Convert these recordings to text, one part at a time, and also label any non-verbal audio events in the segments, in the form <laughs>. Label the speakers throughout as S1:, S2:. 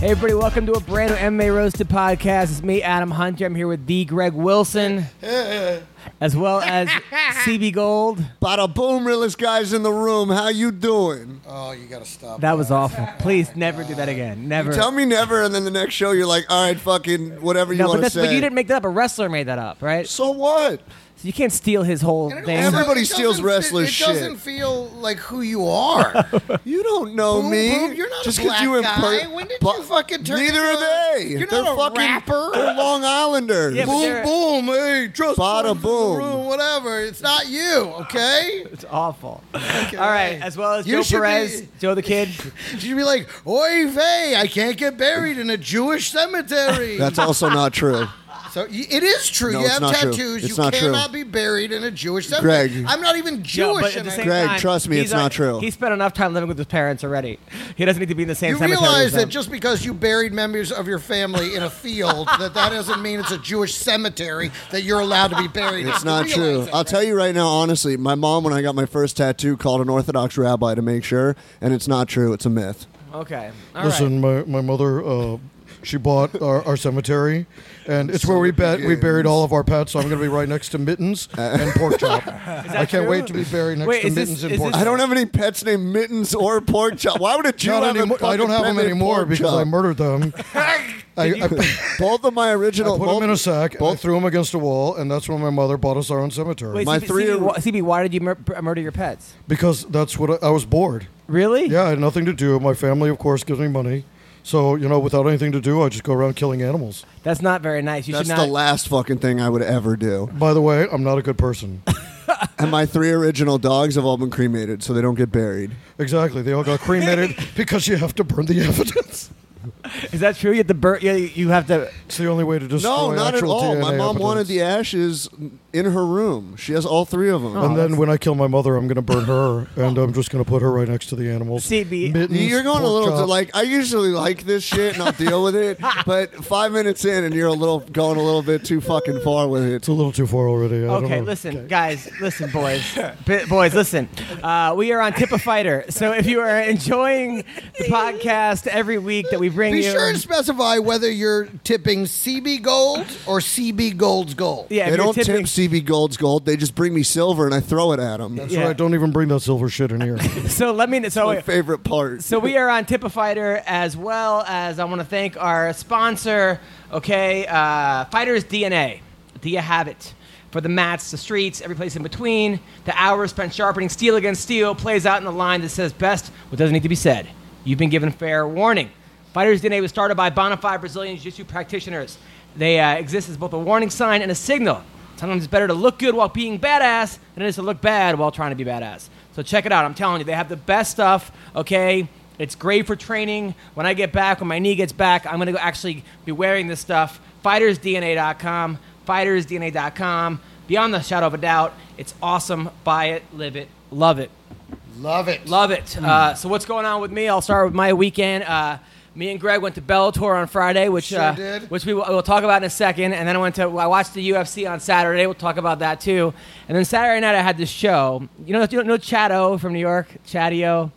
S1: Hey, everybody, welcome to a brand new MMA Roasted podcast. It's me, Adam Hunter. I'm here with the Greg Wilson, as well
S2: <laughs>
S1: as CB Gold.
S3: Bada boom, realest guys in the room. How you doing?
S2: Oh, you gotta stop.
S1: That was awful.
S2: <laughs>
S1: Please never do that again. Never.
S3: Tell me never, and then the next show you're like, all right, fucking whatever you
S1: no, but,
S3: want to
S1: that's,
S3: say.
S1: but you didn't make that up. A wrestler made that up, right? So
S3: So what?
S1: you can't steal his whole
S2: And it
S1: thing.
S2: also-
S3: Everybody
S2: it doesn't-
S3: steals wrestlers'
S2: it,
S3: shit.
S2: doesn't feel like who you <laughs> are.
S3: You don't know
S2: Boom,
S3: me.
S2: boom, you're not a
S3: Just
S2: black
S3: you
S2: guy.
S3: imper-
S2: When did
S3: bu-
S2: you fucking turn
S3: Neither
S2: into
S3: are
S2: a-
S3: they.
S2: You're
S3: they're
S2: not a <laughs>
S3: fucking
S2: rapper.
S3: <laughs> They're Long Islanders.
S1: Yeah, but
S3: Boom.
S1: they're-
S2: boom, hey, trust
S3: Bada
S2: me,
S3: boom.
S2: whatever. It's not you, okay?
S1: It's awful. <laughs> All right, as well as
S2: You
S1: Joe
S2: should
S1: Perez,
S2: be-
S1: Joe the Kid.
S2: <laughs> You should be like, oy vey, I can't get buried in a Jewish <laughs> cemetery.
S3: That's also not true.
S2: so y- it is true.
S3: No,
S2: you
S3: it's
S2: have
S3: not true.
S2: tattoos.
S3: It's
S2: you
S3: not true.
S2: cannot be buried in a Jewish cemetery.
S3: Greg.
S2: I'm not even
S1: No,
S2: Jewish.
S1: but at
S2: and
S1: the
S2: I-
S1: same
S3: Greg,
S1: time,
S3: trust me,
S1: he's
S3: it's not
S1: al-
S3: true.
S1: He spent enough time living with his parents already. He doesn't need to be in the same
S2: You
S1: cemetery. as
S2: realize that
S1: them.
S2: just because you buried members of your family in a field, that that doesn't mean it's a Jewish cemetery that you're allowed to be buried.
S3: It's not true. I'll tell you right now, honestly, my mom, when I got my first tattoo, called an Orthodox rabbi to make sure, and it's not true. It's a myth.
S1: Okay. All right.
S4: Listen, my, my mother, uh, she bought our, our cemetery, and it's where we bet we buried all of our pets. So I'm going to be right next to
S3: <laughs>
S4: mittens and pork chop. I can't
S1: true?
S4: wait to be buried next
S1: Wait,
S4: to
S1: is this-
S4: mittens
S1: is
S4: and pork.
S1: this-
S3: I don't have any pets named Mittens or Pork Chop. Why would a Jew
S4: Not
S3: have
S4: anymore.
S3: a
S4: I don't
S3: fucking
S4: have
S3: pet
S4: them
S3: named
S4: anymore
S3: Pork
S4: because I
S3: Chop?
S4: murdered
S3: <laughs>
S4: them. I, I,
S3: Both of my original.
S4: put them in a
S3: both-
S4: sack. and I threw them against a wall, and that's when my mother bought us our own cemetery
S1: Wait,
S3: my
S1: CB,
S3: three-
S1: CB, why- CB, why did you mur- murder your pets?
S4: because that's what I, I was bored.
S1: Really?
S4: Yeah, I had nothing to do. My family, of course, gives me money. So, you know, without anything to do, I just go around killing animals.
S1: That's not very nice. You
S3: <laughs> That's
S1: should
S3: the
S1: not.
S3: last fucking thing I would ever do.
S4: By the way, I'm not a good person.
S3: <laughs> And my three original dogs have all been cremated, so they don't get buried.
S4: Exactly. They all
S1: <laughs>
S4: got cremated because you have to burn the evidence.
S1: is that true? You have to. Bur- you, you have to.
S4: It's the only way to destroy
S3: No, not at
S4: actual
S3: all.
S4: DNA
S3: My mom
S4: evidence.
S3: wanted the ashes in her room. She has all three of them.
S2: Oh,
S4: And then when I kill my mother, I'm going to burn her, and I'm just going to put her right next to the animals.
S1: CB.
S4: Mittens,
S3: you're going a
S4: pork
S3: little to
S4: chop.
S3: like I usually like this shit and I'll deal with
S1: <laughs>
S3: it, but five minutes in and you're a little going a little bit too fucking far with it.
S4: It's a little too far already. I don't
S1: Okay,
S4: know.
S1: listen, guys, listen, boys,
S3: <laughs>
S1: B- boys, listen. Uh, we are on Tip a Fighter, so if you are enjoying
S3: <laughs>
S1: the podcast every week that we bring
S2: Be
S1: you,
S2: sure and specify whether you're tipping CB Gold or CB Gold's Gold.
S1: yeah, if
S3: they
S1: you're
S3: don't
S1: tipping,
S3: tip CB Gold's gold. They just bring me silver and I throw it at them. That's
S4: That's
S1: yeah.
S4: right. Don't even bring that silver shit in
S3: <laughs>
S4: here.
S1: So let me. So
S3: my favorite part.
S1: So we are on Tip a Fighter as well as I want to thank our sponsor, okay, uh, Fighters DNA. Do you have it? For the mats, the streets, every place in between, the hours spent sharpening steel against steel plays out in the line that says best what doesn't need to be said. You've been given fair warning. Fighters DNA was started by bonafide Brazilian Jiu Jitsu practitioners. They uh, exist as both a warning sign and a signal. Sometimes it's better to look good while being badass than it is to look bad while trying to be badass. So check it out. I'm telling you, they have the best stuff, okay? It's great for training. When I get back, when my knee gets back, I'm going to go actually be wearing this stuff. FightersDNA.com, FightersDNA.com, beyond the shadow of a doubt. It's awesome. Buy it, live it, love it.
S2: Love it.
S1: Love it. Uh, so what's going on with me? I'll start with my weekend. Uh, me and Greg went to Bellator on Friday, which
S2: Sure
S1: uh,
S2: did.
S1: which we will we'll talk about in a second. And then I went to I watched the UFC on Saturday. We'll talk about that too. And then Saturday night I had this show. You know, you know Chado from New York, Chadio,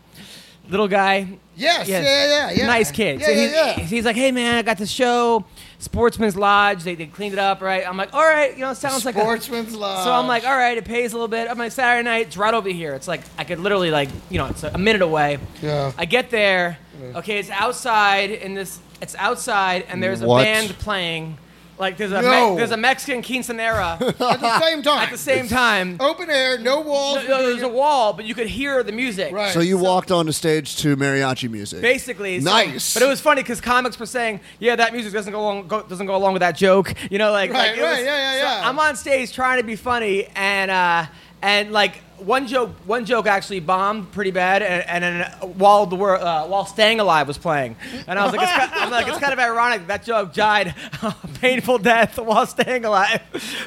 S1: little guy.
S2: Yes, yeah, yeah, yeah.
S1: Nice kid.
S2: Yeah,
S1: so
S2: yeah,
S1: he's,
S2: yeah.
S1: he's like, hey man, I got this show, Sportsman's Lodge. They, they cleaned it up, right? I'm like, all right, you know, it sounds like a,
S2: Sportsman's Lodge.
S1: so I'm like, all right, it pays a little bit. I'm like, Saturday night, it's right over here. It's like I could literally like, you know, it's a minute away.
S4: Yeah.
S1: I get there. Okay, it's outside in this. It's outside, and there's a
S3: What?
S1: band playing. Like there's a
S2: No.
S1: Me- there's a Mexican quinceanera
S2: <laughs> At the same time.
S1: at the same time.
S2: Open air, no walls.
S1: No, no, there's a wall, but you could hear the music.
S2: Right.
S3: So you walked onto stage to mariachi music.
S1: Basically, so-
S3: Nice.
S1: but it was funny because comics were saying, "Yeah, that music doesn't go along go, doesn't go along with that joke." You know, like
S2: Right,
S1: like it
S2: right,
S1: was-
S2: yeah, yeah,
S1: so
S2: yeah.
S1: I'm on stage trying to be funny, and uh, and like one joke one joke actually bombed pretty bad, and, and then while the wor- uh, while staying alive was playing, and I was like, it's kind, I'm like, it's kind of ironic that joke died a painful death while staying alive,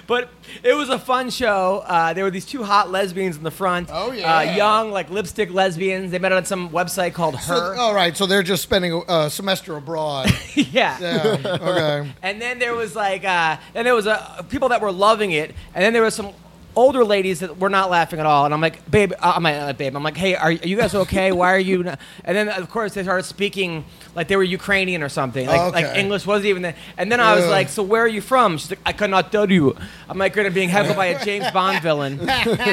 S1: but it was a fun show. Uh, there were these two hot lesbians in the front.
S2: Oh,
S1: uh,
S2: yeah.
S1: young like lipstick lesbians. They met on some website called
S2: So-
S1: Her.
S2: all right, so they're just spending a uh, semester
S1: <laughs>
S2: abroad.
S1: yeah.
S2: <laughs> yeah, okay.
S1: And then there was like, uh, and there was uh, people that were loving it, and then there was some older ladies that were not laughing at all. And I'm like, babe, uh, I'm like, uh, babe, I'm like, hey, are, are you guys okay? Why are you? Not? And then of course they started speaking like they were Ukrainian or something, like, like
S2: Okay.
S1: English wasn't even there. And then I was
S2: Ugh.
S1: like, so where are you from? She's like, I cannot tell you. I'm like, good at being heckled by a James Bond
S2: <laughs>
S1: villain.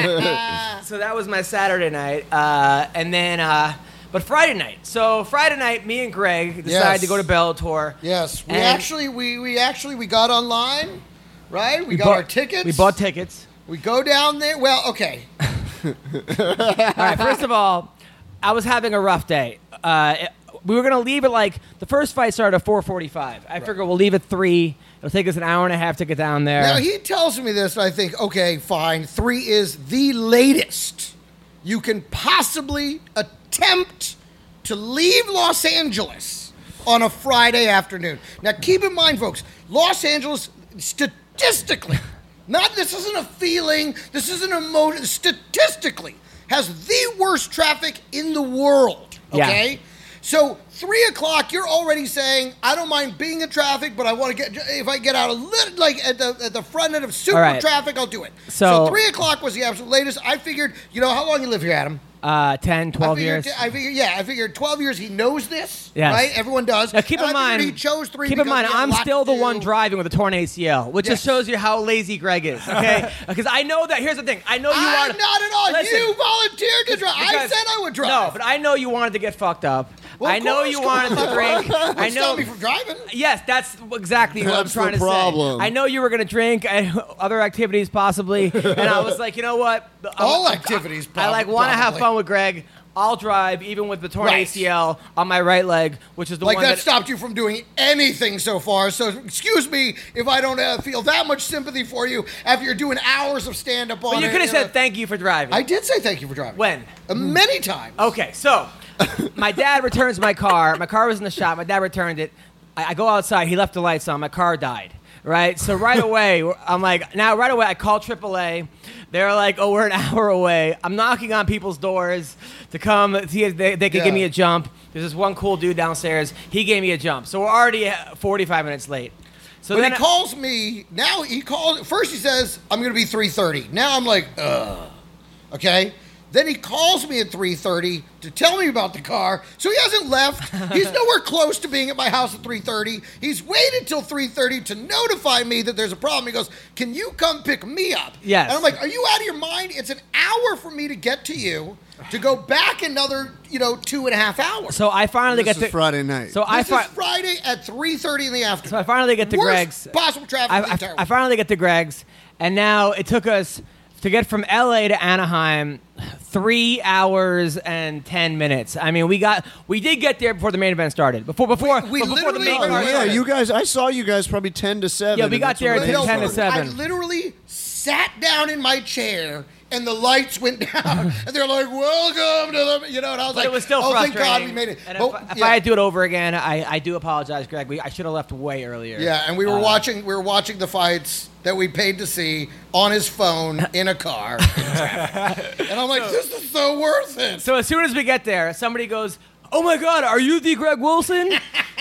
S1: so that was my Saturday night, uh, and then. Uh, but Friday night. So Friday night, me and Greg decided
S2: Yes.
S1: to go to Bellator.
S2: Yes, we
S1: And-
S2: actually we, we actually we got online, right? We, got our tickets.
S1: We bought tickets.
S2: we go down there. Well,
S1: <laughs>
S2: okay.
S1: All right. First of all, I was having a rough day. Uh, it- we were gonna leave at like the first fight started at 4:45. I figure we'll leave at three. It'll take us an hour and a half to get down there.
S2: Now he tells me this, and I think, okay, fine. Three is the latest you can possibly attempt to leave Los Angeles on a Friday afternoon. Now keep in mind, folks, Los Angeles statistically, not this isn't a feeling, this isn't a motive, statistically has the worst traffic in the world.
S1: Yeah.
S2: Okay? So three o'clock, you're already saying, "I don't mind being in traffic, but I want to get if I get out a little like at the, at the front end of super
S1: All right.
S2: traffic, I'll do it."
S1: So-
S2: three o'clock was the absolute latest. I figured, you know, how long you live here, Adam?
S1: uh, 10, 12
S2: I figured,
S1: years.
S2: I figured, yeah, I figured twelve years. He knows this,
S1: Yes.
S2: right? Everyone does.
S1: now keep
S2: And
S1: in
S2: I figured
S1: mind,
S2: he chose three.
S1: keep in
S2: because
S1: mind,
S2: he had a
S1: I'm
S2: lot
S1: still
S2: to
S1: the one
S2: do.
S1: driving with a torn ACL, which just
S2: Yes.
S1: shows you how lazy Greg is. Okay,
S2: <laughs>
S1: because Uh, I know that. Here's the thing. I know you
S2: I'm
S1: are
S2: not at all.
S1: Listen,
S2: you volunteered to drive. I
S1: because-
S2: said I would drive.
S1: No, but I know you wanted to get fucked up.
S2: Well, of
S1: I know
S2: course,
S1: you
S2: come
S1: wanted to
S2: on. <laughs>
S1: drink.
S2: Wouldn't
S1: I know
S2: stop me from driving.
S1: Yes, that's exactly what I'm
S3: That's the
S1: trying to
S3: problem.
S1: say. I know you were going to drink and <laughs> other activities possibly, and
S2: <laughs>
S1: I was like, you know what? I-
S2: All
S1: I-
S2: activities
S1: I, like want to have
S2: probably.
S1: fun with Greg. I'll drive even with the torn
S2: Right.
S1: ACL on my right leg, which is the
S2: like
S1: one
S2: that,
S1: that
S2: stopped you from doing anything so far. So excuse me if I don't uh, feel that much sympathy for you after you're doing hours of stand up on.
S1: But you
S2: it,
S1: could have
S2: know.
S1: said thank you for driving.
S2: I did say thank you for driving.
S1: When?
S2: Uh, many times.
S1: Okay, so my dad returns my car. My car was in the shop. My dad returned it. I, I go outside. He left the lights on. My car died. Right. So right
S2: <laughs>
S1: away, I'm like, now right away, I call AAA. They're like, oh, we're an <laughs> hour away. I'm knocking on people's doors to come. See if they, they could
S2: Yeah.
S1: give me a jump. There's this one cool dude downstairs. He gave me a jump. So we're already uh, 45 minutes late. So
S2: But
S1: then
S2: he calls me now. He calls first. He says I'm going to be 3:30. Now I'm like, ugh. Okay. Then he calls me at 3:30 to tell me about the car. So he
S1: <laughs>
S2: hasn't left. He's nowhere close to being at my house at 3:30. He's waited till 3:30 to notify me that there's a problem. He goes, "Can you come pick me up?"
S1: Yes.
S2: And I'm like, "Are you out of your mind? It's an hour for me to get to you, to go back another, you know, two and a half hours."
S1: so I finally
S3: This
S1: get to
S3: is Friday night.
S1: So I
S2: this
S1: fi-
S2: is Friday at 3:30 in the afternoon.
S1: So I finally get to
S2: Worst
S1: Greg's.
S2: possible traffic.
S1: I,
S2: in the
S1: I-
S2: entire
S1: I
S2: world.
S1: finally get to Greg's, and now it took us to get from LA to Anaheim three hours and ten minutes. I mean, we got we did get there before the main event started. Before before
S2: We- we
S1: but before the
S2: literally-
S1: main
S3: Oh,
S2: All
S1: event
S2: right,
S3: yeah,
S1: started.
S2: all right.
S3: you guys. I saw you guys probably ten to seven.
S1: Yeah, we
S3: and
S1: got
S3: that's
S1: there
S3: when
S1: at
S3: they
S1: 10 to
S3: started.
S1: 7.
S2: I literally sat down in my chair and the lights went down <laughs> and they're like, "Welcome to the," you know, and I was
S1: But
S2: like,
S1: it was still
S2: "Oh,
S1: frustrating.
S2: thank God we made it."
S1: And
S2: But-
S1: if, if
S2: yeah.
S1: I had to do it over again, I, I do apologize, Greg. We, I should have left way earlier. Uh,
S2: yeah, and we were watching we were watching the fights that we paid to see on his phone in
S1: <laughs>
S2: a car, and I'm like, "This is so worth it."
S1: So as soon as we get there, somebody goes, "Oh my God, are you the Greg
S2: <laughs>
S1: Wilson?"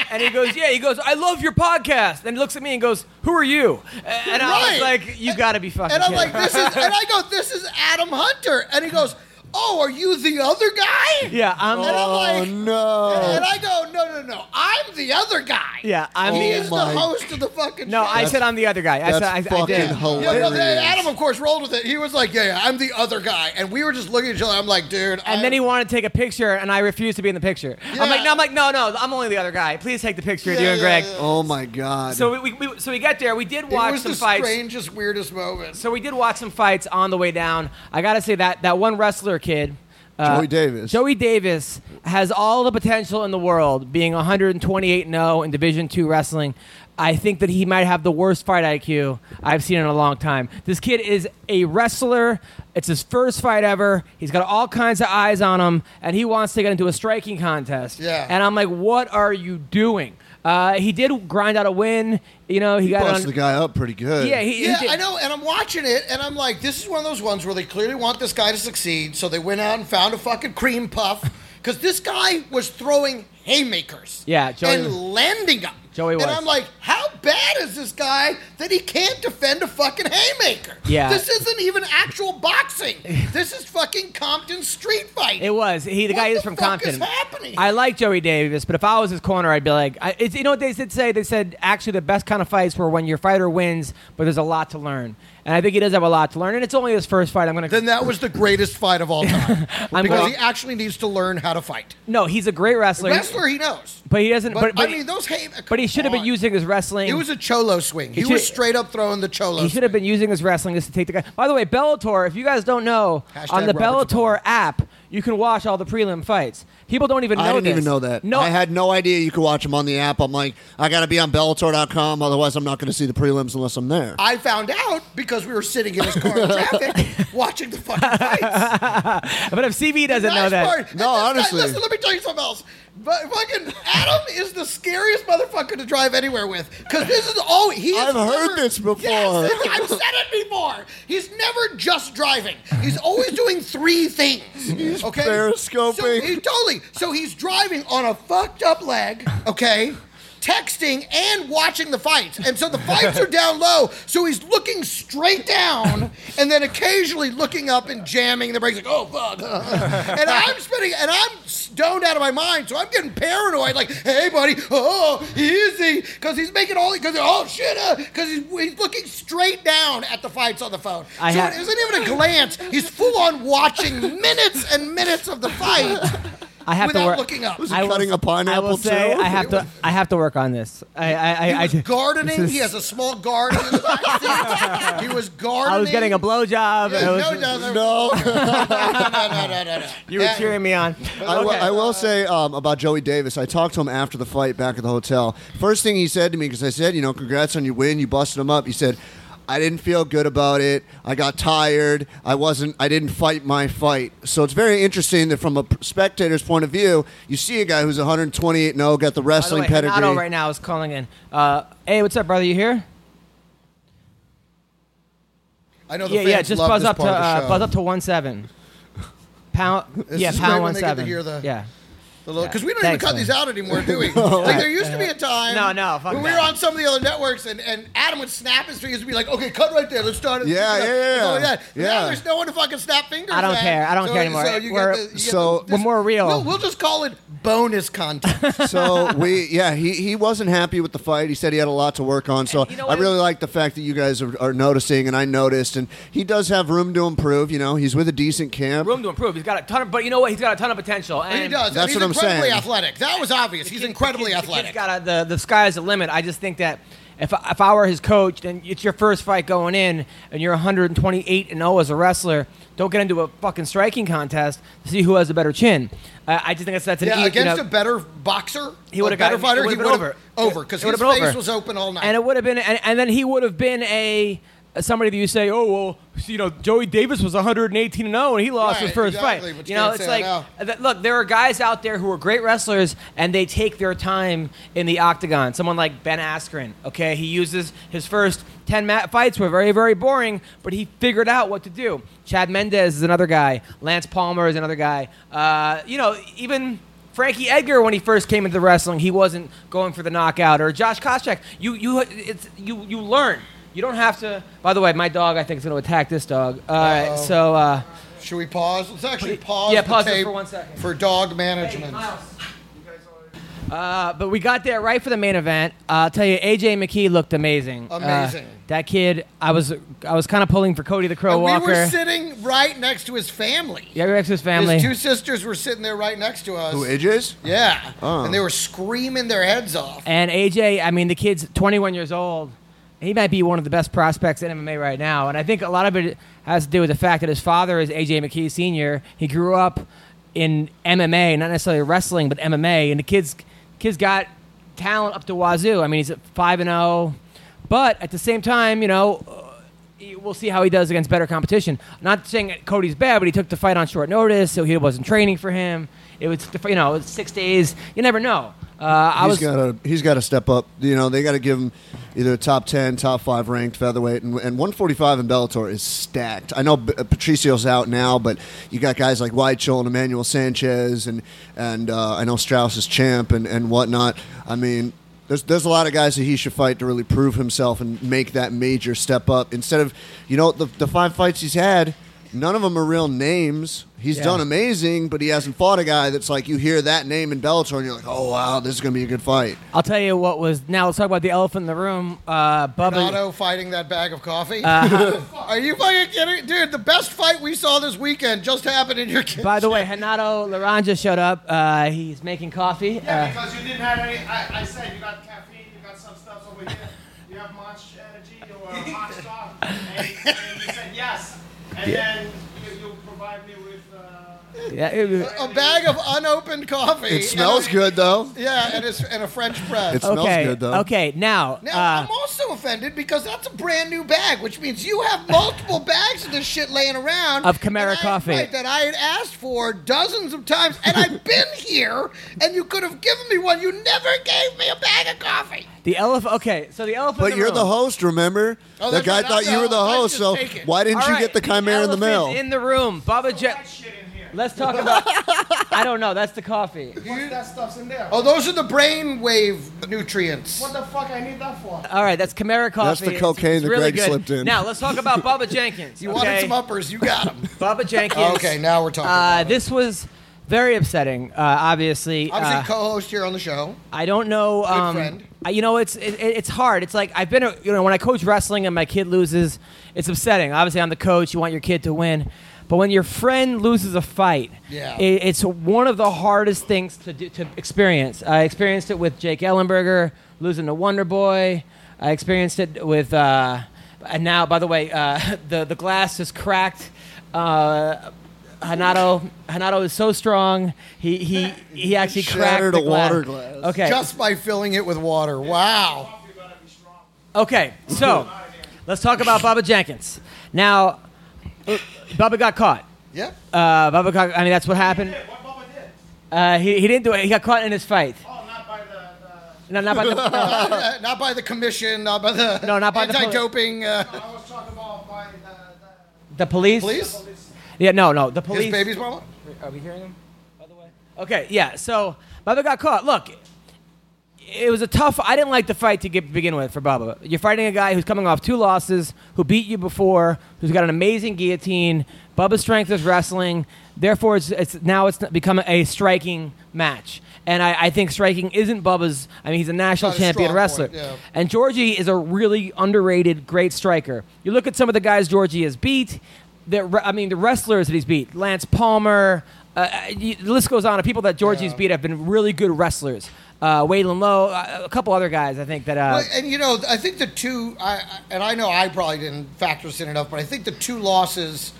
S1: And he goes, "Yeah." He goes, "I love your podcast." And he looks at me and goes, "Who are you?" And I was
S2: Right.
S1: like, "You got to be fucking."
S2: And I'm
S1: kidding. <laughs>
S2: like, this is, and I go, this is Adam Hunter. And he goes, "Oh, are you the other guy?"
S1: Yeah, I'm.
S2: And I'm
S3: Oh
S2: like,
S3: no!
S2: and I go, "No, no, no, I'm the other guy."
S1: Yeah, I'm
S2: he
S1: the-
S2: is
S3: Oh, my-
S2: the host of the fucking.
S1: no,
S2: show.
S1: I said I'm the other guy. I
S3: That's
S1: said I, I
S3: fucking
S1: did.
S2: Yeah, no,
S3: hilarious.
S2: they- Adam, of course, rolled with it. He was like, yeah, yeah, I'm the other guy. And we were just looking at each other. I'm like, dude.
S1: And then he wanted to take a picture, and I refused to be in the picture. I'm like,
S2: Yeah.
S1: no, I'm like, no, no, I'm only the other guy. Please take the picture, you
S2: Yeah,
S1: and
S2: yeah,
S1: Greg.
S2: yeah.
S3: oh my god!
S1: So we, we, we so we get there. We did
S2: It
S1: watch
S2: was
S1: some
S2: the
S1: fights.
S2: strangest, weirdest moment.
S1: So we did watch some fights on the way down. I gotta say that that one wrestler kid, uh,
S3: Joey Davis.
S1: Joey Davis has all the potential in the world, being 128 and 0 in Division Two wrestling. I think that he might have the worst fight IQ I've seen in a long time. This kid is a wrestler. It's his first fight ever. He's got all kinds of eyes on him, and he wants to get into a striking contest.
S2: Yeah.
S1: And I'm like, what are you doing? Uh, he did grind out a win. You know, he, got it
S3: bust
S1: on.
S3: the guy up pretty good.
S1: yeah, he, he
S2: Yeah,
S1: did-
S2: I know. And I'm watching it, and I'm like, this is one of those ones where they clearly want this guy to succeed. So they went out and found a fucking cream puff because this guy was throwing haymakers.
S1: Yeah, Joey-
S2: and landing them.
S1: Joey
S2: and
S1: was.
S2: I'm like, how bad is this guy that he can't defend a fucking haymaker?
S1: Yeah.
S2: This isn't even
S1: <laughs>
S2: actual boxing. this is fucking Compton street fight.
S1: It was. He, the
S2: What
S1: guy
S2: the
S1: is from
S2: fuck
S1: Compton.
S2: is happening?
S1: I like Joey Davis, but if I was his corner, I'd be like, I, it's, you know what they did say? They said actually the best kind of fights were when your fighter wins, but there's a lot to learn, and I think he does have a lot to learn, and it's only his first fight. I'm gonna.
S2: then that was the greatest fight of all time
S1: <laughs> I'm
S2: because
S1: gonna-
S2: he actually needs to learn how to fight.
S1: no, he's a great wrestler,
S2: Wrestler, he knows,
S1: but he doesn't.
S2: but,
S1: But, but,
S2: I mean those. Hay-
S1: but he should have been
S2: on.
S1: using his wrestling.
S2: It was a cholo swing. He,
S1: should-
S2: was straight up throwing the cholo.
S1: He should have been using his wrestling just to take the guy. By the way, Bellator, if you guys don't know,
S2: Hashtag
S1: on the
S2: Robert
S1: Bellator
S2: Zavala.
S1: app, you can watch all the prelim fights. People don't even know
S3: I didn't
S1: this.
S3: even know that.
S1: No,
S3: I had no idea you could watch him on the app. I'm like, I got to be on Bellator.com, otherwise I'm not going to see the prelims unless I'm there.
S2: I found out because we were sitting in his
S1: <laughs>
S2: car in traffic watching the fucking fights.
S1: <laughs> but if CV doesn't know
S2: Nice
S1: that,
S2: part. And this
S3: No,
S2: guy-
S3: honestly.
S2: listen, let me tell you something else. But fucking Adam is the scariest motherfucker to drive anywhere with because this is all he. has
S3: I've heard
S2: never-
S3: this before.
S2: Yes, I've said it before. He's never just driving. He's always doing three
S3: <laughs>
S2: things. He's okay.
S3: periscoping.
S2: So he totally. So he's driving on a fucked up leg. Okay. Texting and watching the fights. And so the fights are down low. So he's looking straight down and then occasionally looking up and jamming the brakes like, oh, fuck. <laughs> And I'm spinning and I'm stoned out of my mind. So I'm getting paranoid like, hey, buddy, oh, easy. Because he's making all, because, oh, shit. Because he's, he's looking straight down at the fights on the phone.
S1: I
S2: so
S1: ha-
S2: it isn't even a glance. He's full on watching minutes and minutes of the fight.
S1: I have
S2: without
S1: to work.
S2: looking up.
S3: it cutting a pineapple
S1: I will say
S3: too?
S1: I have to. I have to work on this. I. I. I, I
S2: He was gardening. He has a small garden. in the back seat. he was gardening.
S1: I was getting a blowjob. It
S2: Yeah,
S1: was-
S2: no, no, no,
S3: No.
S2: no, no, no, no, no, no.
S1: You were
S2: Yeah.
S1: cheering me on.
S3: <laughs> I will-
S1: Okay.
S3: I will say um, about Joey Davis. I talked to him after the fight back at the hotel. First thing he said to me, because I said, you know, congrats on your win. You busted him up. He said, I didn't feel good about it. I got tired. I wasn't. I didn't fight my fight. So it's very interesting that from a spectator's point of view, you see a guy who's 128 0, oh, got the
S1: By the
S3: wrestling
S1: way,
S3: pedigree.
S1: Renato right now is calling in. Uh, hey, what's up, brother? You here?
S2: I know the
S1: Yeah,
S2: fans
S1: yeah. Just
S2: love
S1: buzz
S2: this
S1: up to
S2: part of the
S1: uh,
S2: show.
S1: buzz up to one
S2: <laughs>
S1: seven. Pound.
S2: This
S1: yeah,
S2: is
S1: pound
S2: great
S1: one
S2: when they get to
S1: seven.
S2: hear the-
S1: yeah.
S2: Because we don't
S1: Thanks,
S2: even cut
S1: man.
S2: these out anymore,
S3: <laughs>
S2: do we? Like there used to be a time.
S1: No, no, fuck
S2: when we
S1: that.
S2: were on some of the other networks, and, and Adam would snap his fingers and be like, "Okay, cut right there. Let's start it."
S3: Yeah,
S2: Let's
S3: yeah, yeah,
S2: go like
S3: yeah.
S2: that. Now
S3: Yeah.
S2: there's no one to fucking snap fingers.
S1: I don't
S2: at.
S1: care. I don't
S2: So-
S1: care anymore.
S2: So you
S1: We're-
S2: get the, you get
S3: So-
S2: the, this-
S1: We're more real.
S2: We'll, we'll just call it bonus
S1: <laughs>
S2: content.
S3: so we, yeah, he, he wasn't happy with the fight. He said he had a lot to work on. So
S1: And you know
S3: I
S1: what?
S3: really like the fact that you guys are, are noticing, and I noticed. And he does have room to improve. You know, he's with a decent camp.
S1: Room to improve. He's got a ton of, but you know what? He's got a ton of potential. And
S2: he does.
S3: That's
S2: and he's
S3: what I'm
S2: incredibly
S3: saying.
S2: athletic. That was obvious. He's incredibly
S1: the kid-
S2: athletic.
S1: The, kid's gotta- the, the sky's the limit. I just think that if, I- if I were his coach and it's your first fight going in and you're 128 and 0 as a wrestler, don't get into a fucking striking contest to see who has a better chin. Uh, I just think that's, that's an
S2: yeah,
S1: e- you
S2: against
S1: know-
S2: a better boxer,
S1: he would
S2: a
S1: have
S2: better
S1: gotten,
S2: fighter.
S1: it
S2: He
S1: would've
S2: would
S1: been
S2: have over because
S1: It would've
S2: his
S1: been
S2: face
S1: over.
S2: was open all night.
S1: and it would have been, and, and then he would have been a somebody that you say, oh well, you know, Joey Davis was 118 and 0, and he lost
S2: Right,
S1: his first
S2: exactly,
S1: fight.
S2: but
S1: You
S2: you
S1: know,
S2: can't
S1: it's
S2: say
S1: like
S2: that now.
S1: that- look, there are guys out there who are great wrestlers, and they take their time in the octagon. Someone like Ben Askren, okay, he uses his first. 10 mat fights were very, very boring, but he figured out what to do. Chad Mendez is another guy. Lance Palmer is another guy. Uh, you know, even Frankie Edgar, when he first came into wrestling, he wasn't going for the knockout. Or Josh Koscheck, you you it's you you learn. You don't have to. By the way, my dog I think is going to attack this dog. All right, so uh,
S2: Should we pause? Let's actually
S1: Wait,
S2: pause.
S1: yeah,
S2: the
S1: pause it
S2: tape
S1: for one second.
S2: For dog management.
S1: Uh, but we got there right for the main event. Uh, I'll tell you, AJ McKee looked amazing. Uh,
S2: Amazing.
S1: that kid, I was, I was kind of pulling for Cody the Crow
S2: And we
S1: Walker.
S2: were sitting right next to his family.
S1: yeah, we were next to his family.
S2: His two sisters were sitting there right next to us.
S3: Who Oh. ages?
S2: Yeah. And they were screaming their heads off.
S1: And AJ, I mean, the kid's 21 years old. He might be one of the best prospects in MMA right now. And I think a lot of it has to do with the fact that his father is AJ McKee Sr. He grew up in MMA, not necessarily wrestling, but MMA. And the kid's, kid's got talent up to wazoo. I mean, he's at 5 and 0. But at the same time, you know, uh, we'll see how he does against better competition. Not saying that Cody's bad, but he took the fight on short notice, so he wasn't training for him. It was, you know, it was six days. You never know. Uh, I
S3: He's
S1: was
S3: got to he's got to step up. You know, they got to give him either a top 10, top 5 ranked featherweight and, and 145 in Bellator is stacked. I know B- uh, Patricio's out now, but you got guys like Weichel and Emmanuel Sanchez and and uh, I know Strauss is champ and and whatnot. I mean, there's, there's a lot of guys that he should fight to really prove himself and make that major step up. Instead of, you know, the, the five fights he's had, none of them are real names. He's
S1: Yeah.
S3: done amazing, but he hasn't fought a guy that's like you hear that name in Bellator and you're like, oh wow, this is gonna be a good fight.
S1: I'll tell you what was. Now let's talk about the elephant in the room. Uh, Bubba.
S2: Donato fighting that bag of coffee.
S1: Uh-huh.
S2: <laughs> Are you fucking kidding? Dude, the best fight we saw this weekend just happened in your kitchen.
S1: By the
S2: <laughs>
S1: way, Hanato Laranja showed up. Uh, he's making coffee.
S5: Yeah,
S1: Uh,
S5: because you didn't have any. I, I said you got caffeine, you got some stuff over here. You have much energy, you were hot stuff. And, and you said yes. And then you, you provide me with. Uh,
S1: yeah, it-
S2: a bag of unopened coffee.
S3: It smells
S2: and a-
S3: good though.
S2: Yeah, and, it's, and a French press.
S3: It's- smells
S1: okay.
S3: good, though.
S1: Okay. Now.
S2: now,
S1: uh,
S2: I'm also offended because that's a brand new bag, which means you have multiple bags of this shit laying around.
S1: Of Camara
S2: and I-
S1: coffee.
S2: Right, that I had asked for dozens of times,
S1: <laughs>
S2: and I've been here, and you could have given me one. You never gave me a bag of coffee.
S1: the elephant. Okay. So the elephant.
S3: But
S1: in
S3: you're
S1: room.
S3: the host, remember?
S2: Oh, that's
S3: that guy
S2: right,
S3: thought
S2: I'm
S3: you
S2: the
S3: were the
S2: host. I
S3: host,
S2: should
S3: so
S2: take it.
S3: why didn't
S1: All
S3: you
S1: right,
S3: get the chimera in the mail?
S1: elephant In the room, Bubba Jet.
S5: that shit in here.
S1: Let's talk
S5: <laughs>
S1: about. I don't know. That's the coffee.
S5: What's that stuff's in there?
S2: Oh, those are the brainwave nutrients.
S5: What the fuck I need that for?
S1: All right, that's Camara coffee.
S3: the cocaine that
S1: really
S3: Greg
S1: good.
S3: slipped in.
S1: Now let's talk about Bubba Jenkins.
S2: You
S1: okay?
S2: wanted some uppers, you got them.
S1: Bubba Jenkins.
S2: Oh, okay, now we're talking.
S1: Uh,
S2: about it.
S1: this was very upsetting. Uh, obviously.
S2: Obviously,
S1: Uh,
S2: co-host here on the show.
S1: I don't know. Um,
S2: friend.
S1: I- you know, it's it, it- it's hard. It's like I've been, a, you know, when I coach wrestling and my kid loses, it's upsetting. Obviously, I'm the coach. You want your kid to win, but when your friend loses a fight,
S2: Yeah.
S1: i- it's one of the hardest things to do, to experience. I experienced it with Jake Ellenberger losing to Wonder Boy. I experienced it with, uh, and now, by the way, uh, <laughs> the the glass is cracked. Uh, Hanato, Hanato is so strong. He he he actually
S3: Shattered
S1: cracked the
S3: a water
S1: glass.
S3: glass.
S1: Okay,
S2: Just by filling it with water. Wow.
S5: You better be strong.
S1: Okay, so let's talk about Bubba Jenkins. Now, uh, Bubba got caught.
S2: Yep.
S1: Uh, Bubba got, I mean, that's what happened.
S5: Hey, what Bubba did?
S1: Uh, he, he didn't do it. He got caught in his fight.
S5: Oh, not by the. the
S1: No, <laughs> not by the,
S2: <laughs>
S1: <laughs>
S2: Uh, not by the commission, not by the
S1: No, not by the
S2: anti-doping uh,
S5: I was talking about by the.
S1: the police.
S2: police.
S1: Yeah, no, no, the
S2: His
S1: police.
S2: baby's mama.
S1: Are we hearing him? By the way. Okay, yeah. So Bubba got caught. Look, it was a tough. I didn't like the fight to get, begin with for Bubba. You're fighting a guy who's coming off two losses, who beat you before, who's got an amazing guillotine. Bubba's strength is wrestling. Therefore, it's, it's now it's become a striking match, and I, I think striking isn't Bubba's. I mean, he's a national
S2: Not his
S1: champion
S2: strong
S1: wrestler.
S2: point, yeah.
S1: And Georgie is a really underrated, great striker. You look at some of the guys Georgie has beat. That re- I mean, the wrestlers that he's beat: Lance Palmer. Uh, you, the list goes on of people that Georgie's beat have been really good wrestlers. Uh, Waylon Lowe, uh, a couple other guys, I think that. Uh,
S2: Well, and you know, I think the two, I, I- and I know I probably didn't factor this in enough, but I think the two losses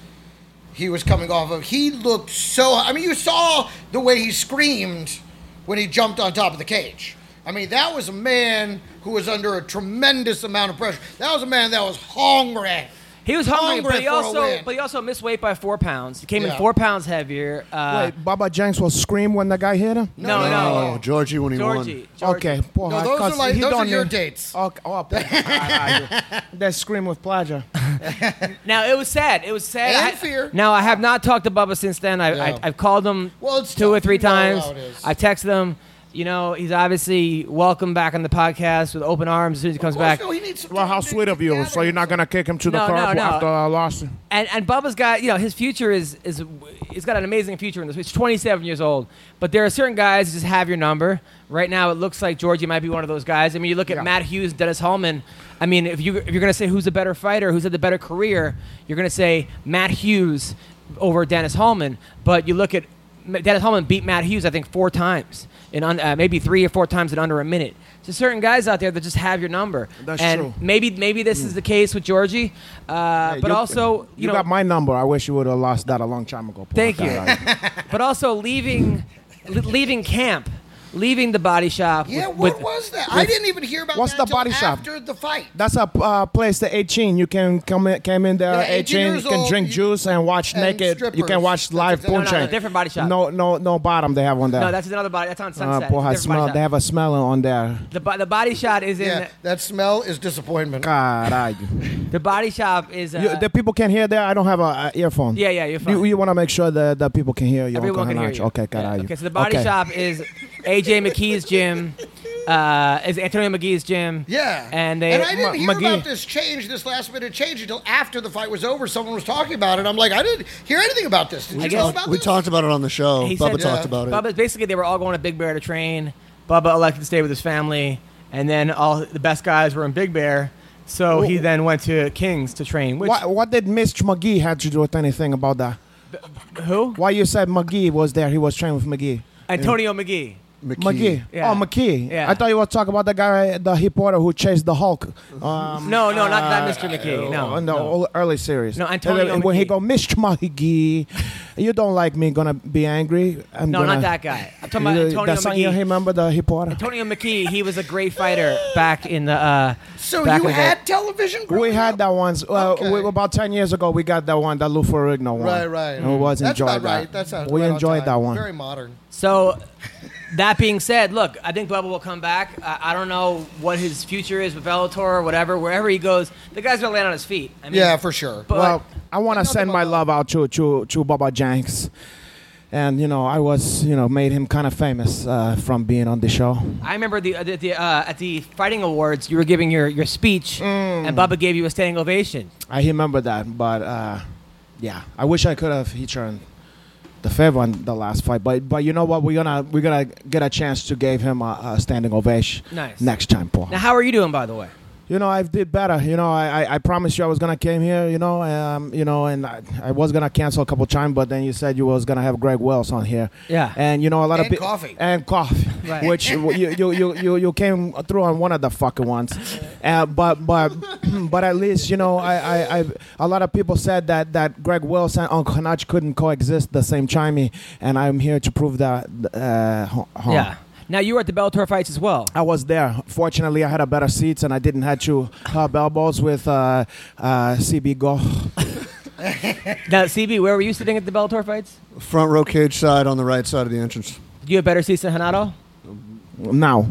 S2: he was coming off of, he looked so. I mean, you saw the way he screamed when he jumped on top of the cage. I mean, that was a man who was under a tremendous amount of pressure. That was a man that was hungry.
S1: he was hungry,
S2: hungry
S1: but he
S2: for a
S1: also
S2: win.
S1: but he also missed weight by four pounds. He came in
S2: Yeah.
S1: four pounds heavier. Uh,
S5: Wait, Bubba Jenks will scream when the guy hit him?
S1: no, no,
S3: Oh, Georgie when he
S1: Georgie, Georgie.
S5: Okay, boy,
S2: No, those are
S5: 'cause
S2: like-
S5: he
S2: those are
S5: done
S2: your
S5: it.
S2: dates.
S5: Okay, oh, that scream with
S2: <laughs>
S5: pleasure.
S1: <laughs> Now it was sad. It was sad.
S2: And
S1: I-
S2: fear.
S1: Now I have not talked to Bubba since then. I,
S2: Yeah.
S1: I, I've called him
S2: Well, it's
S1: two or
S2: tough.
S1: three
S2: You know how
S1: times.
S2: it is.
S1: I've texted him. You know, he's obviously welcome back on the podcast with open arms as soon as he comes
S2: Well,
S1: back.
S2: Phil, he needs some
S6: Well, how
S2: time to
S6: sweet of you.
S2: gather
S6: So you're not
S2: himself.
S6: gonna kick him to the
S1: No, no,
S6: curb
S1: no.
S6: after I lost him.
S1: And and Bubba's got you know his future is is he's got an amazing future in this. He's 27 years old, but there are certain guys who just have your number. Right now, it looks like Georgie might be one of those guys. I mean, you look at Matt Hughes, Dennis Hallman. I mean, if you if you're gonna say who's a better fighter, who's had the better career, you're gonna say Matt Hughes over Dennis Hallman. But you look at M- Dennis Hallman beat Matt Hughes, I think, four times in un, uh, maybe three or four times in under a minute. So certain guys out there that just have your number.
S6: That's
S1: and
S6: true. Hmm.
S1: Maybe maybe this is the case with Georgie, uh, but
S6: you-
S1: also
S6: You, got my number. I wish you would have lost that a long time ago. Paul.
S1: Thank you.
S6: That, uh,
S1: <laughs> but also leaving le- leaving camp, leaving the body shop.
S2: Yeah,
S1: with,
S2: what
S1: with-
S2: was that? I didn't even hear about
S6: What's
S2: that
S6: the
S2: until
S6: body shop?
S2: after the fight.
S6: That's a uh, place to 18. You can come in, came in there
S2: Yeah, 18
S6: 18. You
S2: years
S6: can
S2: old,
S6: drink
S2: you-
S6: juice and watch
S2: and
S6: naked. You can
S2: strippers.
S6: watch live
S2: That's- no,
S6: porn
S2: no,
S6: check.
S2: no,
S1: different body shop.
S6: No, no, no bottom. They have one there.
S1: No, that's another body. That's on
S6: uh,
S1: Sunset.
S6: Paul has
S1: It's a different
S6: smell.
S1: body
S6: They
S1: shop.
S6: have a smell on there.
S1: the, bo- the body shop is in
S2: Yeah, that smell is disappointment.
S6: Caralho.
S1: the body shop is uh,
S6: You, the people can hear there. I don't have a, a earphone.
S1: Yeah, yeah, you're
S6: You,
S1: fine.
S6: you want to make sure that the people can hear you.
S1: everyone can hear you.
S6: Okay,
S1: Yeah,
S6: caralho.
S1: Okay, so the body
S6: Okay.
S1: shop is AJ McKee's gym. Uh, is Antonio McGee's gym?
S2: Yeah.
S1: and they
S2: and I didn't
S6: Eh, Ma-
S2: hear
S6: McGee.
S2: about this change, this last minute change, until after the fight was over. Someone was talking about it. I'm like, I didn't hear anything about this. Did you
S1: guess-
S2: know about
S3: we
S2: this?
S3: talked about it on the show.
S1: He
S3: Bubba
S1: said- uh,
S3: talked
S2: Yeah.
S3: about it.
S1: Bubba, basically, they were all going to Big Bear to train. Bubba elected to stay with his family, and then all the best guys were in Big Bear. So he then went to Kings to train. Which
S6: What, what did Mitch McGee had to do with anything about that?
S1: who?
S6: Why you said McGee was there? He was training with McGee.
S1: Antonio McGee.
S6: McGee.
S1: Yeah.
S6: Oh, McGee.
S1: Yeah.
S6: I thought you were talking about the guy, the reporter who chased the Hulk. Um,
S1: Mm-hmm. No, no, not that Mr. McGee. No,
S6: in the
S1: no.
S6: ol- Oh, early series.
S1: No, Antonio
S6: When he
S1: McGee.
S6: go, Mr. McGee, you don't like me, gonna be angry. I'm
S1: No,
S6: gonna,
S1: not that guy. I'm talking about
S6: You-
S1: Antonio
S6: that song you
S1: McGee.
S6: remember the reporter?
S1: Antonio McKee, he was a great fighter back in the. Uh,
S2: So
S1: back
S2: you
S1: in the day.
S2: had television?
S6: We
S2: growing
S6: had
S2: up?
S6: that once. Uh,
S2: Okay.
S6: we, about ten years ago, we got that one, that Lou Ferrigno one.
S2: Right, right.
S6: And we was
S2: That's
S6: enjoyed
S2: about
S6: that.
S2: right. That's how-
S6: we
S2: right on
S6: enjoyed
S2: time.
S6: that one.
S2: Very modern.
S1: So, that being said, look, I think Bubba will come back. I, I don't know what his future is with Bellator or whatever. Wherever he goes, the guy's gonna land on his feet. I mean,
S2: Yeah, for sure.
S1: But
S6: well, I want to
S2: Nothing
S6: send my
S2: about-
S6: love out to to to Baba Janks, and you know I was you know made him kind of famous uh, from being on the show.
S1: I remember the, uh, the, the uh, at the fighting awards, you were giving your your speech,
S6: Mm.
S1: and Bubba gave you a standing ovation.
S6: I remember that, but uh, yeah, I wish I could have featured the favor on the last fight. But but you know what, we're gonna we're gonna get a chance to give him a, a standing ovation
S1: Nice.
S6: next time, Paul.
S1: Now, how are you doing, by the way?
S6: you know, I did better. You know, I, I, I promised you I was gonna came here. You know, um, you know, and I, I was gonna cancel a couple times, but then you said you was gonna have Greg Wells on here.
S1: Yeah.
S6: And you know, a lot of
S2: And
S6: peo-
S2: coffee.
S6: and coffee,
S1: Right.
S6: which you, you you you you came through on one of the fucking ones. Uh, but but <clears throat> but at least you know, I, I, I a lot of people said that that Greg Wells and Uncle Hanach couldn't coexist the same chimey, and I'm here to prove that. Uh, ho- ho-
S1: Yeah. Now you were at the Bellator fights as well.
S6: I was there. Fortunately, I had a better seats and I didn't have to hub elbows with uh, uh, CB Go.
S1: Now, CB, where were you sitting at the Bellator fights?
S3: Front row cage side on the right side of the entrance.
S1: Do you have better seats than Hanato?
S6: Now,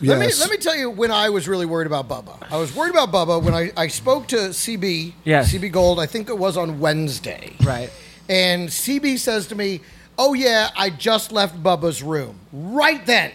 S2: Let me
S3: Yes.
S2: let me tell you when I was really worried about Bubba. I was worried about Bubba when I, I spoke to CB
S1: Yes.
S2: CB Gold. I think it was on Wednesday.
S1: Right.
S2: And CB says to me, "Oh yeah, I just left Bubba's room." Right
S1: <laughs>
S2: then,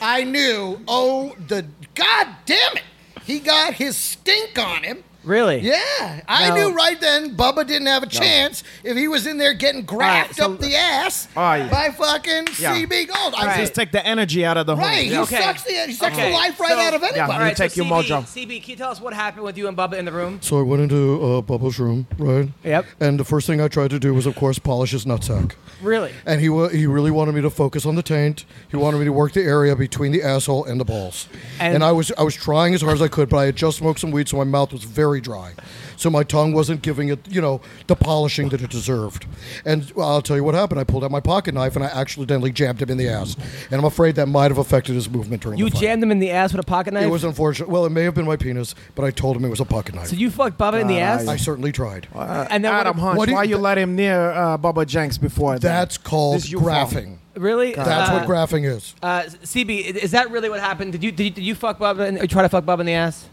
S2: I knew. Oh, the god damn it! He got his stink on him.
S1: Really?
S2: Yeah, I
S1: Now-
S2: knew right then Bubba didn't have a chance if he was in there getting grabbed
S1: so-
S2: up the ass
S6: Oh, yeah.
S2: by fucking
S6: Yeah.
S2: CB Gold. I
S1: Right.
S2: was
S6: just take the energy out of the
S2: Right,
S6: whole.
S2: he
S6: Yeah.
S1: Okay.
S2: sucks the he sucks
S1: Okay,
S2: the life right
S1: so-
S2: out of
S1: Yeah,
S2: anybody.
S6: All right, take
S1: so
S6: your
S1: CB,
S6: mojo.
S1: CB, can you tell us what happened with you and Bubba in the room?
S4: So I went into uh, Bubba's room, right?
S1: Yep.
S4: And the first thing I tried to do was, of course, polish his nutsack.
S1: Really?
S4: And he wa- he really wanted me to focus on the taint. He wanted me to work the area between the asshole and the balls.
S1: And-
S4: And, I was I was trying as hard as I could, but I had just smoked some weed, so my mouth was very dry. So my tongue wasn't giving it, you know, the polishing that it deserved. And well, I'll tell you what happened. I pulled out my pocket knife and I accidentally jammed him in the ass. And I'm afraid that might have affected his movement during
S1: You
S4: the fight.
S1: jammed him in the ass with a pocket knife.
S4: It was unfortunate. Well, it may have been my penis, but I told him it was a pocket knife.
S1: so you fucked Bubba in the ass,
S4: I certainly tried.
S1: and then what-
S6: Uh, Adam Hunch,
S4: what do you-
S6: why you let him near uh, Bubba Uh, Jenks before? then?
S4: That's called
S6: This is your fault.
S4: graphing.
S1: Really?
S4: That's
S1: uh,
S4: what graphing is.
S1: uh, CB, i- is that really what happened? Did you did you, did you fuck Bubba? In, or try to fuck Bubba in the ass?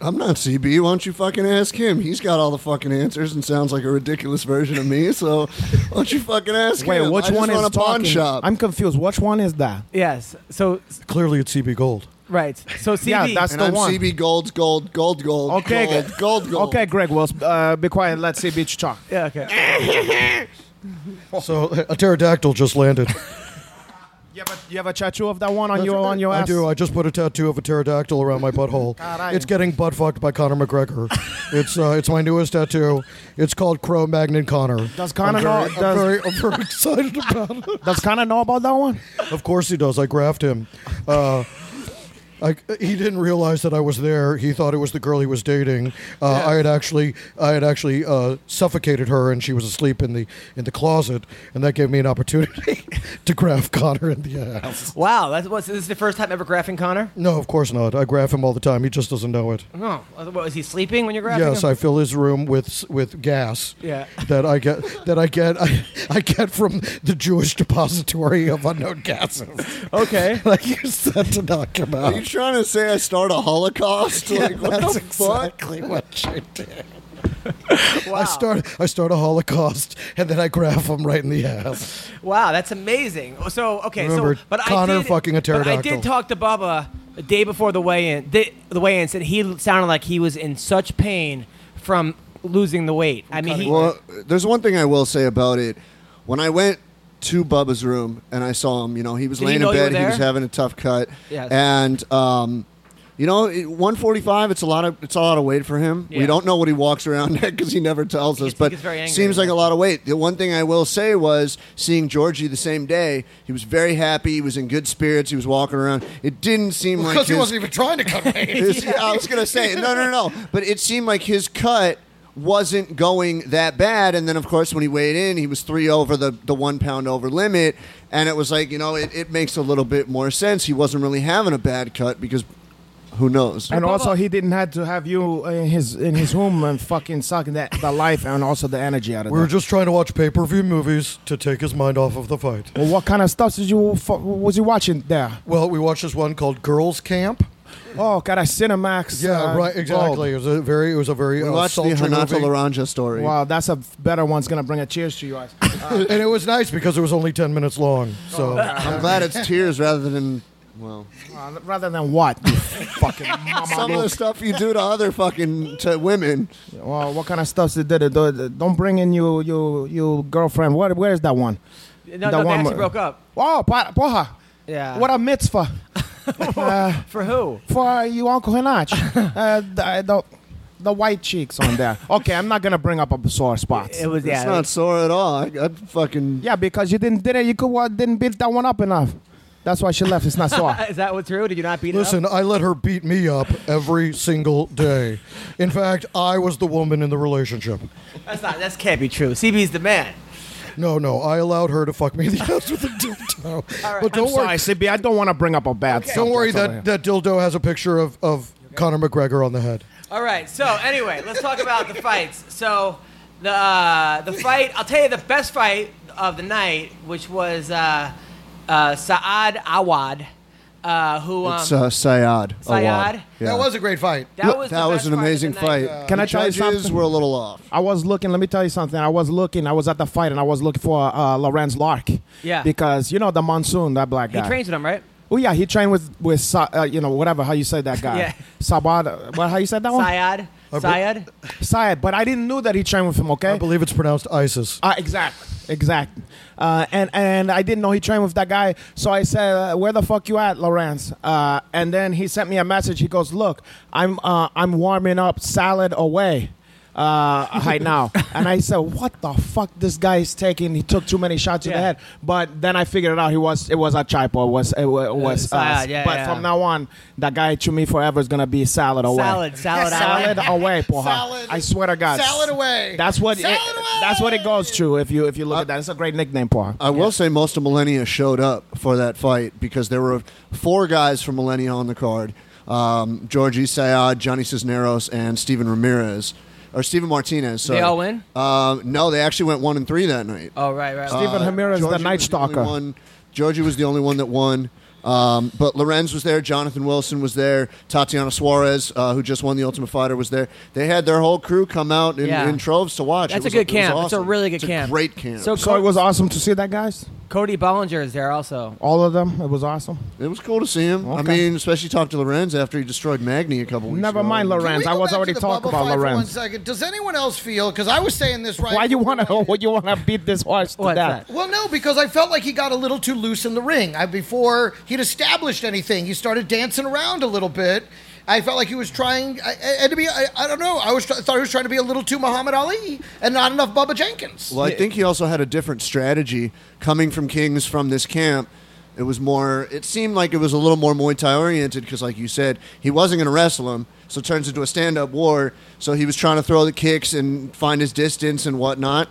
S3: I'm not CB. Why don't you fucking ask him? He's got all the fucking answers and sounds like a ridiculous version of me. So why don't you fucking ask
S6: Wait,
S3: him?
S6: which
S3: I just
S6: one is
S3: run a pawn
S6: talking?
S3: shop.
S6: I'm confused. Which one is that?
S1: Yes. So
S4: Clearly, it's CB Gold.
S1: right. So CB.
S6: Yeah, that's
S3: and
S6: the
S3: I'm
S6: one.
S3: CB Gold's Gold Gold Gold.
S6: Okay,
S3: Gold Gold Gold.
S6: Okay, Greg. Well, uh, be quiet. Let's see Beach
S3: <laughs>
S6: Talk.
S1: Yeah, okay.
S4: So a pterodactyl just
S6: <laughs>
S4: landed.
S6: You have a, you have a tattoo of that one on your on your
S4: I
S6: ass.
S4: do. I just put a tattoo of a pterodactyl around my butthole.
S6: Caray.
S4: It's getting butt fucked by Conor
S6: <laughs>
S4: McGregor. it's uh, it's my newest tattoo. It's called Crow Magnon Conor.
S6: Does Conor
S4: I'm very,
S6: know-
S4: I'm
S6: does-
S4: very, I'm very excited
S2: <laughs>
S4: about it.
S6: Does Connor know about that one?
S4: Of course he does. I graphed him. Uh, I, he didn't realize that I was there. He thought it was the girl he was dating. Uh, I had actually, I had actually uh, suffocated her, and she was asleep in the in the closet, and that gave me an opportunity <laughs> to graph Connor in the ass.
S1: Wow, that was this is the first time ever graphing Connor?
S4: No, of course not. I graph him all the time. He just doesn't know it.
S1: No. What, was he sleeping when you're graphing
S4: Yes,
S1: him?
S4: I fill his room with with gas.
S1: Yeah.
S4: that I get that I get I, I get from the Jewish depository of unknown gases. <laughs>
S1: Okay.
S4: I use that to knock him
S3: <laughs> Are you
S4: out.
S3: trying to say I start a
S6: <laughs>
S3: Holocaust? like what
S4: That's
S3: the fuck?
S4: exactly what you did.
S1: Wow.
S4: I start I start a Holocaust and then I graph him right in the ass.
S1: Wow, that's amazing. Oh, So okay,
S4: Remember,
S1: so but I
S4: Connor
S1: did,
S4: fucking a
S1: but I
S4: pterodactyl.
S1: did talk to Bubba the day before the weigh-in. The, the weigh-in said he sounded like he was in such pain from losing the weight. I mean, he,
S3: Well, there's one thing I will say about it. When I went to Bubba's room and I saw him, you know, he was
S1: Did he
S3: laying
S1: know
S3: in
S1: you were
S3: bed. He
S1: there?
S3: was having a tough cut.
S1: Yes.
S3: And um, you know, it- 145. It's a lot of it's a lot of weight for him.
S1: Yeah.
S3: We don't know what he walks around <laughs> at because he never tells us.
S1: gets- he
S3: But
S1: gets very angry.
S3: seems like a lot of weight. The one thing I will say was seeing Georgie the same day. He was very happy. He was in good spirits. He was walking around. It didn't seem like
S2: Because he
S3: his-
S2: wasn't even trying to cut <laughs>
S3: <laughs>
S2: me.
S3: his- I was gonna say no,
S2: <laughs>
S3: no, no, no. But it seemed like his cut wasn't going that bad. And then, of course, when he weighed in, he was three over the the one pound over limit, and it was like you know it, it makes a little bit more sense. He wasn't really having a bad cut because who knows?
S6: And also, he didn't have to have you in his in his room and fucking sucking that the life and also the energy out of
S4: We were
S6: that.
S4: just trying to watch pay per view movies to take his mind off of the fight.
S6: Well, what kind of stuff did you fu- was you watching there?
S4: Well, we watched this one called Girls Camp.
S6: Oh, got a Cinemax.
S4: Yeah,
S6: uh,
S4: right. Exactly. It
S6: gold.
S4: was a very. It was a very.
S3: we
S4: uh,
S3: watched the
S4: sultry
S3: Hanata
S4: movie.
S3: Laranja story.
S6: Wow, that's a better one. It's gonna bring a cheers to you guys.
S4: Uh, and it was nice because it was only 10 minutes long so
S1: Oh.
S3: I'm glad it's tears rather than. Well,
S6: Uh, rather than what? You <laughs> fucking mama
S3: some of
S6: look.
S3: the stuff you do to other fucking to women.
S6: Well, what kind of stuff they did? Don't don't bring in your your your girlfriend. What? Where is that one?
S1: no,
S6: that
S1: no, they
S6: one-
S1: actually broke up.
S6: Oh, pa- poha.
S1: Yeah.
S6: What a
S1: <laughs>
S6: mitzvah. uh,
S1: For who?
S6: for you, Uncle
S1: <laughs>
S6: Hinach. Uh, the, the, the white cheeks on there. Okay, I'm not gonna bring up a sore spot.
S1: It was
S3: It's
S1: yeah.
S3: not sore at all. I, I fucking
S6: yeah, because you didn't did it. You could uh, didn't build that one up enough. That's why she left. It's not
S3: <laughs>
S6: sore.
S1: <laughs> Is that what's true? Did you not beat
S4: listen
S1: it up?
S4: i let her beat me up every single day in fact i was the woman in the relationship
S1: That's not. That can't be true. CB's the man.
S4: no no i allowed her to fuck me <laughs> in the ass with a dildo but
S6: I'm
S4: don't worry
S6: sorry, CB. I don't want to bring up a bad.
S4: don't
S6: subject
S4: worry
S6: over
S4: that
S6: here.
S4: that dildo has a picture of of conor mcgregor on the head
S1: All right. So anyway, let's talk about the fights. So the uh, the fight. I'll tell you the best fight of the night, which was uh, uh, Saad Awad, uh, who um,
S3: it's uh, Syed. Awad.
S1: Syed?
S3: Yeah.
S4: a great fight
S1: that was the
S3: that was
S1: best fight
S3: an
S1: of the
S3: amazing
S1: night.
S3: fight.
S6: Can
S3: the
S6: I tell you
S3: judges
S6: something?
S3: were a little off.
S6: I was looking. Let me tell you something. I was looking. I was at the fight, and I was looking for uh, Lorenz Lark.
S1: Yeah.
S6: Because you know the monsoon, that black
S1: He
S6: guy.
S1: trains with him, right?
S6: Oh yeah, he trained with with Sa- uh, you know whatever how you say that guy.
S1: <laughs> Yeah.
S6: Sabad. uh, What how you said that one?
S1: Syed. Syed.
S6: Syed. But I didn't know that he trained with him. Okay.
S4: i believe it's pronounced isis
S6: Uh, exact, exact. Uh, and and I didn't know he trained with that guy, so I said, uh, "Where the fuck you at, Lawrence?" Uh, and then he sent me a message. He goes, "Look, I'm uh, I'm warming up salad away." Uh, right
S1: <laughs>
S6: now, and I said, "What the fuck? This guy is taking. He took too many shots to the
S1: Yeah.
S6: head." But then I figured it out. He was. It was a tripod. It was it wa- it was. Uh,
S1: salad, yeah,
S6: but
S1: yeah.
S6: from now on, that guy to me forever is gonna be salad away.
S1: Salad. Salad.
S6: Salad
S1: Awad.
S6: away, poha.
S2: Salad.
S6: I swear to God.
S2: Salad away.
S6: That's what.
S2: Salad
S6: it,
S2: away. Uh,
S6: That's what it goes to. If you if you look at that, it's a great nickname, Paul.
S3: I will say most of Millennia showed up for that fight because there were four guys from Millennia on the card: um, Georgie Sayad, Johnny Cisneros, and Steven Ramirez, or Steven Martinez. Sorry.
S1: They all win?
S3: Uh, no, they actually went one and three that night. Uh,
S1: Oh right, right.
S6: Stephen Hamira is the
S3: Georgie
S6: Night
S3: was only
S6: Stalker.
S3: one- Georgie was the only one that won. Um, but Lorenz was there, Jonathan Wilson was there, Tatiana Suarez, uh, who just won the Ultimate Fighter, was there. They had their whole crew come out in,
S1: Yeah.
S3: in troves to watch.
S1: That's
S3: It was
S1: a good
S3: it was
S1: camp. It's a
S3: awesome.
S1: really good
S3: It's
S1: camp.
S3: great camp.
S1: So-
S6: So it was awesome to see that, guys.
S1: Cody Bollinger is there also.
S6: All of them. It was awesome.
S3: it was cool to see him. I
S6: Okay.
S3: mean, especially talk to Lorenz after he destroyed Magni a couple weeks
S6: Never
S3: ago.
S6: mind
S3: And-
S6: Lorenz.
S2: Can we
S6: I
S2: go
S6: was
S2: back to
S6: already
S2: the
S6: talking
S2: bubble
S6: about
S2: fight for
S6: Lorenz.
S2: One second. Does anyone else feel? Because I was saying this right.
S6: Why you want to? You want to beat this horse to
S1: What's
S6: death?
S1: that?
S2: Well, no, because I felt like he got a little too loose in the ring. I before he'd established anything, he started dancing around a little bit. I felt like he was trying, I- I- and to be, I, I don't know, I was thought he was trying to be a little too Muhammad Ali and not enough Bubba Jenkins.
S3: Well, I think he also had a different strategy coming from Kings from this camp. It was more. It seemed like it was a little more Muay Thai oriented because, like you said, he wasn't going to wrestle him, so it turns into a stand-up war. So he was trying to throw the kicks and find his distance and whatnot.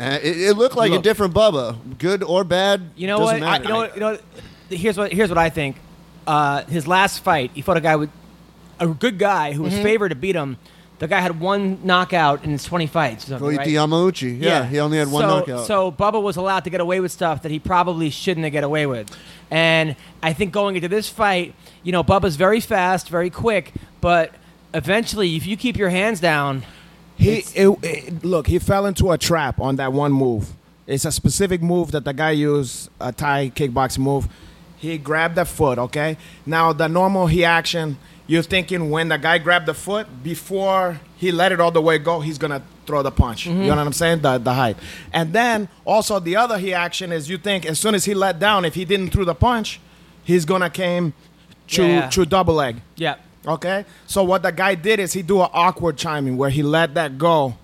S3: Uh, it, it looked like a
S1: Look.
S3: different Bubba, good or bad.
S1: You know
S3: doesn't
S1: what? I,
S3: Matter.
S1: you know what? You know what? Here's what. Here's what I think. Uh, his last fight, he fought a guy with a good guy who was
S6: Mm-hmm.
S1: favored to beat him. The guy had one knockout in his 20 fights. or something,
S3: Goiti
S1: right?
S3: Yamauchi. Yeah, he only had one
S1: so,
S3: knockout.
S1: So Bubba was allowed to get away with stuff that he probably shouldn't have get away with. And I think going into this fight, you know, Bubba's very fast, very quick, but eventually, if you keep your hands down,
S6: He it, it- look. He fell into a trap on that one move. It's a specific move that the guy used, a Thai kickbox move. He grabbed the foot. Okay. Now the normal reaction, you're thinking when the guy grabbed the foot before he let it all the way go, he's gonna throw the punch. You know what I'm saying? The the hype. And then also the other reaction is you think as soon as he let down, if he didn't throw the punch, he's gonna came to
S1: Yeah.
S6: to double leg.
S1: yeah,
S6: Okay. So what the guy did is he do an awkward chiming where he let that go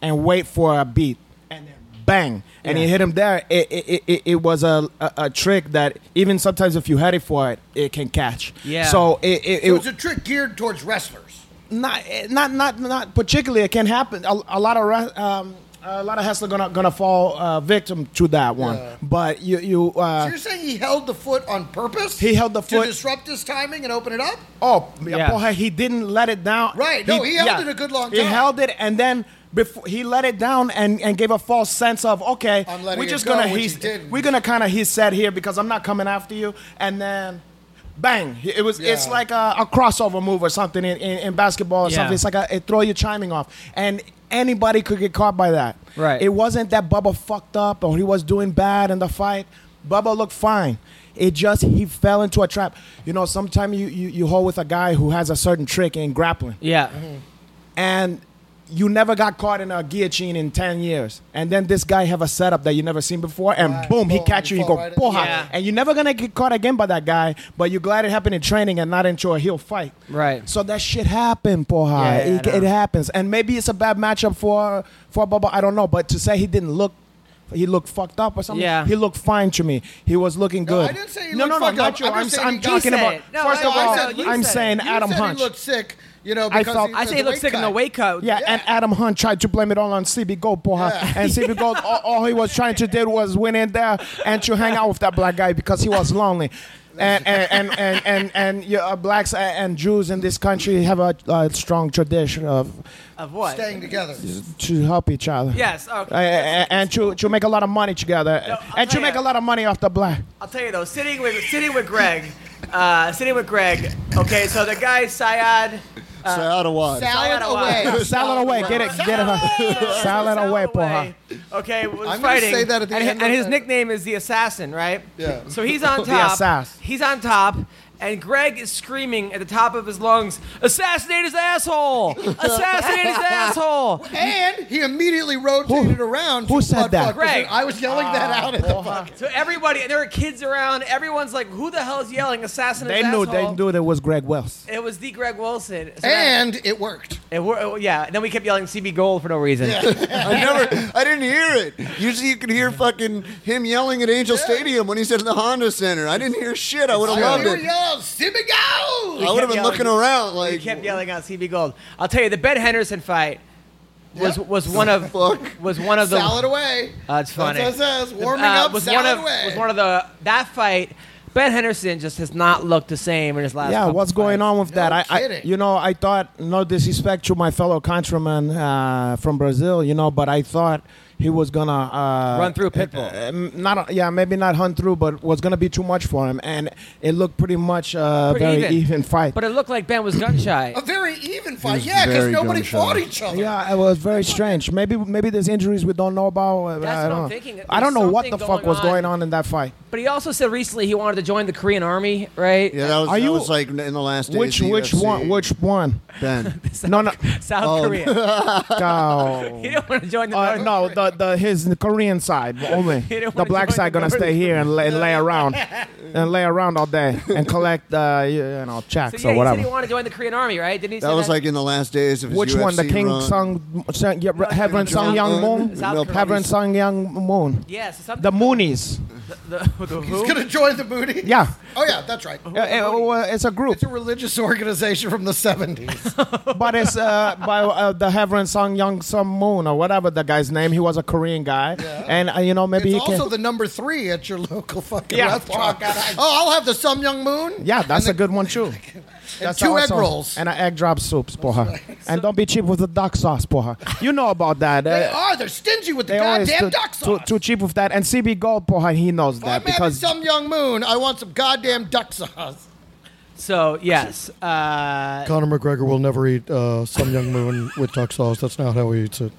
S6: and wait for a beat and then bang and he hit him there. It it, it, it was a, a a trick that even sometimes if you had it for it, it can catch.
S1: Yeah.
S6: So it it,
S2: it
S6: it
S2: was a trick geared towards wrestlers.
S6: not eh, not not not particularly. It can happen. A, a lot of re- um, a lot of wrestler gonna gonna fall uh, victim to that one. But you you uh,
S2: So you're saying he held the foot on purpose?
S6: He held the foot-
S2: to disrupt his timing and open it up.
S6: Oh,
S1: Yeah.
S6: yeah. Jorge, he didn't let it down.
S2: Right, no, he held it a good long
S6: He
S2: time.
S6: held it, and then before he let it down, and, and gave a false sense of okay,
S2: I'm letting
S6: we're
S2: it
S6: just
S2: go,
S6: gonna
S2: which
S6: he's-
S2: he didn't.
S6: we're gonna kind of he said here because I'm not coming after you, and then. Bang! He- It was. It's
S2: Yeah.
S6: like a, a crossover move or something in, in, in basketball or
S1: Yeah.
S6: something. It's like a, it throw your chiming off, and anybody could get caught by that.
S1: Right.
S6: It wasn't that Bubba fucked up or he was doing bad in the fight. Bubba looked fine. It just he fell into a trap. You know, sometimes you, you you hold with a guy who has a certain trick in grappling,
S1: yeah.
S6: and you never got caught in a guillotine in ten years. And then this guy have a setup that you never seen before, and
S2: Right,
S6: boom, he
S2: boom,
S6: catch you.
S2: you
S6: He go
S2: fall right in.
S6: poha,
S1: Yeah.
S6: and you're never gonna get caught again by that guy. But you're glad it happened in training and not into a heel fight.
S1: Right.
S6: So that shit happened, poha.
S1: Yeah, yeah,
S6: it,
S1: I know.
S6: it happens, and maybe it's a bad matchup for for Bubba. I don't know, but to say he didn't look. He looked fucked up or something.
S1: Yeah.
S6: He looked fine to me. He was looking
S2: No, I
S6: good.
S2: didn't say he
S6: Oh. no,
S2: looked
S6: no,
S2: fucked
S6: no,
S2: up.
S6: not you.
S2: I'm
S6: I'm,
S2: just saying
S6: I'm
S2: he
S6: talking
S1: said
S6: about.
S1: it. No,
S6: first
S1: I-
S6: of
S1: I
S6: all,
S1: said- you
S6: I'm
S1: said it.
S6: saying
S2: You
S6: Adam
S2: said
S6: Hunch.
S2: He looked sick, you know.
S6: I
S2: Because
S6: felt-
S2: he,
S1: I say he
S2: the
S1: looks
S2: weight
S1: sick in
S2: cut.
S1: the weight coat.
S6: Yeah, and Adam Hunt tried to blame it all on CB Gold, Poha.
S2: Yeah.
S6: And
S2: <laughs>
S6: CB Gold, all, all he was trying to do was win in there and to hang out with that black guy because he was lonely. And and and and and, and you uh, blacks a- and Jews in this country have a, uh strong tradition of
S1: Of what?
S2: Staying together.
S6: to help each other.
S1: Yes, okay.
S6: Uh, and, and to to make a lot of money together.
S1: No, I'll
S6: and to
S1: tell
S6: make
S1: ya.
S6: a lot of money off the black.
S1: I'll tell you though, sitting with sitting with Greg, uh, sitting with Greg. Okay, so the guy Syed. uh,
S3: Sayada Wad.
S2: Salad
S1: away. <laughs>
S2: away.
S6: Salad away, get it, get it, huh? Salad away, Poha.
S1: Okay, was
S2: I'm gonna
S1: fighting.
S2: say that at the
S1: and,
S2: end
S1: and
S2: of
S1: his
S2: the-
S1: nickname is the Assassin, right?
S2: Yeah.
S1: So he's
S6: <laughs>
S1: on top.
S6: Assass.
S1: He's on top, and Greg is screaming at the top of his lungs, "Assassinate his
S2: <laughs>
S1: asshole! Assassinate his asshole!"
S2: And he immediately rotated around.
S6: who
S2: to
S6: said
S2: butt
S6: that?
S2: fuck.
S1: Greg. Oh.
S2: I was yelling that
S1: Ah,
S2: out at the fuck.
S1: So everybody, there are kids around. Everyone's like, "Who the hell is yelling, assassinate
S6: They
S1: his
S6: knew,
S1: asshole?"
S6: they knew it was Greg Wells.
S1: It was the Greg Wilson. So that-
S2: And it worked.
S1: And we're, oh, yeah, and then we kept yelling CB Gold for no reason.
S3: I never, I didn't hear it. Usually, you could hear fucking him yelling at Angel Stadium when he's at the Honda Center. I didn't hear shit. I would have loved
S2: Here
S3: it.
S2: we go. Simi go.
S3: I would have been
S1: yelling.
S3: looking around
S1: We
S3: like,
S1: kept yelling out CB Gold. I'll tell you, the Ben Henderson fight was
S2: Yep.
S1: was one of
S3: <laughs> Fuck.
S1: was one of the
S2: Salad away.
S1: That's funny.
S2: That's what it says. Warming
S1: Uh,
S2: up.
S1: was
S2: Salad
S1: one of
S2: away.
S1: was one of the that fight. Ben Henderson just has not looked the same in his last.
S6: Yeah,
S1: couple
S6: what's going
S1: fights.
S6: on with that? I, I,
S2: kidding.
S6: you know, I thought no disrespect to my fellow countryman uh, from Brazil, you know, but I thought he was gonna uh,
S1: Run through Pitbull.
S6: uh,
S2: Um,
S6: m- not yeah, maybe not hunt through, but was gonna be too much for him, and it looked pretty much uh,
S1: Pretty
S6: very even. fight.
S1: But it looked like Ben was
S6: <clears throat>
S1: gun shy.
S2: A very even fight,
S3: was
S2: yeah, because
S3: very
S2: nobody
S3: gun-shy.
S2: fought each other.
S6: yeah, it was very strange. Maybe maybe there's injuries we don't know about. uh,
S1: That's
S6: I
S1: what
S6: don't
S1: I'm
S6: know.
S1: thinking.
S6: I don't know what the
S1: There's
S6: fuck was
S1: something going
S6: going on in that fight.
S1: but he also said recently he wanted to join the Korean Army, right?
S3: Yeah, that was,
S6: Are
S3: that
S6: you-
S3: was like in the last days
S6: Which
S3: of the
S6: which
S3: UFC.
S6: one? Which one?
S3: Ben?
S6: No, no,
S1: <laughs> South
S6: <laughs>
S1: Korea.
S6: go.
S1: He didn't want to join the
S6: Uh,
S1: North-
S6: no, the, the his the Korean
S1: <laughs>
S6: side only.
S1: didn't
S6: The
S1: wanna
S6: black
S1: join
S6: side
S1: the
S6: gonna stay
S1: North.
S6: here and lay, lay
S1: <laughs>
S6: around and lay around all day and collect uh, you you know
S1: So,
S6: checks
S1: yeah,
S6: or
S1: he
S6: whatever.
S1: said he wanted to join the Korean Army, right? Didn't he?
S3: That
S1: say
S3: was like in the last days of his
S6: Which one? The
S3: UFC
S6: King
S3: run.
S6: Sung, Sung yeah, Reverend Sung Young Moon.
S1: South
S3: No,
S1: Korea.
S6: Reverend Sung Young Moon.
S1: Yes. something-
S6: The Moonies.
S1: The,
S2: <laughs>
S1: the who?
S2: He's gonna join the booty.
S6: Yeah.
S2: Oh yeah, that's right.
S6: Uh, uh, it's a group,
S2: It's a religious organization from the seventies.
S6: <laughs> but it's uh, by uh, the Reverend Sung Young Sung Moon or whatever the guy's name. He was a Korean guy, and uh, you know maybe
S2: It's
S6: he
S2: also
S6: can.
S2: the number three at your local fucking
S6: Yeah.
S2: restaurant. <laughs> Oh, I'll have the Sum Young Moon.
S6: yeah, that's a good one
S2: <laughs>
S6: too. That's
S2: two egg
S6: awesome.
S2: rolls.
S6: and an egg drop soup, poha. And don't be cheap with the duck sauce,
S2: <laughs>
S6: poha. You know about that.
S2: They
S6: uh,
S2: are. They're stingy with the
S6: they always
S2: goddamn
S6: too,
S2: duck
S6: too,
S2: sauce. Oh,
S6: too cheap with that. And CB Gold, poha, he knows
S2: If I'm
S6: that
S2: having
S6: because
S2: some young moon. I want some goddamn duck sauce.
S1: So yes, uh,
S4: Conor McGregor will never eat uh, some young moon with duck sauce. That's not how he eats it.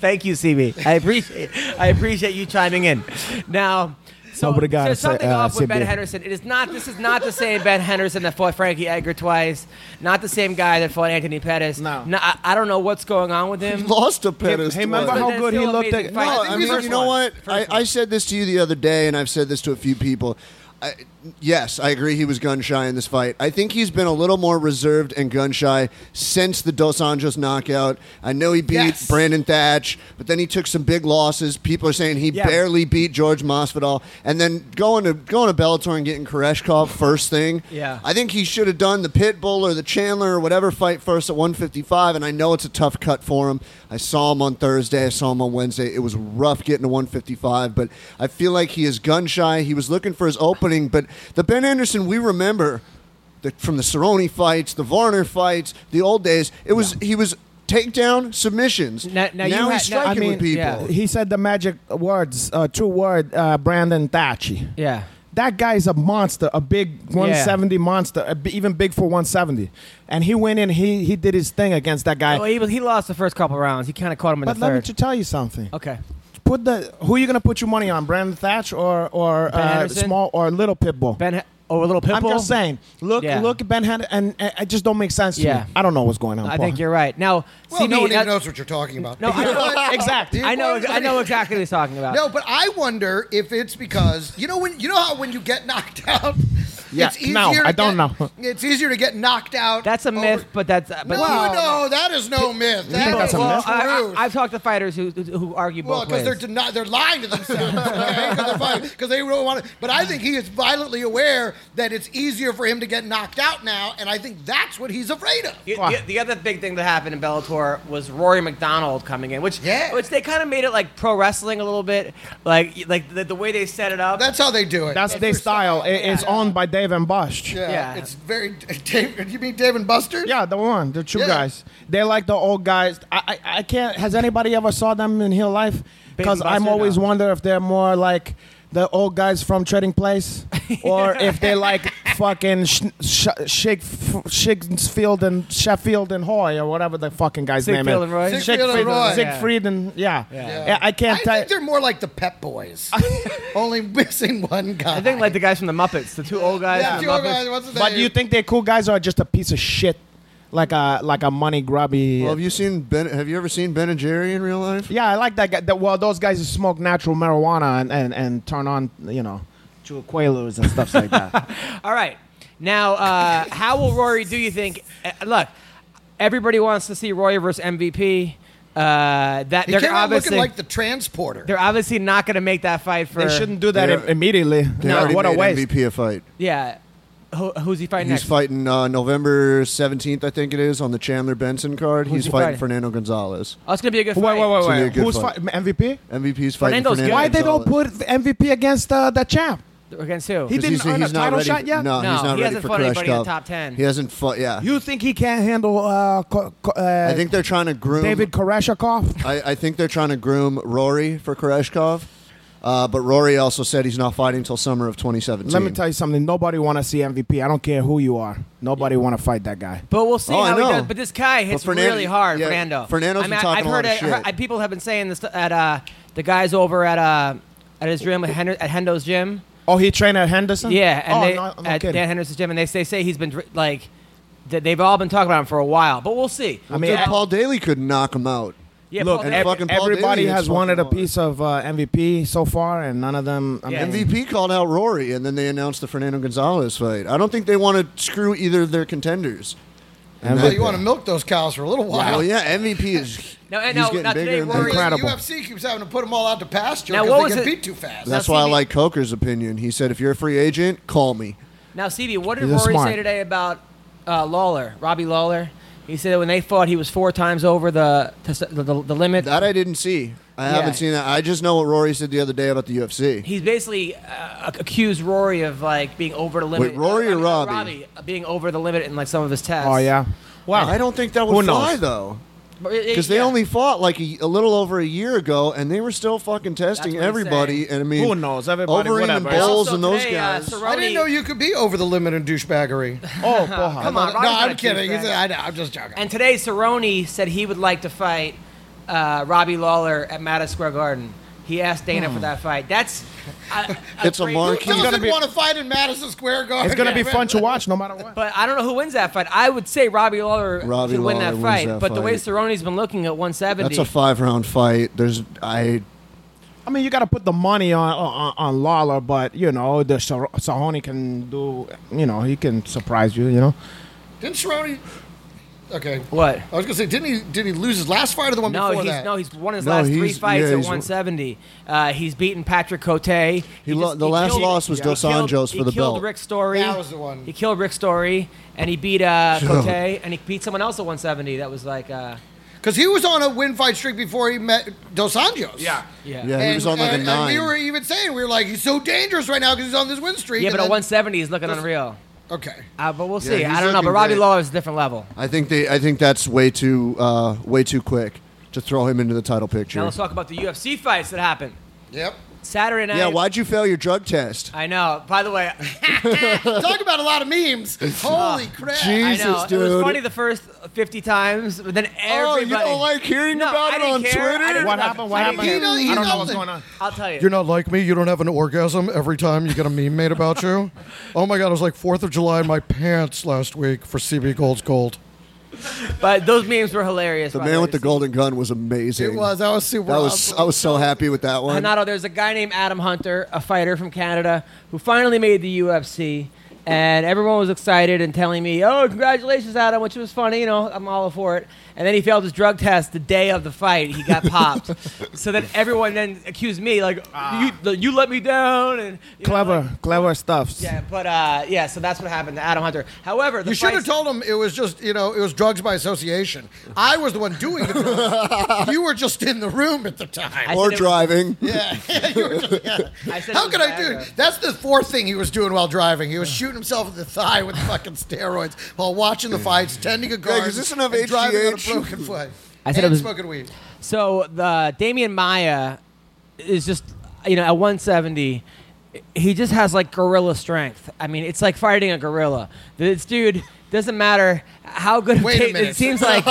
S1: thank you, CB. I appreciate I appreciate you chiming in. Now, so
S6: Obrigado,
S1: there's something
S6: uh,
S1: off with Ben
S6: CB.
S1: Henderson. It is not. This is not the same Ben Henderson that fought Frankie Edgar twice. Not the same guy that fought Anthony Pettis.
S6: No.
S1: I, I don't know what's going on with him.
S3: lost to Pettis.
S6: hey, remember
S3: twice.
S6: how
S1: That's
S6: good he
S1: still
S6: looked
S1: amazing
S6: at-
S1: fight.
S3: No,
S1: think
S3: I
S1: he's
S3: mean,
S1: the
S3: you know
S1: first
S3: what?
S1: one.
S3: I,
S1: First one.
S3: I said this to you the other day, and I've said this to a few people. I, yes, I agree he was gun shy in this fight. I think he's been a little more reserved and gun shy since the Dos Anjos knockout. I know he beat
S2: Yes.
S3: Brandon Thatch, but then he took some big losses. People are saying he
S1: Yeah.
S3: barely beat George Masvidal, and then going to going to Bellator and getting Koreshkov first thing.
S1: Yeah.
S3: I think he should have done the Pitbull or the Chandler or whatever fight first at 155. And I know it's a tough cut for him. I saw him on Thursday. I saw him on Wednesday. It was rough getting to 155, but I feel like he is gun shy. He was looking for his opening, but the Ben Anderson we remember the, from the Cerrone fights, the Varner fights, the old days. It was he was takedown submissions.
S1: Now- now you had-
S3: he's
S1: now- I
S3: striking with
S1: mean,
S3: people.
S1: yeah.
S6: he said the magic words, uh, two word, uh, Brandon Thatchy.
S1: Yeah.
S6: That guy's a monster, a big 170 monster, a b- even big for 170. And he went in, he he did his thing against that guy.
S1: Well, Oh, he, was- he lost the first couple rounds. He kind of caught him in
S6: but
S1: the
S6: let me
S1: third.
S6: just tell you something.
S1: okay.
S6: Put the who are you gonna put your money on, Brandon Thatch or or uh,
S1: Henderson?
S6: small or little Pitbull?
S1: Ben, H- oh, a little pitbull.
S6: I'm just saying. Look,
S1: Yeah.
S6: look, Ben Henderson, and, and it just don't make sense to
S1: Yeah.
S6: me. I don't know what's going on.
S1: I
S6: Paul.
S1: think you're right. Now,
S2: Well,
S1: CB,
S2: no one
S1: now-
S2: even knows what you're talking about.
S1: No, I know,
S6: exactly.
S1: I know, I know exactly what he's talking about.
S2: No, but I wonder if it's because you know when you know how when you get <laughs> knocked out,
S6: Yeah,
S2: it's easier.
S6: no,
S2: to
S6: I don't
S2: get-
S6: know.
S2: It's easier to get knocked out.
S1: That's a
S2: over-
S1: myth, but that's uh, but
S2: no, no, that is no myth. That
S6: think
S2: is
S6: that's a myth?
S2: true.
S1: I, have talked to fighters who who who argue
S2: Well,
S1: both
S2: because
S1: ways.
S2: they're deni- they're lying to themselves because they don't want to. But I think he is violently aware that it's easier for him to get knocked out now, and I think that's what he's afraid of.
S1: The- the, the other big thing that happened in Bellator was Rory McDonald coming in, which
S2: Yeah.
S1: which they kind of made it like pro wrestling a little bit, like like the, the way they set it up.
S2: That's how they do it.
S6: That's their style. It- It's owned by Dave and Bush.
S2: yeah,
S1: yeah.
S2: It's very. Dave, you mean Dave and Buster?
S6: Yeah, the one, the two
S2: Yeah.
S6: guys. They're like the old guys. I, I, I can't. Has anybody ever saw them in real life? Because
S1: Buster,
S6: I'm always
S1: no.
S6: wonder if they're more like the old guys from
S1: <laughs>
S6: Trading Place, or if they like fucking Sh- Sh- Shake F- Shakesfield and Sheffield and Hoy or whatever the fucking guy's
S1: Ziegfeld
S6: name is.
S1: and Roy?
S2: Ziegfeld and Roy.
S6: Siegfried and yeah.
S1: Yeah.
S6: Yeah, I
S2: I
S6: can't tell.
S2: think they're more like the Pep
S6: <laughs>
S2: Boys, only missing one guy.
S1: I think like the guys from the Muppets, the two old guys.
S2: yeah,
S1: from
S2: two
S1: the Muppets.
S2: guys. What's his
S6: But
S2: name?
S6: do you think they're cool guys or just a piece of shit, like a like a money grubby?
S3: Well, have you seen Ben? Have you ever seen Ben and Jerry in real life?
S6: Yeah, I like that guy. That, well, those guys who smoke natural marijuana and, and, and turn on, you know, to Quaaludes and stuff like <laughs> that.
S1: All right. Now,
S2: <laughs>
S1: uh, how will Rory do you think? Uh, look, everybody wants to see Rory versus MVP. Uh, that
S2: He
S1: they're
S2: came out
S1: obviously
S2: looking like the transporter.
S1: they're obviously not going to make that fight for.
S6: they shouldn't do that
S3: They-
S6: im- immediately.
S3: They
S6: No,
S3: already
S6: what a
S3: made
S6: waste.
S3: MVP a fight.
S1: Yeah. Who, who's he fighting
S3: He's
S1: next?
S3: fighting uh, November 17th, I think it is, on the Chandler Benson card.
S1: Who's
S3: He's
S1: he
S3: fighting
S1: fighting?
S3: Fernando Gonzalez.
S1: oh, it's going to be a good
S6: Wait,
S1: fight.
S6: wait, wait,
S3: It's gonna be a
S6: wait.
S3: good
S6: Who's
S3: fight.
S6: fighting MVP?
S3: MVP's fighting
S1: Fernando's
S3: Fernando
S1: good.
S6: Why they don't
S3: Gonzalez.
S6: put MVP against uh, the champ?
S1: Against who?
S6: He
S3: 'Cause
S6: didn't earn a
S3: not
S6: title
S3: ready-
S6: shot yet?
S3: No,
S1: No,
S3: he's not
S1: he
S3: ready
S1: hasn't
S3: for
S1: fought
S3: Crush
S1: anybody in the
S3: Cup.
S1: top 10.
S3: He hasn't fought. Yeah,
S6: You think he can't handle? Uh, co- co- uh,
S3: I think they're trying to groom
S6: David Koreshikov.
S3: I, I think they're trying to groom Rory for Koreshkov. Uh, but Rory also said he's not fighting till summer of 2017.
S6: Let me tell you something. Nobody want to see MVP. I don't care who you are. Nobody want to fight that guy.
S1: But we'll see
S3: Oh, I
S1: how he
S3: know.
S1: does. But this guy hits
S3: Fernando-
S1: really hard,
S3: yeah,
S1: Fernando.
S3: Fernando's
S1: I
S3: been talking
S1: I've
S3: a
S1: heard,
S3: lot of
S1: it- heard-
S3: shit.
S1: I- people have been saying this at uh, the guys over at uh, at his gym, at, Hender- at Hendo's gym.
S6: Oh, he trained at Henderson.
S1: Yeah, and
S6: oh,
S1: they,
S6: no, no
S1: at
S6: kidding.
S1: Dan Henderson's gym, and they, they say he's been dr- like th- they've all been talking about him for a while. But we'll see.
S6: I mean,
S3: Dude, Paul Daly could knock him out.
S1: yeah,
S6: look,
S1: Paul-
S3: and
S1: ev-
S3: fucking Paul
S6: everybody
S3: Daly is
S6: has wanted a
S3: fucking
S6: piece of uh, MVP so far, and none of them. I
S1: Yeah.
S6: mean,
S3: MVP called out Rory, and then they announced the Fernando Gonzalez fight. I don't think they want to screw either of their contenders.
S6: MVP.
S4: Well, you want to milk those cows for a little while.
S3: Well, yeah,
S2: <laughs>
S3: MVP is.
S1: No, and
S3: he's
S1: no,
S3: getting
S1: not
S3: bigger
S1: today,
S3: and
S1: Rory-
S3: bigger.
S6: Incredible.
S2: The UFC keeps having to put them all out to pasture
S1: Now, what
S2: because
S1: was
S2: they get
S1: it-
S2: beat too fast.
S3: <laughs> That's
S1: Now,
S3: why I
S1: CB
S3: like Coker's opinion. He said, if you're a free agent, call me.
S1: now, Stevie, what did
S6: He's a
S1: Rory
S6: smart.
S1: say today about uh, Lawler, Robbie Lawler? He said that when they fought, he was four times over the the, the, the limit.
S3: That I didn't see. I
S1: Yeah.
S3: haven't seen that. I just know what Rory said the other day about the UFC.
S1: He's basically uh, ac- accused Rory of like being over the limit.
S3: Wait, Rory
S1: I mean,
S3: or
S1: uh,
S3: Robbie?
S1: Robbie uh, being over the limit in like some of his tests.
S6: Oh yeah. Wow.
S3: I don't think that would
S6: Who knows?
S3: fly, though. Because
S1: because <laughs>
S3: they only fought like a, a little over a year ago, and they were still fucking testing
S1: what he's
S3: everybody.
S1: saying.
S3: And I mean,
S6: Who knows? Everybody,
S3: Overeem
S6: whatever.
S3: and Bowles
S1: Also
S3: and those
S1: today, uh,
S3: guys.
S1: Cerrone-
S4: I didn't know you could be over the limit in douchebaggery.
S6: Oh, Boja.
S1: Come on,
S4: no,
S1: Robbie's not
S4: I'm
S1: a
S4: kidding.
S1: douchebag.
S4: It's- I know, I'm just joking.
S1: And today, Cerrone said he would like to fight uh, Robbie Lawler at Madison Square Garden. He asked Dana
S3: Hmm.
S1: for that fight. That's
S3: <laughs>
S1: I- I-
S3: It's a
S1: great-
S3: marquee.
S2: Who
S3: It's
S2: doesn't
S6: gonna be-
S2: want to fight in Madison Square Garden?
S6: It's gonna be fun to watch, no matter what.
S1: But I don't know who wins that fight. I would say Robbie Lawler
S3: Robbie
S1: should win
S3: Lawler
S1: that
S3: wins
S1: fight.
S3: that
S1: but the way
S3: fight.
S1: Cerrone's been looking at 170,
S3: That's a five round fight. There's I
S6: I mean, you got to put the money on, on on Lawler, but you know, the Sar- Sahoni can do. You know, he can surprise you. You know.
S2: Didn't Cerrone? Okay.
S1: what?
S2: I was gonna say, didn't he? Did he lose his last fight or the one
S1: No,
S2: before
S1: he's
S2: that?
S1: no, he's won his
S3: No,
S1: last three
S3: he's-
S1: fights
S3: yeah,
S1: at
S3: he's-
S1: 170. Uh, he's beaten Patrick Cote. He,
S3: lo- the last loss was Dos
S1: killed-
S3: Anjos for the
S1: He killed
S3: belt.
S1: Rick Story.
S2: That was the one.
S1: He killed Rick Story, and he beat uh, Cote, and he beat someone else at 170. That was like, uh,
S2: because he was on a win fight streak before he met Dos Anjos.
S6: Yeah.
S1: yeah,
S3: yeah he was on like a
S2: and- and
S3: nine.
S2: we were even saying we were like, he's so dangerous right now because he's on this win streak.
S1: Yeah,
S2: and
S1: but at
S2: then-
S1: 170, he's looking unreal.
S2: Okay.
S1: Uh, but we'll see.
S3: he's
S1: I don't know. But
S3: looking
S1: Robbie
S3: great.
S1: Lawler is a different level.
S3: I think they I think that's way too uh, way too quick to throw him into the title
S1: Now
S3: picture.
S1: let's talk about the UFC fights that happened
S2: Yep.
S1: Saturday night.
S3: Yeah, why'd you fail your drug test?
S1: I know. By the way,
S3: <laughs>
S1: Oh,
S2: Talk about a lot of memes. Holy crap!
S1: I
S3: Jeez. Jesus,
S1: know. It was
S3: dude.
S1: funny the first 50 times, but then
S3: Oh,
S1: everybody.
S3: you don't like hearing
S1: No,
S3: about
S1: I
S3: it
S1: didn't
S3: on
S1: care.
S3: Twitter?
S1: I didn't
S6: What
S1: know.
S6: happened? What
S1: I
S6: happened?
S1: didn't
S2: You
S1: care.
S2: know-
S6: I
S2: you
S6: don't know
S2: know
S6: what's
S2: that-
S6: going on.
S1: I'll tell you.
S4: You're not like me. You don't have an orgasm every time you get a meme made about you. Oh my God, it was like 4th of July in my pants last week for CB Gold's Gold.
S1: but those memes were hilarious.
S3: The
S1: by
S3: man with
S1: way.
S3: the golden gun was amazing.
S2: It was. That was super.
S3: That was I was so happy with that one.
S1: Hanato, there's a guy named Adam Hunter, a fighter from Canada, who finally made the UFC. And everyone was excited and telling me, oh, congratulations, Adam, which was funny. You know, I'm all for it. And then he failed his drug test the day of the fight. He got popped. so then everyone then accused me, like, you, you let me down. and you know, like-
S6: Clever, clever stuff.
S1: yeah, but uh, yeah, so that's what happened to Adam Hunter. However, the
S2: You should have
S1: fights-
S2: told him it was just you know it was drugs by association. I was the one doing the
S3: <laughs>
S2: drugs. you were just in the room at the
S1: I
S2: time.
S3: or
S1: said it was-
S3: driving.
S2: <laughs> yeah, you were just- yeah.
S1: <laughs> I said it
S2: How
S1: was
S2: could I do?
S1: Viagra.
S2: That's the fourth thing he was doing while driving. He was shooting himself in the thigh with fucking steroids while watching the fights, tending a garden,
S3: is this enough
S2: and driving on a
S3: HGH?
S2: broken foot.
S1: I said it
S2: and
S1: was-
S2: smoking weed.
S1: So the Damian Maya is just you know at 170, he just has like gorilla strength. I mean, it's like fighting a gorilla. This dude doesn't matter how good. of
S2: Wait a
S1: tape- It
S2: minute.
S1: seems like
S2: <laughs>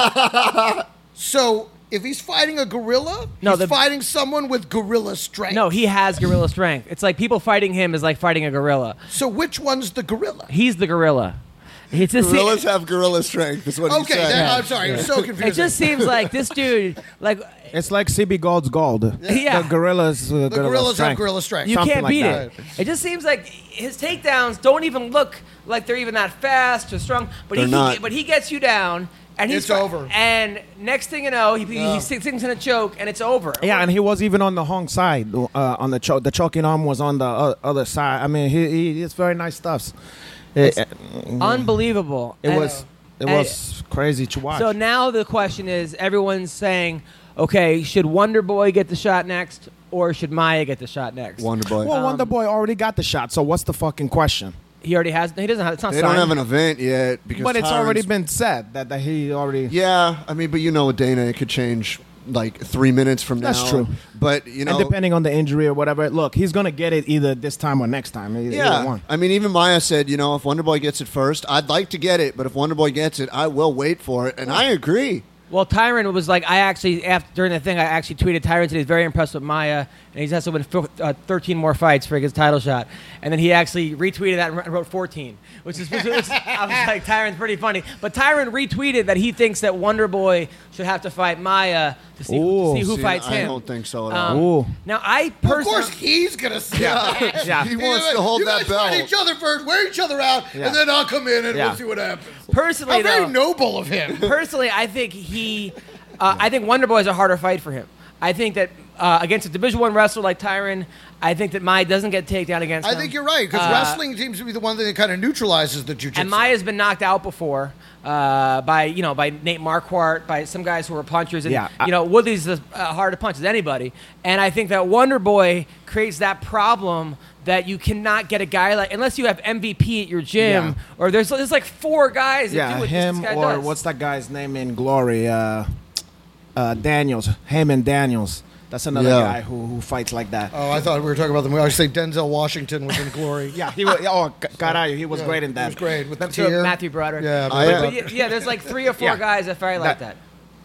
S2: So if he's fighting a gorilla,
S1: No,
S2: he's
S1: the-
S2: fighting someone with gorilla strength.
S1: no, he has gorilla strength. It's like people fighting him is like fighting a gorilla.
S2: So which one's the gorilla?
S1: He's the gorilla. It's just
S3: Gorillas have gorilla strength. Is what
S2: Okay,
S3: he said.
S2: that, I'm sorry, I'm so confused.
S1: it just seems like this dude like
S6: It's like CB Gold's gold.
S1: Yeah.
S6: The gorillas. Uh,
S2: the gorillas
S6: strength.
S2: have gorilla strength.
S1: You
S6: Something
S1: can't
S6: like
S1: beat
S6: that.
S1: it. It just seems like his takedowns don't even look like they're even that fast or strong. But he,
S3: They're not.
S1: he but he gets you down, and he's
S2: It's over.
S1: And next thing you know, he, he- he sings in a choke, and it's over.
S6: Yeah, and he was even on the Hong side, uh, on the choke. The choking arm was on the o- other side. I mean, he, he it's very nice stuffs. It, it,
S1: unbelievable.
S6: Mm. it
S1: And-
S6: was it
S1: and-
S6: was crazy to watch.
S1: So now the question is, everyone's saying, okay, should Wonder Boy get the shot next, or should Maya get the shot next?
S3: Wonder Boy.
S6: Well, Wonder Boy already got the shot, so what's the fucking question?
S1: He already has. He doesn't have. It's not
S3: they don't
S1: signed.
S3: have an event yet because.
S6: But it's
S3: Tyron's-
S6: already been said that, that he already.
S3: Yeah, I mean, but you know, with Dana, it could change like three minutes from
S6: That's
S3: now.
S6: true.
S3: But you know,
S6: And depending on the injury or whatever, look, he's gonna get it either this time or next time. Either, either
S3: Yeah,
S6: one.
S3: I mean, even Maya said, you know, if Wonderboy gets it first, I'd like to get it, but if Wonderboy gets it, I will wait for it, and I agree.
S1: Well, Tyron was like, I actually after during the thing, I actually tweeted Tyron said he's very impressed with Maya, and he's has to win fif- uh, 13 more fights for his title shot. And then he actually retweeted that and wrote 14, which is which is- I was
S2: <laughs>
S1: like, Tyron's pretty funny. But Tyron retweeted that he thinks that Wonder Boy should have to fight Maya to see,
S6: Ooh.
S1: to see who
S3: See,
S1: fights
S3: I
S1: him. Um,
S3: don't think so at all.
S6: Ooh.
S1: Now I
S2: Of
S1: personally,
S2: course, he's gonna say that.
S6: Yeah.
S3: He wants to hold
S2: you
S3: that
S2: guys fight
S3: belt.
S2: each other first, wear each other out,
S6: Yeah.
S2: and then I'll come in and
S6: Yeah.
S2: we'll see what happens.
S1: personally
S2: How very
S1: though-
S2: noble of him.
S1: <laughs> personally, I think he, uh, I think Wonder Boy is a harder fight for him. I think that uh, against a Division One wrestler like Tyron, I think that Maya doesn't get takedown against.
S2: I
S1: him. uh,
S2: think you're right because wrestling seems to be the one thing that kind of neutralizes the jujitsu.
S1: And Maya's been knocked out before uh, by you know by Nate Marquardt, by some guys who were punchers, and
S6: Yeah, I-
S1: you know Woodley's as uh, hard to punch as anybody. And I think that Wonder Boy creates that problem that you cannot get a guy like unless you have MVP at your gym
S6: Yeah.
S1: or there's there's like four guys. that do
S6: Yeah,
S1: what this
S6: him
S1: guy
S6: or
S1: does.
S6: what's that guy's name in Glory? Uh, uh, Daniels. Him and Daniels. That's another
S3: Yeah.
S6: guy who, who fights like that.
S4: Oh, I thought we were talking about the movie. I say Denzel Washington was in glory.
S6: yeah, he was. Oh, Ca- Carayo, he was
S4: Yeah,
S6: great in that.
S4: He was great with that
S1: So
S4: tear.
S1: Matthew Broderick.
S4: Yeah,
S3: I,
S1: But-
S3: uh,
S1: but yeah, yeah, there's like three or four
S6: Yeah.
S1: guys that fight like that.
S6: That-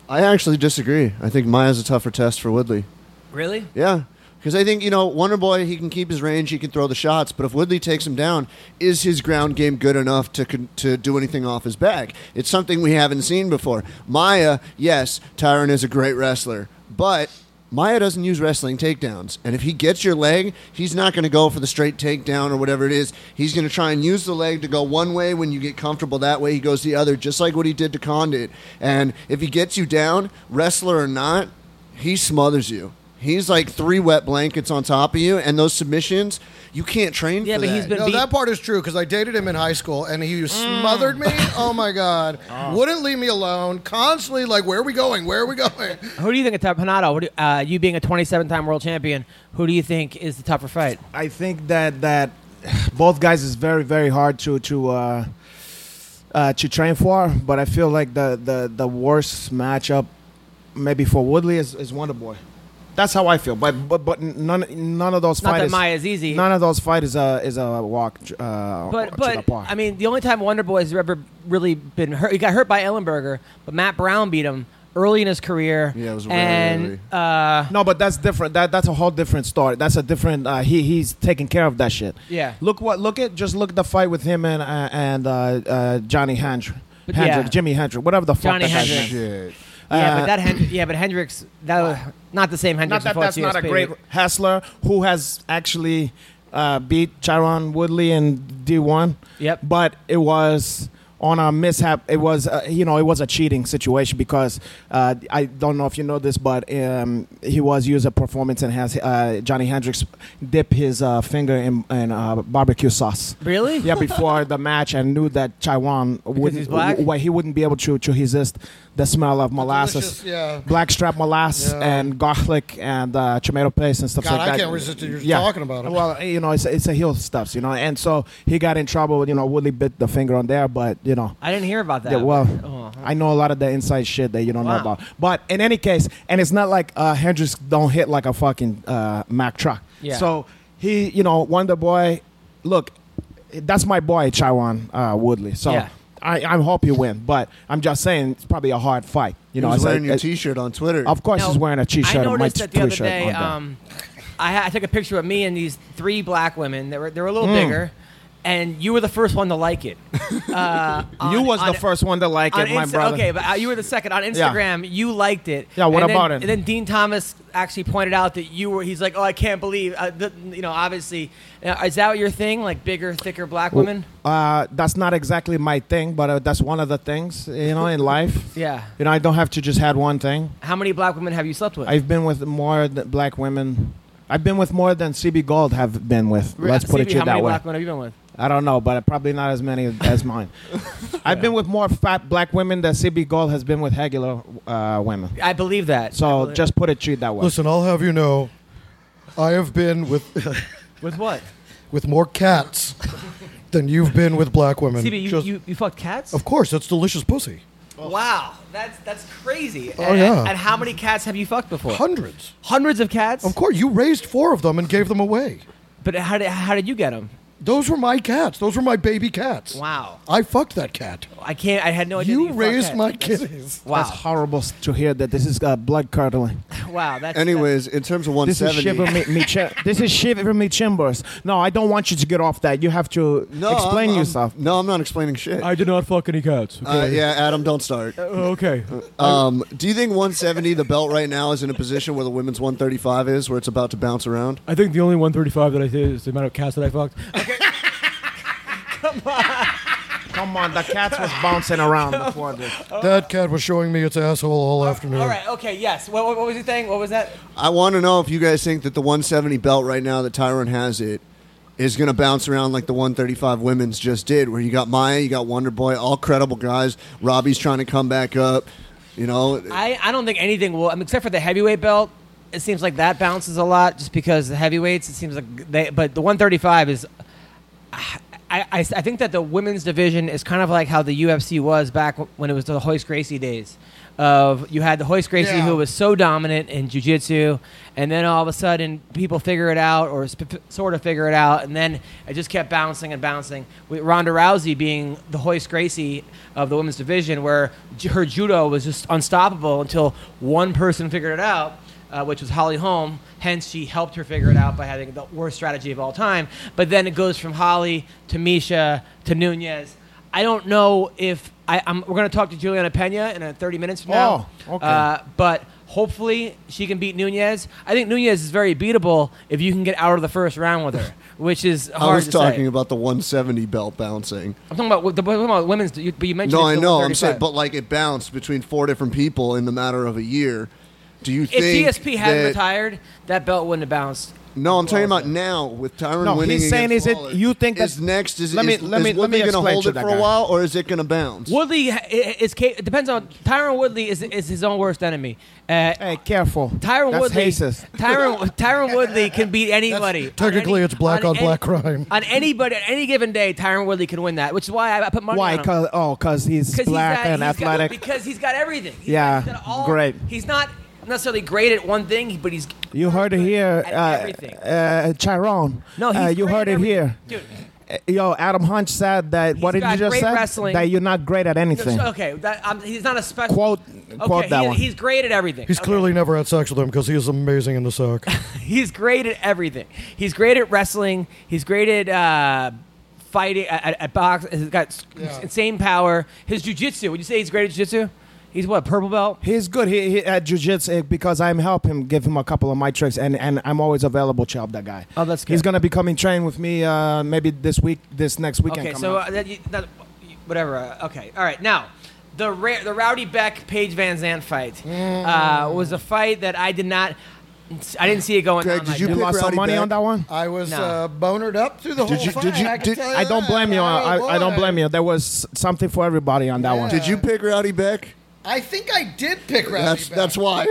S3: I actually disagree. I think Maya's a tougher test for Woodley.
S1: Really?
S3: Yeah. Because I think, you know, Wonder Boy, he can keep his range, he can throw the shots, but if Woodley takes him down, is his ground game good enough to, con- to do anything off his back? It's something we haven't seen before. Maya, yes, Tyron is a great wrestler, but Maya doesn't use wrestling takedowns. And if he gets your leg, he's not going to go for the straight takedown or whatever it is. He's going to try and use the leg to go one way. When you get comfortable that way, he goes the other, just like what he did to Condit. And if he gets you down, wrestler or not, he smothers you. He's like three wet blankets on top of you, and those submissions, you can't train
S1: Yeah,
S3: for
S1: but
S3: that.
S1: he's been-
S4: No,
S1: beat-
S4: that part is true because I dated him in high school and he smothered me. Oh my god! Wouldn't leave me alone. Constantly like, where are we going? Where are we going?
S1: Who do you think a tough Panado? What do, uh, you being a 27-time world champion, who do you think is the tougher fight?
S6: I think that that both guys is very very hard to to uh, uh, to train for. But I feel like the the the worst matchup maybe for Woodley is, is Wonder Boy. That's how I feel. But but but none none of those
S1: Not that
S6: fighters.
S1: Maya's easy.
S6: None of those fighters uh, is a walk. Uh,
S1: But
S6: to the
S1: but
S6: park.
S1: I mean, the only time Wonder Boy's ever really been hurt, he got hurt by Ellenberger, but Matt Brown beat him early in his career.
S3: Yeah, it was really
S1: and uh,
S6: No, but that's different. That that's a whole different story. That's a different. Uh, he he's taking care of that shit.
S1: Yeah.
S6: Look what look at just look at the fight with him and uh, and uh, uh, Johnny Hendrick,
S1: But
S6: Hendrick,
S1: yeah.
S6: Jimmy Hendrick, whatever the fuck.
S1: Johnny
S6: that guy's
S1: Hendrick.
S6: name.
S3: Shit.
S1: yeah, but
S6: Uh,
S1: that Hen- yeah, but Hendricks that was not the same Hendricks.
S6: Not that
S1: who fought
S6: that's not a
S1: CSP.
S6: great wrestler who has actually uh, beat Chiron Woodley in D one.
S1: Yep.
S6: But it was on a mishap. It was uh, you know it was a cheating situation because uh, I don't know if you know this, but um, he was used a performance and has uh, Johnny Hendricks dip his uh, finger in, in uh, barbecue sauce.
S1: Really?
S6: Yeah, before the match, and knew that Chiron
S1: he's
S6: wouldn't,
S1: black?
S6: why he wouldn't be able to, to resist the smell of
S4: delicious,
S6: molasses,
S4: yeah.
S6: black strap molasses,
S4: Yeah.
S6: and garlic and uh, tomato paste and stuff
S4: God,
S6: like
S4: I
S6: that.
S4: can't resist it. You're talking about it.
S6: Well, you know, it's a, it's a heel stuffs, you know, and so he got in trouble. You know, Woodley bit the finger on there, but you know.
S1: I didn't hear about that.
S6: Yeah, well,
S1: Oh, huh.
S6: I know a lot of the inside shit that you don't
S1: Wow.
S6: know about. But in any case, and it's not like uh, Hendrix don't hit like a fucking uh, Mack truck.
S1: Yeah.
S6: So he, you know, Wonder Boy, look, that's my boy, Chiron uh, Woodley. So
S1: Yeah.
S6: I, I hope you win. But I'm just saying, it's probably a hard fight. You
S3: He
S6: know,
S3: was
S6: it's
S3: wearing
S6: like-
S3: your
S6: it-
S3: T-shirt on Twitter.
S6: Of course,
S1: Now,
S6: he's wearing a
S1: I
S6: T-shirt and my
S1: noticed that the other
S6: T-shirt.
S1: day.
S6: on there.
S1: Um, I, ha- I took a picture of me and these three black women. They were they were a
S6: Hmm.
S1: little bigger, and you were the first one to like
S6: <laughs>
S1: it. Uh,
S6: you
S1: on-
S6: was the
S1: on-
S6: first one to like
S1: on
S6: it, my
S1: Insta-
S6: brother.
S1: Okay, but uh, you were the second on Instagram. You liked it.
S6: Yeah, what
S1: And then-
S6: about it?
S1: And then Dean Thomas actually pointed out that you were. He's like, oh, I can't believe. Uh, the, you know, obviously, Now, is that your thing? Like bigger, thicker black women?
S6: Uh, that's not exactly my thing, but uh, that's one of the things you know in life.
S1: <laughs> Yeah.
S6: You know, I don't have to just had one thing.
S1: How many black women have you slept with?
S6: I've been with more th- black women. I've been with more than CB Gold have been with.
S1: Re-
S6: Let's put
S1: CB,
S6: it to you
S1: how
S6: that
S1: many
S6: way.
S1: black women have you been with?
S6: I don't know, but probably not as many
S1: <laughs>
S6: as mine. I've been with more fat black women than CB Gold has been with regular uh, women.
S1: I believe that. I
S6: So
S1: believe-
S6: just put it to you that way.
S4: Listen, I'll have you know, I have been with
S1: with what?
S4: with more cats than you've been with black women.
S1: CB, you,
S4: Just-
S1: you, you fucked cats?
S4: of course, that's delicious pussy.
S1: Wow, that's that's crazy.
S4: Oh,
S1: and,
S4: yeah.
S1: and how many cats have you fucked before?
S4: Hundreds.
S1: Hundreds of cats.
S4: Of course, you raised four of them and gave them away.
S1: But how did how did you get them?
S4: Those were my cats. Those were my baby cats.
S1: Wow.
S4: I fucked that cat.
S1: I can't. I had no idea. that
S4: you
S1: fucked
S4: raised
S1: cats.
S4: my kitties.
S1: Wow.
S6: That's horrible s- to hear that this is uh, blood curdling.
S1: wow. That's
S3: Anyways, in terms of
S6: This is
S3: 170,
S6: shiver me,
S1: <laughs>
S6: me chi- This is shiver me timbers. No, I don't want you to get off that. You have to
S3: no, I'm-
S6: explain
S3: I'm-
S6: yourself.
S3: no, I'm not explaining shit.
S7: did not fuck any cats.
S3: <laughs> Uh, yeah, Adam, don't start.
S6: Uh,
S7: Okay.
S3: Um, do you think 170, the belt right now, is in a position where the women's 135 is, where it's about to bounce around?
S7: I think the only 135 that I did is the amount of cats that I fucked.
S6: Come on, the cats was
S1: <laughs>
S6: bouncing around before this.
S4: That cat was showing me its asshole all afternoon.
S1: Oh, Uh, All right. Okay. Yes. What, what, what was he saying? What was that?
S3: I want to know if you guys think that the 170 belt right now that Tyron has it is going to bounce around like the 135 women's just did, where you got Maya, you got Wonder Boy, all credible guys. Robbie's trying to come back up. You know,
S1: I, I don't think anything will. I mean, except for the heavyweight belt, it seems like that bounces a lot just because the heavyweights. It seems like they. But the 135 is. I, I, I think that the women's division is kind of like how the UFC was back when it was the Hoist Gracie days. Of you had the Hoist Gracie
S4: Yeah.
S1: who was so dominant in jiu-jitsu and then all of a sudden people figure it out or sp- sort of figure it out and then it just kept bouncing and bouncing with ronda rousey being the hoist gracie of the women's division where ju- her judo was just unstoppable until one person figured it out uh, which was holly holm hence she helped her figure it out by having the worst strategy of all time but then it goes from holly to misha to nunez I don't know if I, I'm, we're going to talk to Juliana Pena in uh, 30 minutes from now.
S6: Oh, okay.
S1: Uh, but hopefully she can beat Nunez. I think Nunez is very beatable if you can get out of the first round with her, <laughs> which is hard
S3: I was
S1: to
S3: talking
S1: say.
S3: about the 170 belt bouncing.
S1: I'm talking about what- the what about women's, you- but you mentioned
S3: No,
S1: it's
S3: I
S1: the
S3: know. I'm
S1: 135.
S3: saying, but like it bounced between four different people in the matter of a year. Do you
S1: if
S3: think
S1: DSP hadn't
S3: that-
S1: retired, that belt wouldn't have bounced.
S3: No, I'm talking about now with Tyron
S6: No,
S3: winning.
S6: he's saying
S3: against
S6: is it-
S3: Lawler,
S6: you think that-
S3: is next is
S6: Let me-
S3: is,
S6: let me-
S3: is
S6: let me
S3: going
S6: explain
S3: hold
S6: to
S3: it
S6: that
S3: for a
S6: guy.
S3: while or is it going to
S6: <laughs>
S3: bounce?
S1: Woodley ha- i- is, ca- it depends on Tyron Woodley is, is his own worst enemy. Uh,
S6: Hey, careful.
S1: Tyron
S6: That's
S1: Woodley.
S6: racist.
S1: Tyron Tyron Woodley can
S6: <laughs>
S1: beat anybody. on
S4: technically,
S1: any-
S4: it's black on
S1: any-
S4: black crime.
S1: On anybody, on any given day, Tyron Woodley can win that, which is why I, I put <laughs> money
S6: Why?
S1: on him.
S6: Cause, oh, because he's
S1: 'Cause he's
S6: black
S1: got-
S6: and
S1: he's got-
S6: athletic.
S1: because he's got everything. He's
S6: Yeah,
S1: got all-
S6: great.
S1: He's not necessarily great at one thing, but he's
S6: you heard it here.
S1: at everything.
S6: Uh, uh, Chiron.
S1: no, he's
S6: uh, you
S1: great
S6: heard
S1: at
S6: it
S1: everything.
S6: here.
S1: dude.
S6: Uh, Yo, Adam Hunch said that. what did
S1: got
S6: you just
S1: great
S6: say?
S1: wrestling.
S6: That you're not great at
S1: no,
S6: anything.
S1: so- okay, that, um, he's not a special
S6: Quote- quote that one.
S1: He's great at everything.
S4: He's
S1: Okay.
S4: clearly never had sex with him because he is amazing in the sock.
S1: <laughs> He's great at everything. He's great at wrestling. He's great at uh, fighting at, at- at box. He's got s- insane power. His jujitsu. Would you say he's great at jujitsu? He's what purple belt.
S6: He's good he, he, at jiu-jitsu eh, because I'm help him give him a couple of my tricks and, and I'm always available to help that guy.
S1: Oh, that's
S6: He's
S1: good.
S6: going to be coming train with me uh, maybe this week, this next weekend.
S1: Okay,
S6: coming
S1: so
S6: up.
S1: uh, that, you- that, whatever. Uh, okay, all right. Now, the ra- the Rowdy Beck Page Van Zandt fight
S6: Mm.
S1: uh, was a fight that I did not, I didn't see it going.
S3: Greg,
S1: on
S3: did
S1: like
S3: you
S6: you
S1: that.
S3: pick
S6: lost some
S3: Rowdy
S6: money
S3: back?
S6: on that one?
S4: I was
S1: No.
S4: uh, bonered up through the whole
S3: Did you-
S4: fight.
S3: did you-
S4: I, can
S3: did-
S4: tell
S6: I don't
S4: that.
S6: blame you. I, I don't
S4: boy.
S6: blame you. There was something for everybody on that one.
S3: Did you pick Rowdy Beck?
S2: I think I did pick Rowdy
S3: That's
S2: back.
S3: that's <laughs> why.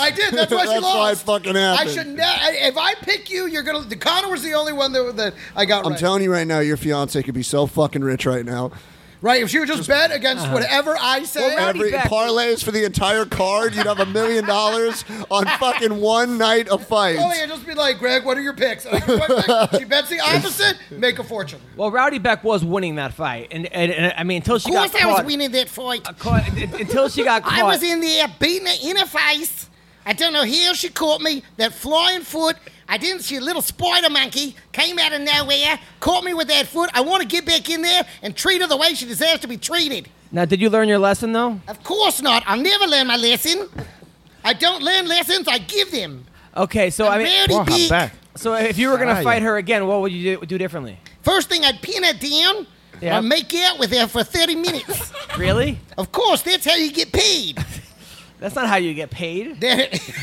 S2: I did. That's why she
S3: <laughs> That's why it
S2: lost.
S3: fucking happened.
S2: I should ne- I, If I pick you, you're gonna. The Connor was the only one that, that I got.
S3: I'm
S2: right.
S3: telling you right now, your fiance could be so fucking rich right now.
S2: Right? If she would just, bet against whatever I say,
S1: Rowdy
S3: uh-huh. Every
S1: Beck-
S3: parlays for the entire card, you'd have a million dollars on fucking one night of fights.
S2: oh yeah, just be like, Greg, what are your picks? <laughs> I'm like, "What picks?" she bets
S3: <laughs>
S2: the opposite, make a fortune.
S1: Well, Rowdy Beck was winning that fight, and, and, and I mean, until she got caught, Uh,
S2: that fight.
S1: caught- until she got caught.
S2: <laughs> I was in there beating her in her face. I don't know how she caught me. That flying foot. I didn't see a little spider monkey came out of nowhere, caught me with that foot. I want to get back in there and treat her the way she deserves to be treated.
S1: Now, did you learn your lesson though?
S2: Of course not. I'll never learn my lesson. I don't learn lessons. I give them.
S1: Okay, so I
S2: I'm
S1: mean,
S2: very
S6: Oh, I'm
S2: big.
S6: back.
S1: so if you were
S6: Ah,
S1: gonna
S6: yeah.
S1: fight her again, what would you do, do differently?
S2: First thing, I'd pin her down.
S1: Yeah.
S2: i make out with her for 30 minutes.
S1: Really?
S2: of course, that's how you get paid.
S1: <laughs> That's not how you get paid.
S2: <laughs> That-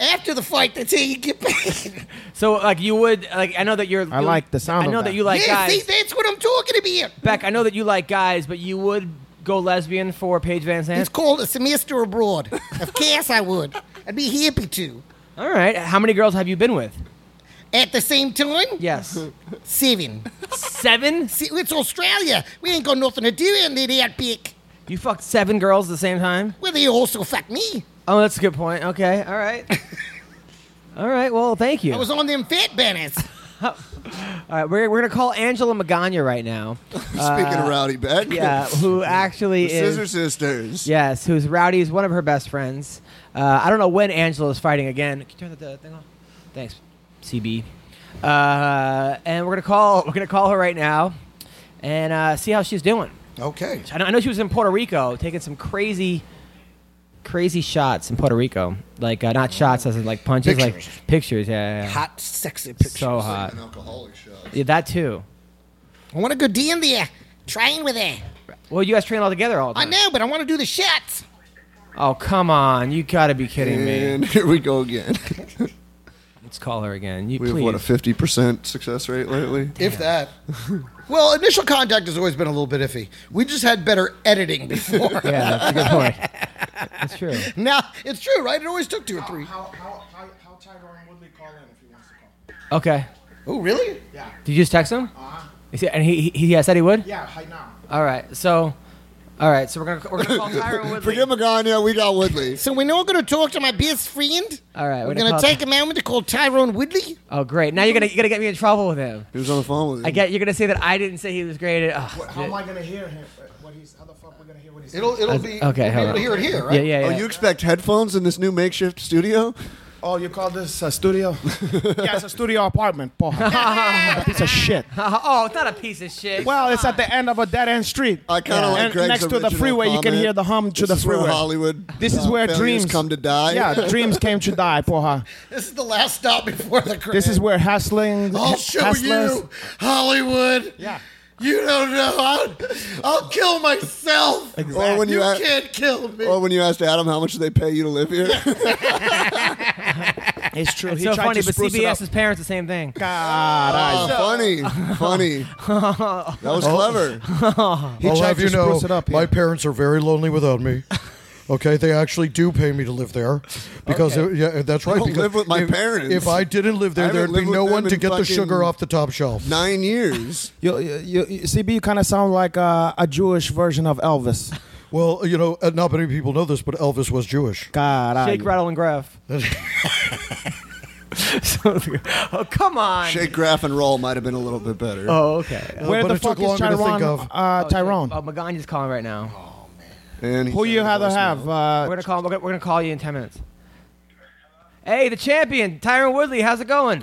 S2: After the fight, that's how you get paid.
S1: So like you would like I know that you're.
S6: I
S1: you-
S6: like the sound
S1: I
S6: of
S1: know that
S6: that.
S1: you like
S2: yeah,
S1: guys.
S2: see, that's what I'm talking about.
S1: Beck, I know that you like guys, but you would go lesbian for Paige Van
S2: It's
S1: Zandt.
S2: called a semester abroad. of course I would. I'd be happy to.
S1: All right. How many girls have you been with?
S2: At the same time,
S1: Yes.
S2: seven.
S1: seven?
S2: See, it's Australia. We ain't got nothing to do in the outback.
S1: You fucked seven girls at the same time?
S2: Well, they also fuck me.
S1: <laughs> Oh, that's a good point. Okay. All
S2: <laughs>
S1: right. All right. Well, thank you.
S2: I was on them fat banners.
S1: All right. We're, we're going to call Angela Magana right
S2: <laughs>
S1: now. Uh,
S3: Speaking of Rowdy Beck.
S1: Yeah.
S3: <laughs>
S1: Who actually
S3: The
S1: is.
S3: Scissor Sisters.
S1: Yes. Who's Rowdy is one of her best friends. Uh, I don't know when Angela's fighting again. Can you turn the, the thing off? Thanks, CB. Uh, and we're going to call <laughs> we're going to call her right now and uh, see how she's doing.
S4: Okay.
S1: I know, I know she was in Puerto Rico taking some crazy, crazy shots in Puerto Rico. Like uh, not shots, as in like punches,
S4: Pictures.
S1: like pictures. Yeah, yeah, yeah.
S2: Hot, sexy picture.
S1: so hot.
S3: An alcoholic shot.
S1: Yeah, that too.
S2: I want to go down there, train with her.
S1: Well, you guys train all together all the
S2: I
S1: time.
S2: know, but I want to do the shots.
S1: Oh come on, you gotta be kidding me.
S3: And <laughs> here we go again.
S1: Let's call her again. You
S3: We have
S1: please.
S3: what a fifty percent success rate lately.
S1: <laughs>
S4: If that.
S2: Well, initial contact has always been a little bit iffy.
S4: We just had better editing before.
S1: <laughs> yeah, that's a good point.
S2: <laughs>
S1: That's true.
S4: now, it's true, right? It always took two or three.
S5: How, how, how, how Tyrone Woodley call in if he wants to call?
S1: Okay.
S4: Oh, really?
S1: Did you just text him? Uh-huh. And he, he he yeah, said he would.
S5: Yeah, right now.
S1: All right. So, all right. So we're gonna we're gonna call Tyron Woodley.
S3: Forget Magana, we got Woodley.
S2: So we're not going to talk to my best friend.
S1: All right,
S2: We're
S1: we're gonna
S2: going to
S1: call-
S2: take a moment to call Tyrone Woodley.
S1: oh great. Now you're gonna you're gonna get me in trouble with him.
S3: He was on the phone with him.
S1: I get you're gonna say that I didn't say he was great at. Oh,
S5: How am I gonna hear him? What he's? How the fuck we gonna hear what he's?
S4: It'll,
S5: saying?
S4: it'll
S1: okay,
S4: be. you'll be
S1: hold
S4: able
S1: on.
S4: to hear it here, right?
S1: Yeah, yeah,
S3: Oh,
S1: yeah.
S3: you expect headphones in this new makeshift studio?
S5: Oh, you call this
S3: uh,
S5: a
S3: <laughs>
S5: studio?
S6: yeah, it's a studio apartment, porra. a piece of shit.
S1: <laughs> oh, it's not a piece of shit.
S6: Well, it's at the end of a dead end street.
S3: I kind of like
S6: and
S3: Greg's
S6: next to the
S3: original
S6: freeway, you can
S3: comment.
S6: hear the hum to
S3: this
S6: the
S3: is where
S6: freeway.
S3: Hollywood.
S6: This is
S3: uh,
S6: where
S3: failures
S6: dreams
S3: come to die.
S6: Yeah, dreams came to die, porra.
S2: This is the last stop before the crash.
S6: This is where hustling.
S2: I'll show
S6: hustlers-
S2: you Hollywood.
S6: Yeah.
S2: You don't know. I'll, I'll kill myself.
S3: Or when you,
S2: You
S3: a-
S2: can't kill me.
S3: or when you asked Adam how much do they pay you to live here?
S6: It's true.
S1: it's
S6: he
S1: so
S6: tried
S1: funny,
S6: to
S1: but
S6: spruce it up.
S1: CBS's parents the same thing.
S3: Ah, funny,
S1: <laughs>
S3: funny. That was clever.
S4: I'll
S6: tried
S4: have
S6: to
S4: you know,
S6: spruce it up
S4: my
S6: here.
S4: parents are very lonely without
S6: <laughs>
S4: me. Okay, they actually do pay me to live there because yeah, that's right.
S3: don't
S4: because
S3: live with my
S4: if,
S3: parents.
S4: If I didn't live
S3: I
S4: there,
S3: haven't
S4: there'd be
S3: lived
S4: no
S3: with
S4: one
S3: them
S4: to
S3: in
S4: get the sugar
S3: fucking
S4: off the top shelf.
S3: Nine years.
S6: You, you, you, CB, you kind of sound like uh, a Jewish version of Elvis.
S4: Well, you know, uh, not many people know this, but Elvis was Jewish.
S1: Shake,
S6: Caralho.
S1: rattle, and gruff.
S4: <laughs>
S1: So- oh come on.
S3: Shake, graph, and roll might have been a little bit better.
S1: Oh okay.
S6: Where
S4: but
S6: the
S4: it took
S6: fuck is
S4: longer to think
S6: Tyrone?
S4: of.
S6: Uh, Tyrone.
S1: Oh, Maganya's calling right now.
S3: Oh, And he
S6: Who
S3: sent
S6: you
S3: a
S6: rather
S3: voicemail.
S6: have?
S1: We're
S6: Uh,
S1: gonna call. We're gonna, we're gonna call you in ten minutes. Hey, the champion, Tyron Woodley. How's it going?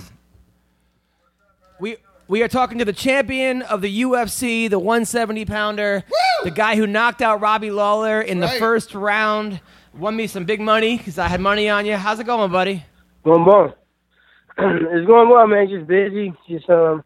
S1: We we are talking to the champion of the UFC, the 170 pounder, the guy who knocked out Robbie Lawler in the first round. Won me some big money because I had money on you. How's it going, buddy?
S8: Going well. <clears throat> it's going well, man. Just busy. Just um,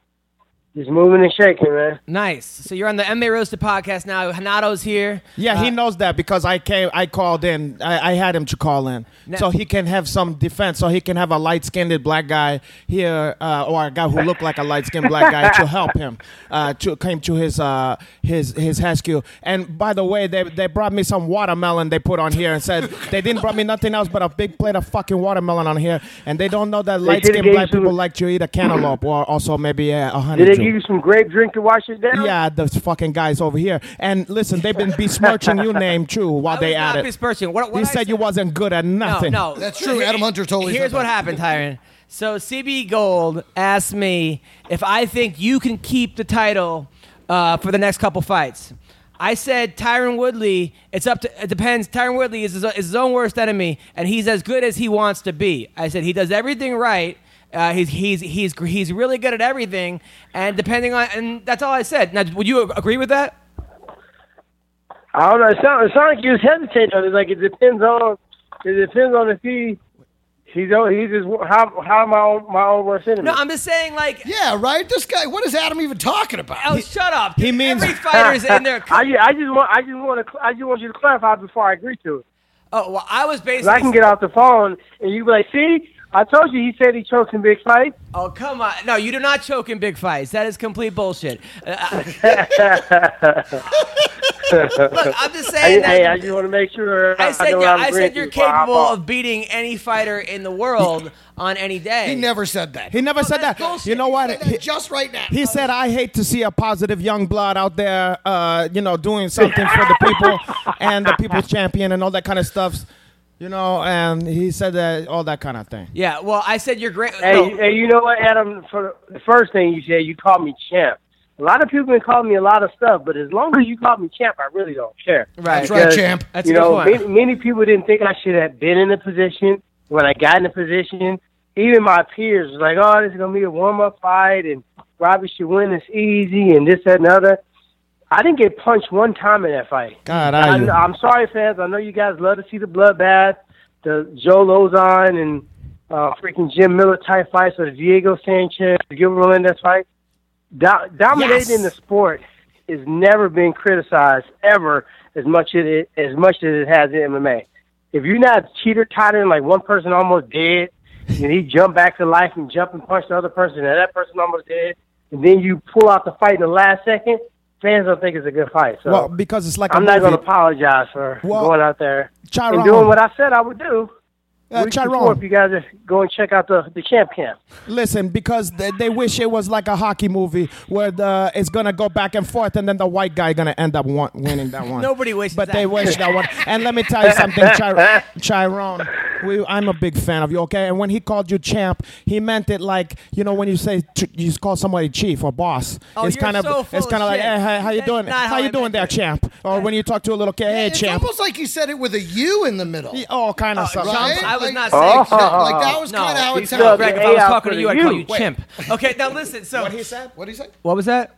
S8: just moving and shaking, man.
S1: Nice. So you're on the MMA Roasted podcast now. Hanato's here.
S6: yeah, he knows that because I came, I called in. I, I had him to call in,
S1: Now-
S6: so he can have some defense. So he can have a light-skinned black guy here, uh, or a guy who looked like a light-skinned black guy to help him. Uh, to came to his uh, his his rescue. And by the way, they they brought me some watermelon. They put on here and said they didn't bring me nothing else but a big plate of fucking watermelon on here. And they don't know that light-skinned
S8: gave
S6: black
S8: you some-
S6: people like to eat a cantaloupe or also maybe uh, a honeydew.
S8: Did they give you some grape drink to wash it down?
S6: Yeah, those fucking guys over here. And listen, they've been besmirching
S1: <laughs>
S6: your name too while
S1: I
S6: they
S1: was
S6: at
S1: not
S6: it.
S1: besmirching. What- what
S6: he
S1: I
S6: said, you wasn't good at
S1: No,
S6: nothing.
S1: no.
S4: That's true. Adam Hunter totally
S1: Here's
S4: said
S1: what
S4: that.
S1: happened, Tyron. So CB Gold asked me if I think you can keep the title uh, for the next couple fights. I said Tyron Woodley. It's up to. It depends. Tyron Woodley is his, is his own worst enemy, and he's as good as he wants to be. I said he does everything right. Uh, he's he's he's gr- he's really good at everything, and depending on and that's all I said. Now, would you ag- agree with that?
S8: I don't know. It sounds it sound like you was hesitating on it. Like it depends on it depends on if he he's on he's just how how my own my own worst enemy.
S1: No, I'm just saying like.
S4: Yeah, right. This guy. What is Adam even talking about?
S1: Oh, shut up!
S6: he means-
S1: every fighter's in there.
S8: <laughs> I, ju- I just want I just want to cl- I just want you to clarify before I agree to it.
S1: Oh, well, I was basically.
S8: 'Cause I can get off the phone and you be like, see, I told you he said he choked in big fights.
S1: Oh come on! No, you do not choke in big fights. That is complete bullshit. Uh, <laughs>
S8: <laughs>
S1: look, I'm just saying
S8: Hey,
S1: that.
S8: hey, I just want to make sure.
S1: I said,
S8: know
S1: you-
S8: I'm
S1: I said
S8: drinking
S1: you're
S8: before I
S1: capable
S8: hop on.
S1: of beating any fighter in the world on any day.
S2: He never said that.
S6: He never said that.
S1: that's bullshit.
S6: You know
S1: He
S6: what?
S2: said that
S6: He-
S2: just right now.
S6: He said, "I hate to see a positive young blood out there, uh, you know, doing something for the people and the people's champion and all that kind of stuff, you know." And he said that all that kind of thing.
S1: Yeah. Well, I said you're great.
S8: Hey,
S1: no.
S8: you- hey, you know what, Adam? For the first thing you said, you called me champ. A lot of people can call me a lot of stuff, but as long as you call me champ, I really don't care.
S1: Right.
S4: That's right,
S8: Because,
S4: champ.
S1: That's
S8: you
S1: a good
S8: know,
S1: point.
S8: many, many people didn't think I should have been in the position. When I got in the position, even my peers was like, "Oh, this is gonna be a warm up fight, and Robbie should win. It's easy, and this, that, and other." I didn't get punched one time in that fight.
S6: God,
S8: I
S6: I,
S8: know, I'm sorry, fans. I know you guys love to see the bloodbath, the Joe Lozon and uh, freaking Jim Miller type fights, or the Diego Sanchez, the Gilbert Melendez fight. Do- dominating
S6: Yes.
S8: the sport has never been criticized ever as much as it as much as it has in MMA. If you're not cheater tottering like one person almost dead, and he jumped back to life and jump and punch the other person, and that person almost dead, and then you pull out the fight in the last second, fans don't think it's a good fight. So
S6: well, because it's like a
S8: I'm not
S6: movie.
S8: going to apologize for
S6: Well,
S8: going out there
S6: Chiron.
S8: and doing what I said I would do.
S6: Uh,
S8: Weeks
S6: Chiron.
S8: before, if you guys are go and check out the the camp camp.
S6: Listen, because they, they wish it was like a hockey movie where the it's gonna go back and forth, and then the white guy gonna end up won- winning that one.
S1: Nobody wishes
S6: but
S1: that.
S6: they wish that
S1: <laughs>
S6: one. And let me <laughs> tell you something, Chir- Chiron. We, I'm a big fan of you, okay? And when he called you champ, he meant it like you know when you say ch- you call somebody chief or boss.
S1: Oh,
S6: it's
S1: you're
S6: kind of
S1: so full
S6: it's
S1: of
S6: kind of like
S1: shit.
S6: hey, how, how you
S1: That's
S6: doing?
S1: not how
S6: you
S1: I
S6: doing
S1: meant
S6: there,
S1: it.
S6: champ? Or when you talk to a little kid, hey,
S2: it's
S6: champ.
S2: almost like he said it with a U in the middle.
S6: Oh, kind of something.
S2: right?
S1: I was not
S6: Oh.
S2: like,
S8: <laughs>
S1: saying-
S2: like that was
S1: No,
S2: kind of how
S8: he
S2: it
S8: said
S2: sounded.
S1: "Oh, Greg, if
S8: Hey,
S1: I was
S8: I'll
S1: talking
S8: put
S1: to
S8: it
S1: you, I'd
S8: you.
S1: call you
S8: Wait.
S1: chimp. Okay, now listen. So
S2: What he said? What he say?
S1: What was that?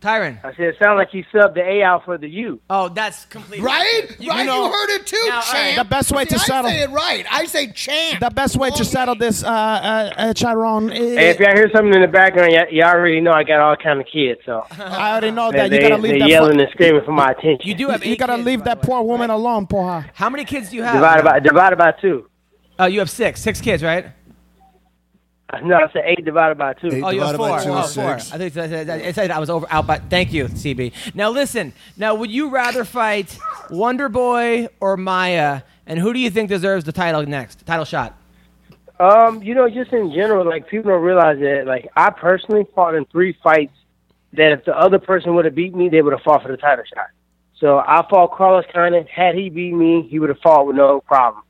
S1: Tyron.
S8: I said, it sounded like he subbed the A out for the U.
S1: Oh, that's completely
S2: Right? right?
S1: know-
S2: you heard it too,
S1: Now, all right.
S2: champ.
S6: The best way
S2: See,
S6: to settle-
S2: I say it right. I say champ.
S6: The best way
S2: All
S6: to settle
S2: day.
S6: this, uh, uh, uh, Chiron. is-
S8: Hey, if y'all hear something in the background, y'all, y'all already know I got all kind of kids, so
S6: I already
S1: Oh,
S6: know
S8: they,
S6: that you
S8: they,
S6: gotta leave
S8: they
S6: that.
S8: yelling
S6: fu-
S8: and screaming for my attention.
S1: You do have.
S6: you
S1: eight
S6: gotta
S1: kids,
S6: leave
S1: by
S6: that
S1: the way.
S6: poor woman alone, poor her.
S1: How many kids do you have?
S8: divided by divided by two.
S1: Oh, you have six. Six kids, right?
S8: No, I said eight divided by two.
S3: Eight
S1: Oh, you have
S3: divided by
S1: four.
S3: two
S1: oh,
S3: is
S1: four. I
S3: six.
S1: think I said- I said I was over out by. Thank you, CB. Now listen. Now, would you rather fight Wonder Boy or Maya? And who do you think deserves the title next? Title shot.
S8: Um, you know, just in general, like people don't realize that. Like I personally fought in three fights that if the other person would have beat me, they would have fought for the title shot. So I fought Carlos Condon. Had he beat me, he would have fought with no problem.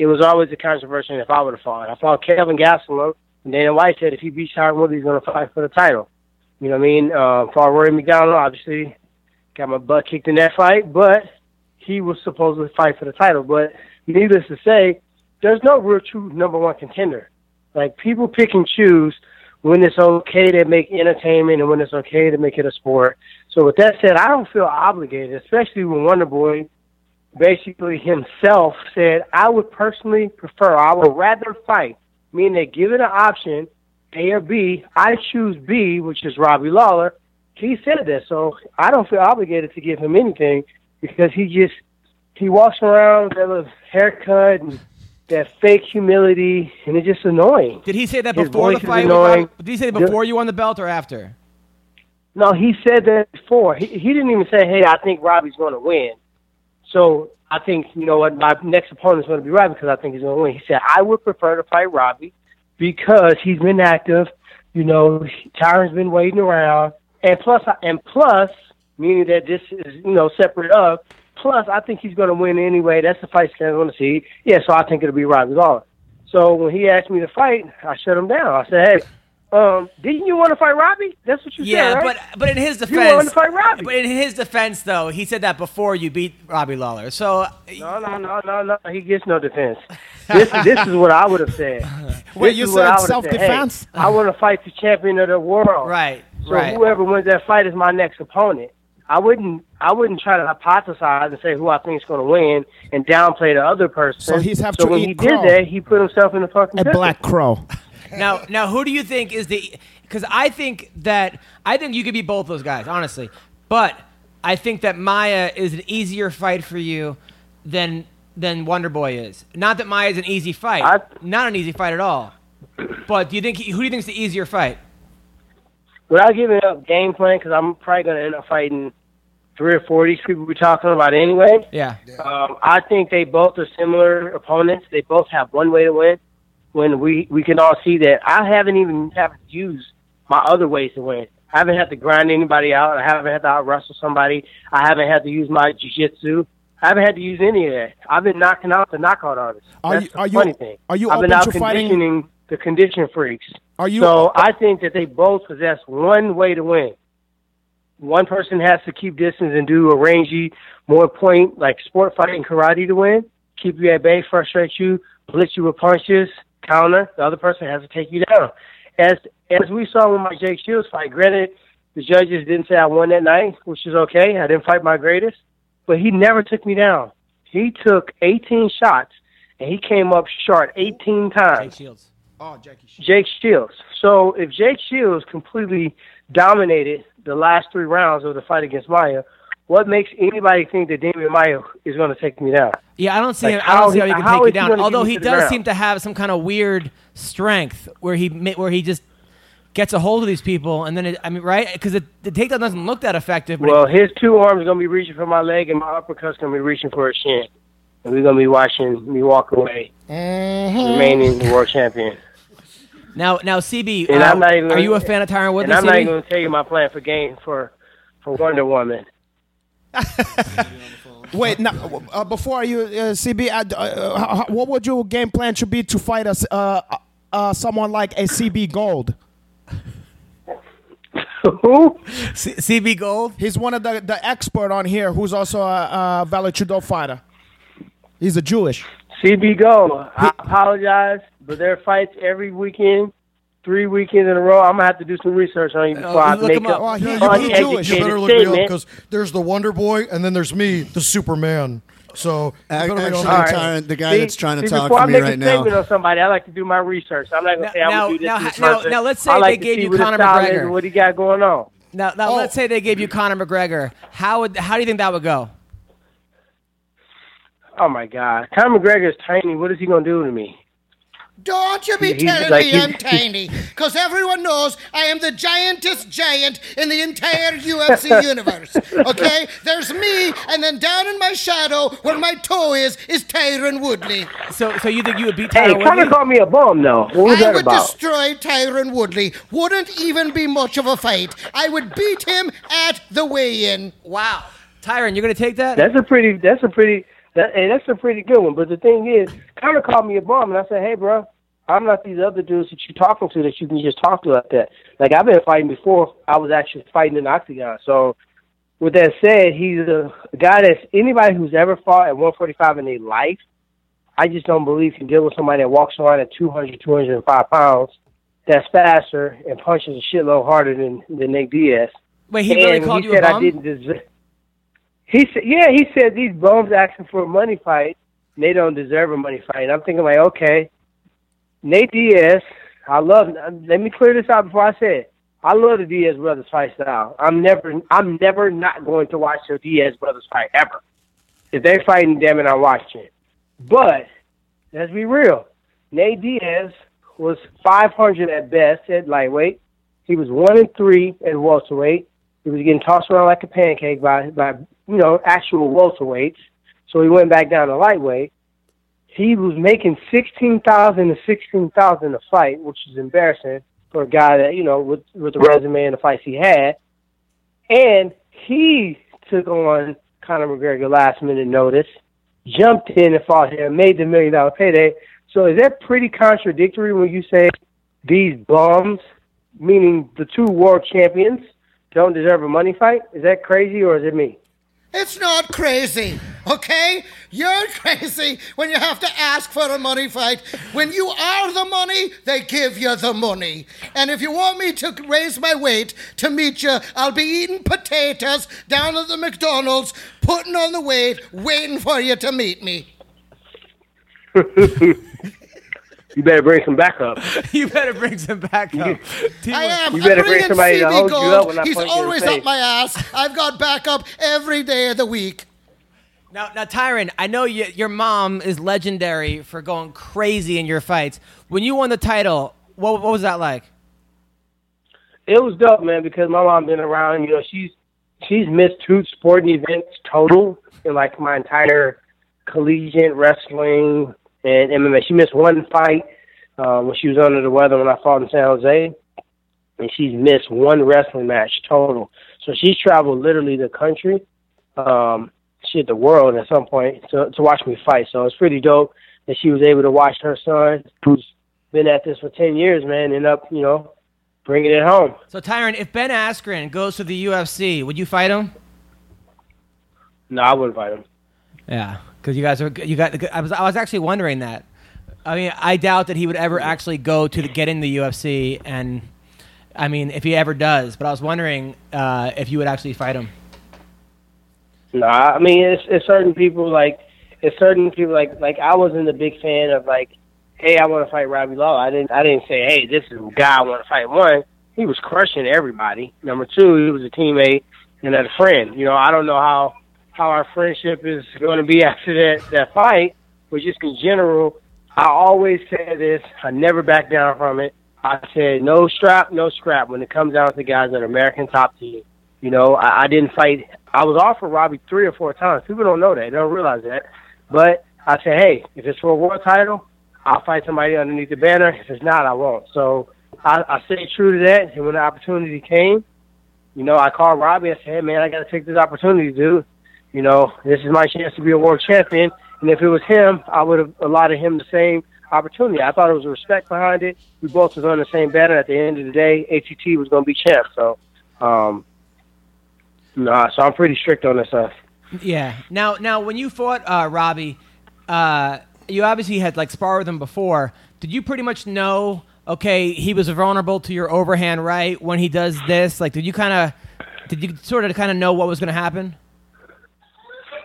S8: It was always a controversy if I would have fought. I fought Kevin Gastelum, and Dana White said if he beats Tyron Woodley, he's going to fight for the title. You know what I mean? Uh, fought Rory McDonald, obviously got my butt kicked in that fight, but he was supposed to fight for the title. But needless to say, there's no real true number one contender. Like people pick and choose when it's okay to make entertainment and when it's okay to make it a sport. So with that said, I don't feel obligated, especially when Wonder Boy basically himself said, I would personally prefer, I would rather fight, meaning they give it an option, A or B. I choose B, which is Robbie Lawler. He said that, so I don't feel obligated to give him anything because he just he walks around with that little haircut and that fake humility, and it's just annoying.
S1: Did he say that
S8: His
S1: before
S8: voice
S1: the
S8: is
S1: fight? with
S8: annoying.
S1: Rob- Did he say that
S8: Yeah.
S1: before you won the belt or after?
S8: No, he said that before. He, he didn't even say, "Hey, I think Robbie's going to win." So I think you know what my next opponent's going to be Robbie because I think he's going to win. He said, "I would prefer to fight Robbie because he's been active. You know, Tyron's been waiting around, and plus, and plus, meaning that this is you know separate of. Plus, I think he's going to win anyway. That's the fight fans want to see. Yeah, so I think it'll be Robbie Lawler. So when he asked me to fight, I shut him down. I said, "Hey." Um, didn't you want to fight Robbie? That's what you
S1: Yeah,
S8: said, right?
S1: but but in his
S8: You wanted
S1: defense,
S8: to fight Robbie.
S1: but in his defense though, he said that before you beat Robbie Lawler. So
S8: No, no, no, no, no. He gets no defense. This, this is what I would have said.
S6: <laughs> Wait,
S8: This
S6: you
S8: is what
S6: said
S8: I would have
S6: self-defense?
S8: Hey, I want to fight the champion of the world.
S1: right,
S8: So
S1: right.
S8: whoever wins that fight is my next opponent. I wouldn't. I wouldn't try to hypothesize and say who I think is going to win and downplay the other person.
S6: So he's have to
S8: when
S6: eat
S8: he
S6: crow.
S8: did that, he put himself in the fucking
S6: A
S8: pistol.
S6: black crow.
S8: <laughs>
S1: Now, now, who do you think is the? Because I think that I think you could be both those guys, honestly. But I think that Maya is an easier fight for you than than Wonder Boy is. Not that Maya's an easy fight.
S8: I-
S1: Not an easy fight at all. But do you think who do you think's the easier fight?
S8: without giving up game plan, because I'm probably going to end up fighting three or four of these people we're talking about anyway.
S1: Yeah.
S8: Um, I think they both are similar opponents. They both have one way to win. When we we can all see that I haven't even have used my other ways to win. I haven't had to grind anybody out. I haven't had to out wrestle somebody. I haven't had to use my jiu-jitsu. I haven't had to use any of that. I've been knocking out the knockout artists.
S6: Are
S8: That's
S6: you-
S8: the
S6: are you-
S8: funny thing.
S6: are you
S8: I've been
S6: open
S8: out
S6: to fighting-
S8: conditioning the condition freaks.
S6: Are you-
S8: So I think that they both possess one way to win one person has to keep distance and do a rangy, more point like sport fighting karate to win. Keep you at bay, frustrate you, blitz you with punches, counter. The other person has to take you down. As as we saw with my Jake Shields fight, granted, the judges didn't say I won that night, which is okay. I didn't fight my greatest, but he never took me down. He took 18 shots and he came up short 18 times.
S1: Shields.
S8: Jake Shields. So if Jake Shields completely dominated the last three rounds of the fight against Maya, what makes anybody think that Damian Maya is going to take me down?
S1: Yeah, I don't see
S8: Like,
S1: him. I don't
S8: how
S1: see how he
S8: he-
S1: can
S8: how
S1: take you
S8: is he
S1: down.
S8: gonna get
S1: Although
S8: you
S1: he
S8: to the
S1: does
S8: ground?
S1: seem to have some kind of weird strength where he ma- where he just gets a hold of these people and then it, I mean right because the takedown doesn't look that effective. But it-
S8: Well, his two arms are going to be reaching for my leg, and my uppercut's going to be reaching for his shin. And we're going to be watching me walk away, Mm-hmm. remaining the world champion.
S1: now now CB,
S8: And
S1: uh,
S8: I'm not even
S1: are
S8: gonna-
S1: you a fan of Tyron
S8: And
S1: Woodley?
S8: I'm not
S1: CB?
S8: even going to tell you my plan for game for for Wonder Woman.
S6: Wait, now, uh, before you, uh, CB, uh, uh, h- h- what would your game plan should be to fight us, uh, uh, someone like a CB Gold?
S8: <laughs> Who?
S1: C- CB Gold.
S6: He's one of the, the expert on here who's also a, a Valechudo fighter. He's a Jewish.
S8: CB Go. Oh, I apologize, but their fights every weekend, three weekends in a row. I'm gonna have to do some research on you
S4: Uh,
S8: before I
S1: look
S8: make
S1: him
S8: up.
S1: up. Oh,
S4: Yeah,
S1: he-
S4: you,
S8: Oh,
S4: better
S8: yeah,
S4: do it. You
S8: yeah,
S4: better
S8: yeah,
S4: look me up
S8: statement.
S4: because there's the Wonder Boy, and then there's me, the Superman. So you better
S3: Ac-
S4: make
S3: Actually,
S4: sure-
S8: All right.
S3: Tyron, the guy
S8: See-
S3: that's trying to
S8: see,
S3: talk
S8: before
S3: for
S8: I
S3: me
S8: make
S3: right
S8: a statement
S3: now.
S8: on somebody, I like to do my research. I'm not gonna
S1: Now-
S8: say I'm
S1: now-
S8: gonna do this.
S1: now-
S8: to this
S1: now-
S8: person.
S1: now let's say
S8: I like
S1: they
S8: to
S1: gave
S8: see
S1: you
S8: what his
S1: Conor
S8: style is
S1: McGregor.
S8: and what he got going on.
S1: Now, now
S4: Oh.
S1: let's say they gave you Conor McGregor. How would how do you think that would go?
S8: Oh my God, Conor McGregor is tiny. What is he gonna do to me?
S2: Don't you be
S8: He's
S2: telling
S8: like-
S2: me I'm tiny, because everyone knows I am the giantest giant in the entire
S8: <laughs>
S2: UFC universe. Okay? There's me, and then down in my shadow, where my toe is, is Tyron Woodley.
S1: So so you think you would beat
S8: Hey,
S1: Tyron
S8: Conor
S1: Woodley?
S8: called me a bum though. What was
S2: I
S8: that
S2: would
S8: about?
S2: destroy Tyron Woodley. Wouldn't even be much of a fight. I would beat him at the weigh-in.
S1: Wow, Tyron, you're gonna take that?
S8: That's a pretty. That's a pretty. That, hey, that's a pretty good one. But the thing is, Connor called me a bum, and I said, "Hey, bro, I'm not these other dudes that you're talking to that you can just talk to like that. Like I've been fighting before. I was actually fighting in the octagon. So, with that said, he's a guy that's anybody who's ever fought at 145 in their life. I just don't believe can deal with somebody that walks around at 200, 205 pounds. That's faster and punches a shitload harder than than Nick Diaz.
S1: Wait, he really
S8: And
S1: called
S8: he
S1: you a
S8: said I
S1: bum?
S8: didn't deserve. He said, "Yeah, he said these bums asking for a money fight, and they don't deserve a money fight." And I'm thinking like, okay, Nate Diaz, I love. Let me clear this out before I say it. I love the Diaz brothers fight style. I'm never, I'm never not going to watch the Diaz brothers fight ever. If they're fighting, damn it, I'm watching it. But let's be real. Nate Diaz was 500 at best at lightweight. He was one and three at welterweight. He was getting tossed around like a pancake by by you know actual welterweights. So he went back down to lightweight. He was making sixteen thousand to sixteen thousand a fight, which is embarrassing for a guy that you know with with the resume and the fights he had. And he took on Conor McGregor last minute notice, jumped in and fought him, made the million dollar payday. So is that pretty contradictory when you say these bums, meaning the two world champions, don't deserve a money fight? Is that crazy or is it me? <laughs>
S2: It's not crazy, okay? You're <laughs> crazy when you have to ask for a money fight. When you are the money, they give you the money. And if you want me to raise my weight to meet you, I'll be eating potatoes down at the McDonald's, putting on the weight, waiting for you to meet me.
S8: You better bring some backup.
S1: <laughs> you better bring some back up.
S2: I
S8: <laughs>
S2: am.
S8: You better
S2: I'm bringing
S8: bring somebody to
S2: CB
S8: hold you
S2: Gold.
S8: up when I
S2: He's
S8: punch you in the
S2: always
S8: face.
S2: up my ass. I've got backup every day of the week.
S1: Now, now, Tyron, I know you, your mom is legendary for going crazy in your fights. When you won the title, what, what was that like?
S8: it was dope, man, because my mom been around. You know, she's she's missed two sporting events total in like my entire collegiate wrestling and MMA. She missed one fight uh, when she was under the weather when I fought in San Jose, and she's missed one wrestling match total. So she's traveled literally the country, um, shit, the world at some point to, to watch me fight. So it's pretty dope that she was able to watch her son, who's been at this for ten years, man, end up you know bringing it home.
S1: So, Tyron, if Ben Askren goes to the UFC, would you fight him?
S8: No, I wouldn't fight him.
S1: Yeah, because you guys are you got. I was I was actually wondering that. I mean, I doubt that he would ever actually go to the, get in the UFC, and I mean, if he ever does. But I was wondering uh, if you would actually fight him.
S8: No, I mean it's it's certain people like it's certain people like like I wasn't a big fan of like, hey, I want to fight Robbie Law. I didn't I didn't say hey, this is the guy I want to fight. One, he was crushing everybody. Number two, he was a teammate and a friend. You know, I don't know how how our friendship is going to be <laughs> after that that fight, but just in general, I always said this. I never back down from it. I said no strap, no scrap when it comes down to guys that are American top team. You know, I, I didn't fight. I was offered Robbie three or four times. People don't know that. They don't realize that. But I said, hey, if it's for a world title, I'll fight somebody underneath the banner. If it's not, I won't. So I, I stayed true to that. And when the opportunity came, you know, I called Robbie. I said, hey, man, I got to take this opportunity, dude. You know, this is my chance to be a world champion. And if it was him, I would have allotted him the same opportunity. I thought it was respect behind it. We both was on the same banner. At the end of the day, ATT was going to be champ. So, um, Nah, so I'm pretty strict on this stuff.
S1: Yeah. Now, now, when you fought uh, Robbie, uh, you obviously had like sparred with him before. Did you pretty much know? Okay, he was vulnerable to your overhand right when he does this. Like, did you kind of, did you sort of kind of know what was going to happen?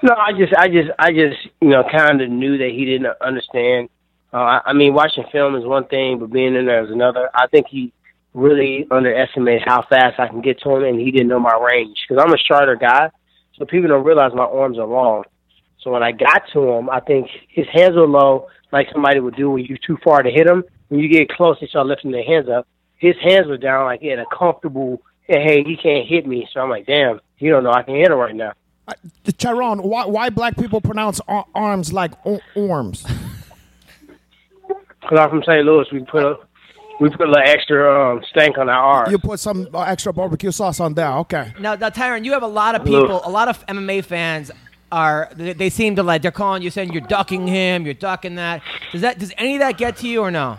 S8: No, I just, I just, I just, you know, kind of knew that he didn't understand. Uh, I, I mean, watching film is one thing, but being in there is another. I think he really underestimated how fast I can get to him, and he didn't know my range because I'm a shorter guy, so people don't realize my arms are long. So when I got to him, I think his hands were low, like somebody would do when you're too far to hit him. When you get close, they start lifting their hands up. His hands were down, like in a comfortable. Hey, he can't hit me. So I'm like, damn, you don't know I can hit him right now.
S6: Uh, Chiron, why, why black people pronounce ar- arms like o- orms?
S8: Cause I'm from St. Louis. We put a we put a little extra um, stank on our R.
S6: You put some uh, extra barbecue sauce on there. Okay.
S1: Now, now, Tyron, you have a lot of
S8: Hello.
S1: people, a lot of MMA fans are. They, they seem to like they're calling you saying you're ducking him, you're ducking that. Does that does any of that get to you or no?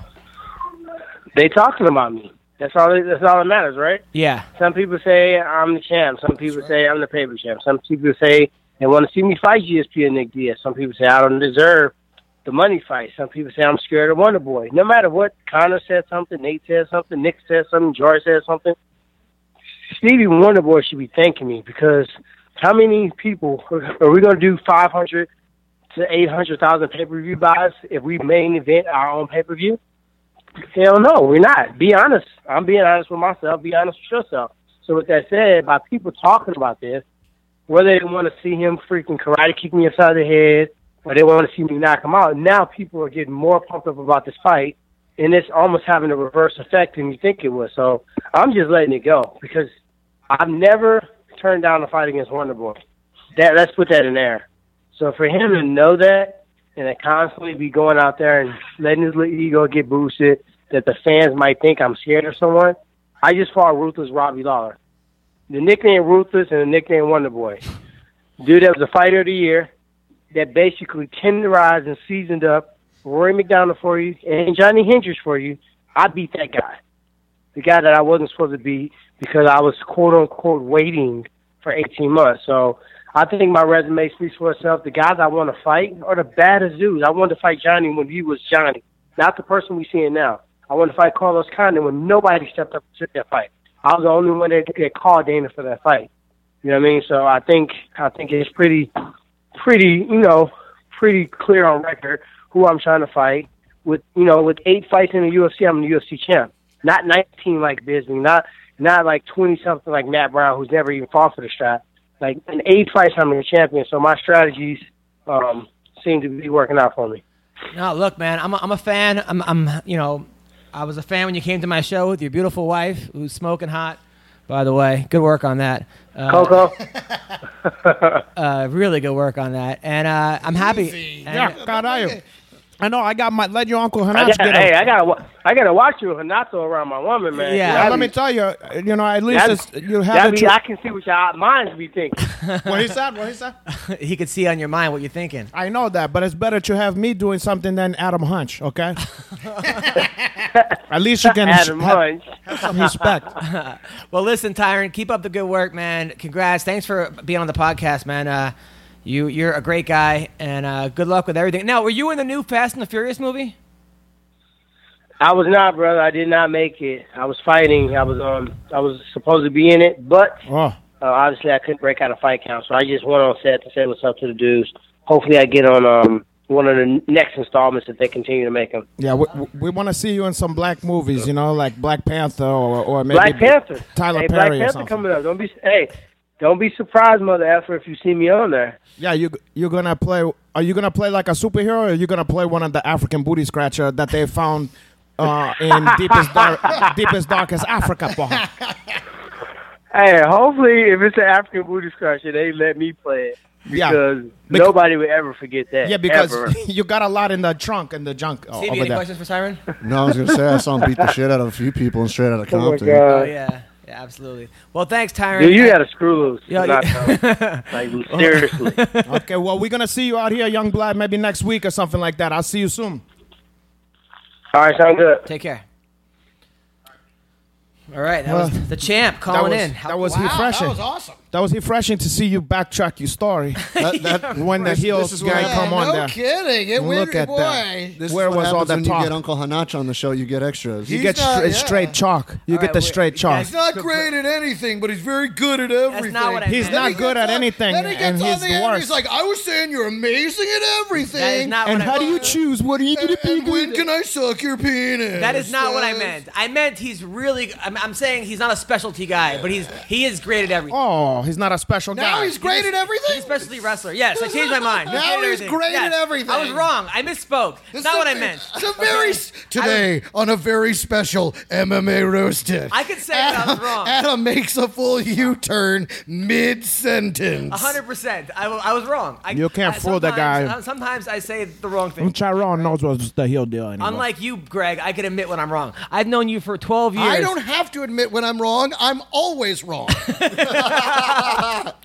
S8: They talking about me. That's all. That's all that matters, right?
S1: Yeah.
S8: Some people say I'm the champ. Some people say I'm the paper champ. Some people say they want to see me fight E GSP and Nick Diaz. Some people say I don't deserve the money fight. Some people say I'm scared of Wonder Boy. No matter what, Connor said something, Nate said something, Nick said something, George said something. Stevie Wonder Boy should be thanking me because how many people are we going to do 500 to 800,000 pay per view buys if we main event our own pay per view? Hell no, we're not. Be honest. I'm being honest with myself. Be honest with yourself. So with that said, by people talking about this, whether they want to see him freaking karate kick me upside the head or they want to see me knock him out, now people are getting more pumped up about this fight, and it's almost having a reverse effect than you think it was. So I'm just letting it go because I've never turned down a fight against Wonder Boy. That let's put that in there. So for him to know that and to constantly be going out there and letting his little ego get boosted, that the fans might think I'm scared of someone, I just fought ruthless Robbie Lawler. The nickname Ruthless and the nickname Wonder Boy. Dude that was a fighter of the year that basically tenderized and seasoned up Rory McDonald for you and Johnny Hendricks for you. I beat that guy. The guy that I wasn't supposed to beat because I was quote unquote waiting for 18 months. So I think my resume speaks for itself. The guys I want to fight are the baddest dudes. I wanted to fight Johnny when he was Johnny, not the person we're seeing now. I wanted to fight Carlos Condon when nobody stepped up to that fight. I was the only one that, that called Dana for that fight. You know what I mean? So I think I think it's pretty pretty, you know, pretty clear on record who I'm trying to fight. With you know, with eight fights in the UFC, I'm the UFC champ. Not 19 like Bisbee, not not like 20 something like Matt Brown, who's never even fought for the strap. Like in eight fights, I'm the champion. So my strategies um, seemed to be working out for me.
S1: No, look, man, I'm a, I'm a fan. I'm, I'm, you know, I was a fan when you came to my show with your beautiful wife, who's smoking hot, by the way. Good work on that. Uh,
S8: Coco,
S1: <laughs> uh, really good work on that. And uh, I'm happy. And-
S6: Yeah, God, I, I know. I got my let your uncle
S8: I
S6: Hanach
S8: got,
S6: get
S8: hey,
S6: him.
S8: I gotta, wa- I gotta watch you, Hanato, around my woman, man.
S1: Yeah,
S8: That'd
S6: Let me
S8: be-
S6: tell you, you know, at least
S8: that'd
S6: it's, you have
S8: that'd
S6: the
S8: be,
S6: truth.
S8: I can see what your minds be
S6: <laughs>
S8: thinking.
S6: What he said, what he said.
S1: <laughs> he could see on your mind what you're thinking.
S6: I know that, but it's better to have me doing something than Adam Hunch,
S8: <laughs>
S6: okay? At least you can
S8: Adam
S6: have-
S8: Hunch.
S6: have some respect.
S1: <laughs> Well, listen, Tyron, keep up the good work, man. Congrats. Thanks for being on the podcast, man. Uh, you, you're a great guy, and uh, good luck with everything. Now, were you in the new Fast and the Furious movie?
S8: I was not, brother. I did not make it. I was fighting. I was, um, I was supposed to be in it, but
S6: Oh,
S8: uh, obviously I couldn't break out a fight count, so I just went on set to say what's up to the dudes. Hopefully, I get on um one of the next installments if they continue to make them.
S6: yeah, we, we want to see you in some black movies, you know, like Black Panther or, or maybe
S8: Black Panther.
S6: Tyler
S8: hey,
S6: Perry
S8: Black
S6: or
S8: Panther
S6: something.
S8: coming up. Don't be hey, don't be surprised, mother effer, if you see me on there.
S6: Yeah, you you're gonna play. Are you gonna play like a superhero, or are you gonna play one of the African booty scratcher that they found uh,
S8: <laughs>
S6: in deepest dark, deepest darkest Africa? Poha?
S8: Hey, hopefully, if it's an African booty scratcher, they let me play it
S6: Yeah.
S8: because
S6: Bec-
S8: nobody would ever forget that.
S6: Yeah, because <laughs>
S8: ever.
S6: you got a lot in the trunk and the junk o-
S1: Stevie,
S6: over
S1: any
S6: there.
S1: questions for Tyron?
S3: No, I was gonna say I saw
S1: <laughs>
S3: him beat the shit out of a few people and straight out of
S8: oh my
S3: Compton.
S8: god,
S1: oh, yeah. Yeah, absolutely. Well, thanks, Tyron.
S8: dude, you got to screw loose.
S1: Yeah,
S8: Not-
S1: yeah. <laughs>
S8: like seriously.
S6: Okay, well, we're gonna see you out here, young blood, maybe next week or something like that. I'll see you soon.
S8: All right, sound good.
S1: Take care. All right, that was the champ
S6: That
S1: calling
S6: was,
S1: in. How-
S6: that was
S2: Wow,
S6: refreshing.
S2: that was awesome.
S6: That was refreshing to see you backtrack
S1: <laughs>
S6: your story
S2: <laughs>
S3: That, that,
S6: when the
S3: this-
S6: heels
S3: this is
S6: guy
S3: what
S6: come
S2: no
S6: on there.
S2: kidding. It went,
S6: Look at
S2: boy.
S6: that.
S3: This
S6: Where
S3: is what
S6: was all
S3: happens
S6: the
S3: when
S6: talk?
S3: you get Uncle Hanach on the show, you get extras.
S6: You get
S2: not-
S6: stra-
S2: yeah.
S6: straight chalk. You get
S1: right,
S6: the
S1: wait,
S6: straight
S1: you
S6: chalk.
S1: guys-
S2: He's not great at anything, but he's very good at everything.
S1: not what I
S6: He's
S1: meant.
S6: not
S2: Then he
S6: good at
S2: gets on-
S6: anything,
S2: Then he gets
S6: and
S2: on
S6: he's
S2: the
S6: the
S2: air and he's
S6: worst.
S2: like, "I was saying you're amazing at everything."
S1: That is not
S6: And
S1: what I
S6: how do you
S1: meant.
S6: choose? What are you going to be?
S2: And when can I suck your penis?
S1: That is not what I
S2: Uh,
S1: meant. I meant he's really. I'm, I'm saying he's not a specialty guy, but he's he is great at everything.
S6: Oh, he's not a special guy.
S2: Now he's great at everything.
S1: He's a specialty wrestler. Yes, I changed my mind. He's
S2: Now
S1: great at
S2: he's
S1: everything.
S2: great at
S1: Yes.
S2: everything.
S1: I was wrong. I misspoke. That's
S2: It's
S1: not
S2: a
S1: what I
S2: ve-
S1: meant.
S2: It's a very s- today on a very
S3: <laughs>
S2: special MMA roasted.
S1: I could say that I was wrong.
S2: Adam makes a full U-turn mid-sentence.
S1: hundred percent. I, wa- I was wrong. I,
S6: You can't
S1: I-
S6: fool the
S1: sometimes- uh,
S6: guy.
S1: Sometimes I say the wrong thing.
S6: Chiron knows what's the heel deal. Anyway.
S1: Unlike you, Greg, I can admit when I'm wrong. I've known you for 12 years.
S2: I don't have to admit when I'm wrong. I'm always
S1: <laughs>
S2: wrong.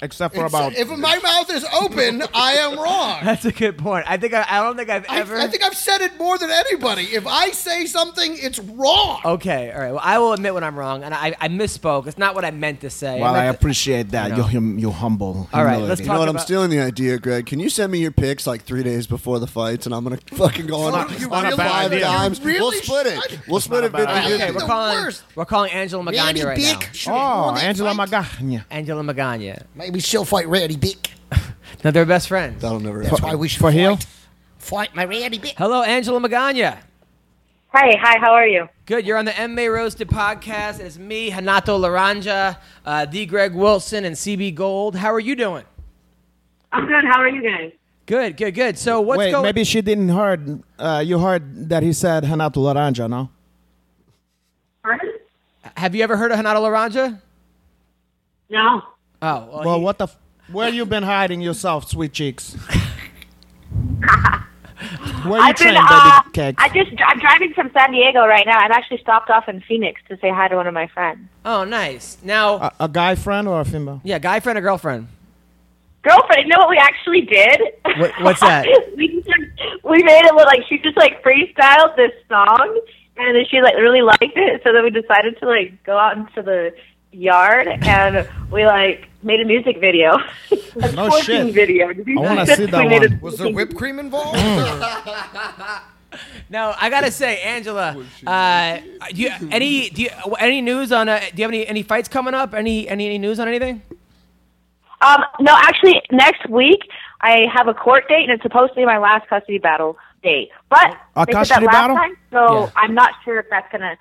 S6: except for about
S2: if my mouth is open, I am wrong.
S1: That's a good point. I think I, I don't think I've
S2: I,
S1: ever.
S2: I think I've said it more than anybody. If I say something, it's wrong.
S1: Okay, all right. Well, I will admit when I'm wrong, and I, I misspoke. It's not what I meant to say.
S6: Well,
S1: I
S6: I
S1: meant to-
S6: appreciate that. You're, hum- you're humble.
S1: All right,
S6: humility.
S1: let's
S3: You know
S1: talk
S3: what? I'm
S1: about-
S3: stealing the idea, Greg. Can you send me your picks like three days before the fights, and I'm gonna <laughs> fucking go on,
S2: not- you
S3: on
S2: really-
S3: a five
S2: you
S3: times.
S2: really
S3: we'll split
S2: should.
S3: it. We'll split it.
S6: not a bad
S3: 50-50.
S1: okay, we're
S2: the
S1: calling
S2: worst.
S1: we're calling Angela Magana
S2: Randy
S1: right
S2: Bick.
S1: now.
S2: should have
S6: Oh,
S2: won that
S6: Angela
S2: fight.
S6: Magana.
S1: Angela Magana.
S2: Maybe she'll fight Randy Bick.
S1: No, they're best friends.
S3: That'll never
S2: That's
S3: happen.
S2: why we should
S6: For
S2: fight.
S6: heel?
S2: Fight my Randy Bick.
S1: Hello, Angela Magana.
S9: Hi, hi, how are you?
S1: Good. You're on the MMA Roasted podcast. It's me, Hanato Laranja, uh, D. Greg Wilson, and CB Gold. How are you doing?
S9: I'm good. How are you guys?
S1: Good, good, good. So what's
S6: Wait,
S1: going?
S6: maybe she didn't heard. Uh, you heard that he said Hanato Laranja, no?
S9: Pardon?
S1: Have you ever heard of Hanato Laranja?
S9: No.
S1: Oh, well,
S6: Well,
S1: he-
S6: what the? F- where you been hiding yourself,
S1: <laughs>
S6: sweet cheeks? where you
S9: I've been.
S6: trained,
S9: Uh,
S6: baby cake?
S9: I just I'm driving from San Diego right now. I've actually stopped off in Phoenix to say hi to one of my friends.
S1: Oh, nice. Now,
S6: a, a guy friend or a female?
S1: yeah, guy friend or girlfriend?
S9: Girlfriend, you know what we actually did?
S1: What- what's that?
S9: <laughs> we just, we made it look like she just like freestyled this song, and then she like really liked it. So then we decided to like go out into the yard and we like made a music video. <laughs>
S1: Oh,
S9: a
S6: No
S9: twerking
S6: shit.
S9: Video.
S6: I wanna see that
S9: We made a
S6: one. Mm.
S2: Was there whipped cream involved? Or-
S1: No, I gotta say, Angela, uh, do you, any do you, any news on? Uh, do you have any any fights coming up? Any any, any news on anything?
S9: Um, no, actually, next week I have a court date, and it's supposed to be my last custody battle date. But
S6: A
S9: they said
S6: custody
S9: that last
S6: battle?
S9: time, so
S1: Yeah.
S9: I'm not sure if that's gonna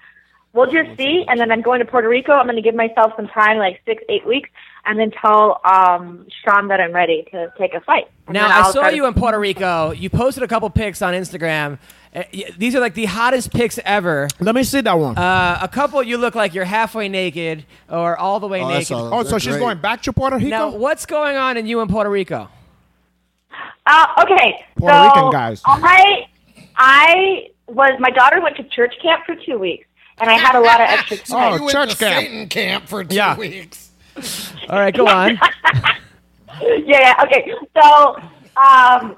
S9: we'll just see. And then I'm going to Puerto Rico. I'm going to give myself some time, like six, eight weeks, and then tell um, Sean that I'm ready to take a fight. And
S1: Now
S9: then
S1: I
S9: I'll
S1: saw
S9: start-
S1: you in Puerto Rico. You posted a couple pics on Instagram. Uh, y- These are like the hottest pics ever.
S6: Let me see that one.
S1: Uh, a couple, you look like you're halfway naked or all the way
S3: Oh, I
S1: naked.
S3: saw that.
S6: oh, so
S3: They're
S6: she's
S3: great.
S6: going back to Puerto Rico.
S1: Now, what's going on in you in Puerto Rico?
S9: Uh, okay.
S6: Puerto
S9: so,
S6: Rican guys.
S9: I, I was, my daughter went to church camp for two weeks, and I had a lot of
S2: <laughs>
S4: <laughs>
S9: extra time.
S6: Oh,
S2: you went
S6: church
S2: to
S6: camp.
S2: Satan camp for two
S6: Yeah.
S2: weeks.
S1: All right,
S9: <laughs>
S1: go on.
S9: yeah, yeah. Okay. So, um,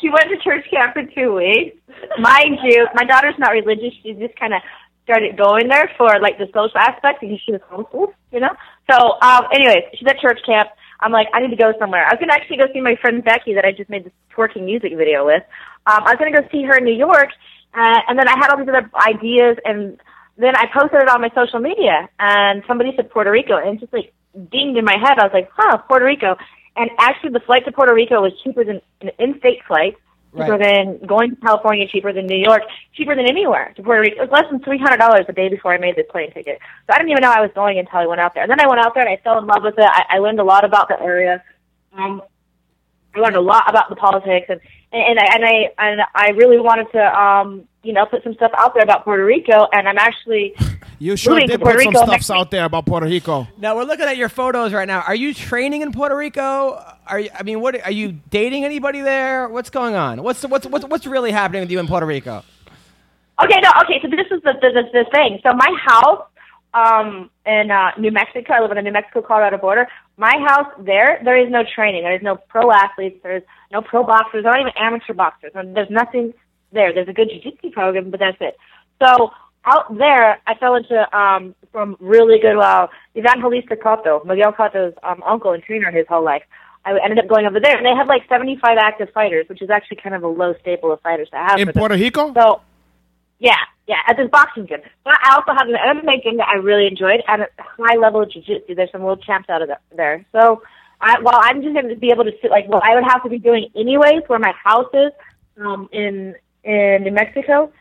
S9: she went to church camp for two weeks. Mind you, my daughter's not religious. She just kind of started going there for like the social aspect because she was homeschooled, you know? So, um, anyways, she's at church camp. I'm like, I need to go somewhere. I was going to actually go see my friend Becky that I just made this twerking music video with. Um, I was going to go see her in New York. Uh, and then I had all these other ideas and then I posted it on my social media, and somebody said Puerto Rico, and it just like dinged in my head. I was like, huh, Puerto Rico. And actually, the flight to Puerto Rico was cheaper than an in-state flight, cheaper
S1: Right.
S9: than going to California, cheaper than New York, cheaper than anywhere to Puerto Rico. It was less than three hundred dollars the day before I made the plane ticket. So I didn't even know I was going until I went out there. And then I went out there and I fell in love with it. I, I learned a lot about the area. Um, I learned a lot about the politics and and, and I and I and I really wanted to um you know put some stuff out there about Puerto Rico and I'm actually
S6: <laughs> you sure
S9: moving to
S6: did put
S9: Puerto
S6: some
S9: Rico
S6: stuffs
S9: next
S6: out there about Puerto Rico.
S1: Now we're looking at your photos right now. Are you training in Puerto Rico? Are you, I mean, what are you dating anybody there? What's going on? What's what's what's, what's really happening with you in
S9: <laughs>
S1: Puerto Rico?
S9: Okay, no, okay. So this is the the, the, the thing. So my house um, in uh, New Mexico, I live on the New Mexico Colorado border. My house there, there is no training. There is no pro athletes. There's no pro boxers. There aren't even amateur boxers. And There's nothing there. There's a good jiu-jitsu program, but that's it. So out there, I fell into um, some really good. Uh, Evangelista Cotto, Miguel Cotto's um, uncle and trainer his whole life. I ended up going over there, and they had like 75 active fighters, which is actually kind of a low staple of fighters to have.
S6: In
S9: for them.
S6: Puerto Rico?
S9: So, yeah, yeah, at this boxing gym. But I also have an MMA gym that I really enjoyed and a high level of jiu-jitsu. There's some world champs out of the, there. So, I, while I'm just going to be able to sit, like, well, I would have to be doing anyways where my house is um, in in New Mexico.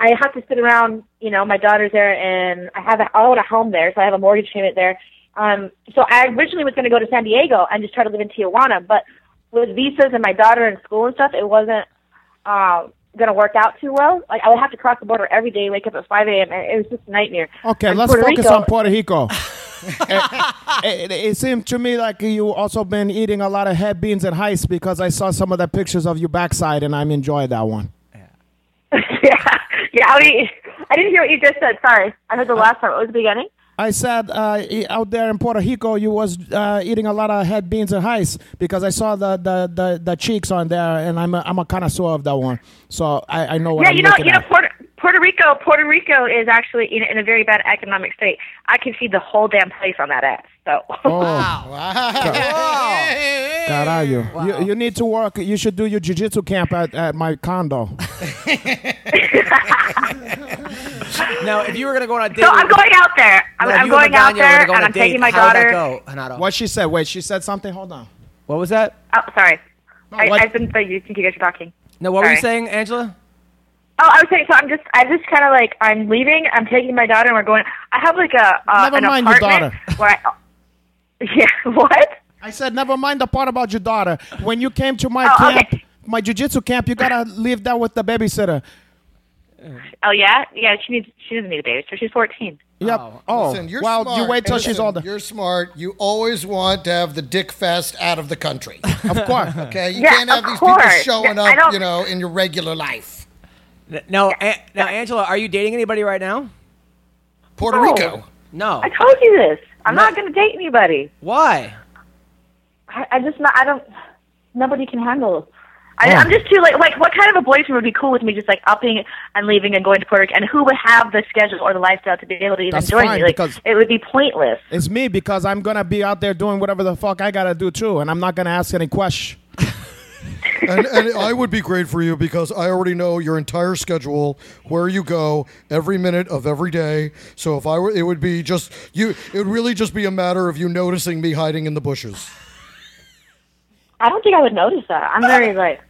S9: I have to sit around, you know, my daughter's there, and I have a, I own a home there, so I have a mortgage payment there. Um, so I originally was going to go to San Diego and just try to live in Tijuana, but with visas and my daughter in school and stuff, it wasn't uh, going to work out too well. Like I would have to cross the border every day, wake up at 5 a.m. and It was just a nightmare.
S6: Okay,
S9: And
S6: let's
S9: Puerto
S6: focus
S9: Rico-
S6: on
S9: <laughs>
S6: Puerto Rico. <laughs> it, it, it seemed to me like you also been eating a lot of head beans and heist because I saw some of the pictures of your backside and I'm enjoying that one.
S9: yeah, <laughs> yeah. I, mean, I didn't hear what you just said. Sorry, I heard the
S6: Uh,
S9: last part. What was the beginning?
S6: I said uh, e- out there in Puerto Rico, you was uh, eating a lot of head beans and heist because I saw the, the, the, the cheeks on there, and I'm a, I'm a connoisseur of that one, so I, I know what
S9: yeah,
S6: I'm
S9: you know,
S6: looking
S9: you know,
S6: at.
S9: Puerto, Puerto Rico, Puerto Rico is actually in, in a very bad economic state. I can see the whole damn place on that ass. So.
S6: Oh.
S9: <laughs>
S6: Carajo. You, you need to work. You should do your jiu-jitsu camp at, at my condo.
S1: Now, if you were gonna go on a date,
S9: So I'm going out there. I'm,
S1: No, if
S9: I'm
S1: you were
S9: going out
S1: Magana, you were
S9: there,
S1: gonna go on
S9: and
S1: a
S9: I'm taking
S1: date,
S9: my
S1: how would that
S9: daughter.
S1: go, Hanato?
S6: What she said? Wait, she said something. Hold on.
S1: What was that?
S9: <laughs> Oh, sorry. I,
S6: what-
S9: I've been. so You think you guys are talking?
S1: No, what were you
S9: Sorry.
S1: saying, Angela?
S9: Oh, I was saying. So I'm just. I'm just kind of like. I'm leaving. I'm taking my daughter, and we're going. I have like a. Uh,
S6: Never
S9: an
S6: mind your
S9: apartment <laughs> Where I, <laughs> yeah. What?
S6: I said, never mind the part about your daughter. When you came to my
S9: Oh,
S6: camp,
S9: okay.
S6: my jiu-jitsu camp, you gotta leave that with the babysitter.
S9: Oh yeah. Yeah. She needs. She doesn't need a baby. So she's 14.
S6: Yep.
S1: Oh.
S6: Oh,
S4: Listen, you're
S6: well,
S4: smart.
S6: you wait till
S4: Listen,
S6: she's older.
S4: You're smart. You always want to have the dick fest out of the country.
S6: Of course.
S4: Okay, you
S9: Yeah,
S4: can't have
S9: of
S4: these
S9: course.
S4: people showing
S9: Yeah, I
S4: up,
S9: don't-
S4: you know, in your regular life.
S1: N- No, An- now Angela, are you dating anybody right now?
S4: Puerto
S9: No.
S4: Rico.
S1: No.
S9: I told you this. I'm not going to date anybody.
S1: Why?
S9: I, I just not. I don't. Nobody can handle. I, I'm just too like like what kind of a boyfriend would be cool with me just like upping and leaving and going to Puerto Rico and who would have the schedule or the lifestyle to be able to even
S6: That's
S9: join
S6: fine,
S9: me? Like
S6: because-
S9: it would be pointless.
S6: It's me because I'm gonna be out there doing whatever the fuck I gotta do too, and I'm not gonna ask
S1: <laughs>
S6: any <laughs> question.
S4: and, and I would be great for you because I already know your entire schedule, where you go, every minute of every day. So if I were, it would be just you. It would really just be a matter of you noticing me hiding in the bushes.
S6: <laughs>
S9: I don't think I would notice that. I'm very like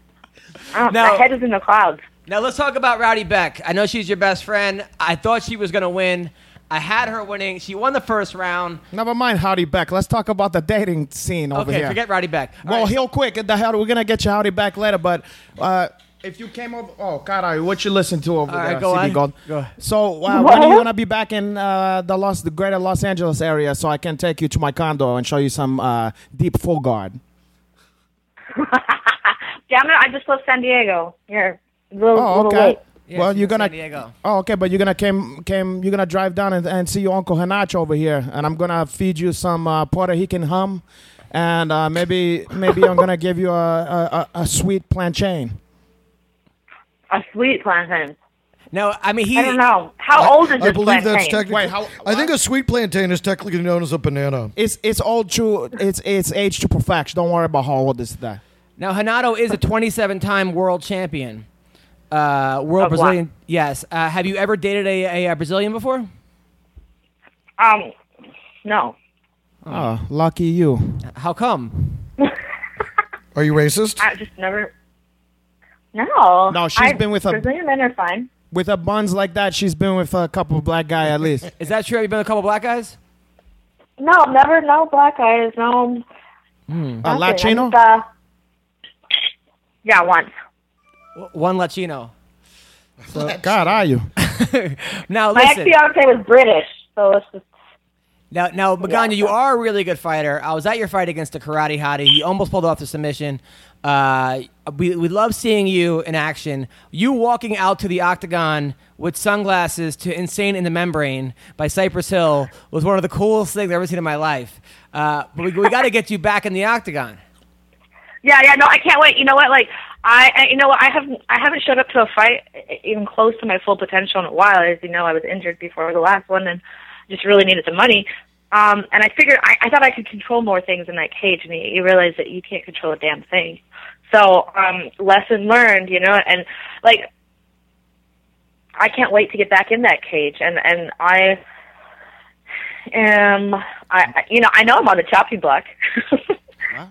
S9: I don't,
S1: Now-
S9: my head is in the clouds.
S1: Now let's talk about Rowdy Beck. I know she's your best friend. I thought she was gonna win. I had her winning. She won the first round.
S6: Never mind Howdy Beck. Let's talk about the dating scene over
S1: okay,
S6: here.
S1: forget Rowdy Beck. All
S6: Well,
S1: right,
S6: real quick, the hell, we're gonna get you Howdy back later, but uh, if you came over, oh God, I, what you listen to over
S1: All right,
S6: there?
S1: go
S6: CD
S1: on.
S6: Gold?
S1: Go ahead.
S6: So uh, when are you gonna be back in uh, the Los, the greater Los Angeles area, so I can take you to my condo and show you some uh, deep full guard?
S9: Damn it, I just left San Diego. You're a little,
S6: Oh,
S9: little
S6: okay.
S9: late.
S1: Yeah,
S6: well,
S1: she's
S6: you're
S1: in San
S6: gonna.
S1: Diego.
S6: Oh, okay, but you're gonna came came. You're gonna drive down and, and see your uncle Hanach over here, and I'm gonna feed you some uh, Puerto Rican hum, and uh, maybe maybe I'm gonna give you a a, a, a sweet plantain.
S9: A sweet plantain.
S1: No, I mean he.
S9: I don't know. How old is
S4: I
S9: this
S4: believe that's
S9: plantain?
S4: technically.
S6: Wait, how-
S4: I think a sweet plantain is technically known as a banana.
S6: It's it's all true. It's it's age to perfection. Don't worry about how old is that.
S1: Now Hanato is a 27-time world champion. Uh, world
S9: Of what?
S1: Brazilian. Yes. Uh, have you ever dated a, a, uh Brazilian before?
S9: Um, no.
S6: Oh, lucky you.
S1: Hmm. How
S9: <laughs>
S1: come?
S4: Are you racist?
S9: I just never. No.
S6: No, she's
S9: I-
S6: been with a-
S9: Brazilian men are fine.
S6: With a buns like that, she's been with a couple of black guy at least.
S1: Is that true? Have you been with a couple black guys?
S9: No, never. No black eyes. No.
S1: Hmm.
S6: A
S9: nothing. I
S6: Latino?
S9: just, uh, yeah, once.
S1: W- One Latino.
S6: God, are you?
S1: <laughs> Now
S9: My
S1: listen.
S9: ex fiance was British, so it's just.
S1: Now, now, Magana, you are a really good fighter. I was at your fight against the Karate Hottie. He almost pulled off the submission. Uh, we, we love seeing you in action. You walking out to the octagon with sunglasses to Insane in the Membrane by Cypress Hill was one of the coolest things I've ever seen in my life. Uh, but we, we got to get you back in the octagon.
S9: Yeah, yeah, no, I can't wait. You know what? Like, I, I you know what? I haven't, I haven't showed up to a fight even close to my full potential in a while. As you know, I was injured before the last one, and just really needed the money. Um, and I figured, I, I thought I could control more things in that cage, and you, you realize that you can't control a damn thing. So, um, lesson learned, you know, and like, I can't wait to get back in that cage, and and I am, I, I- you know, I know I'm on the chopping block.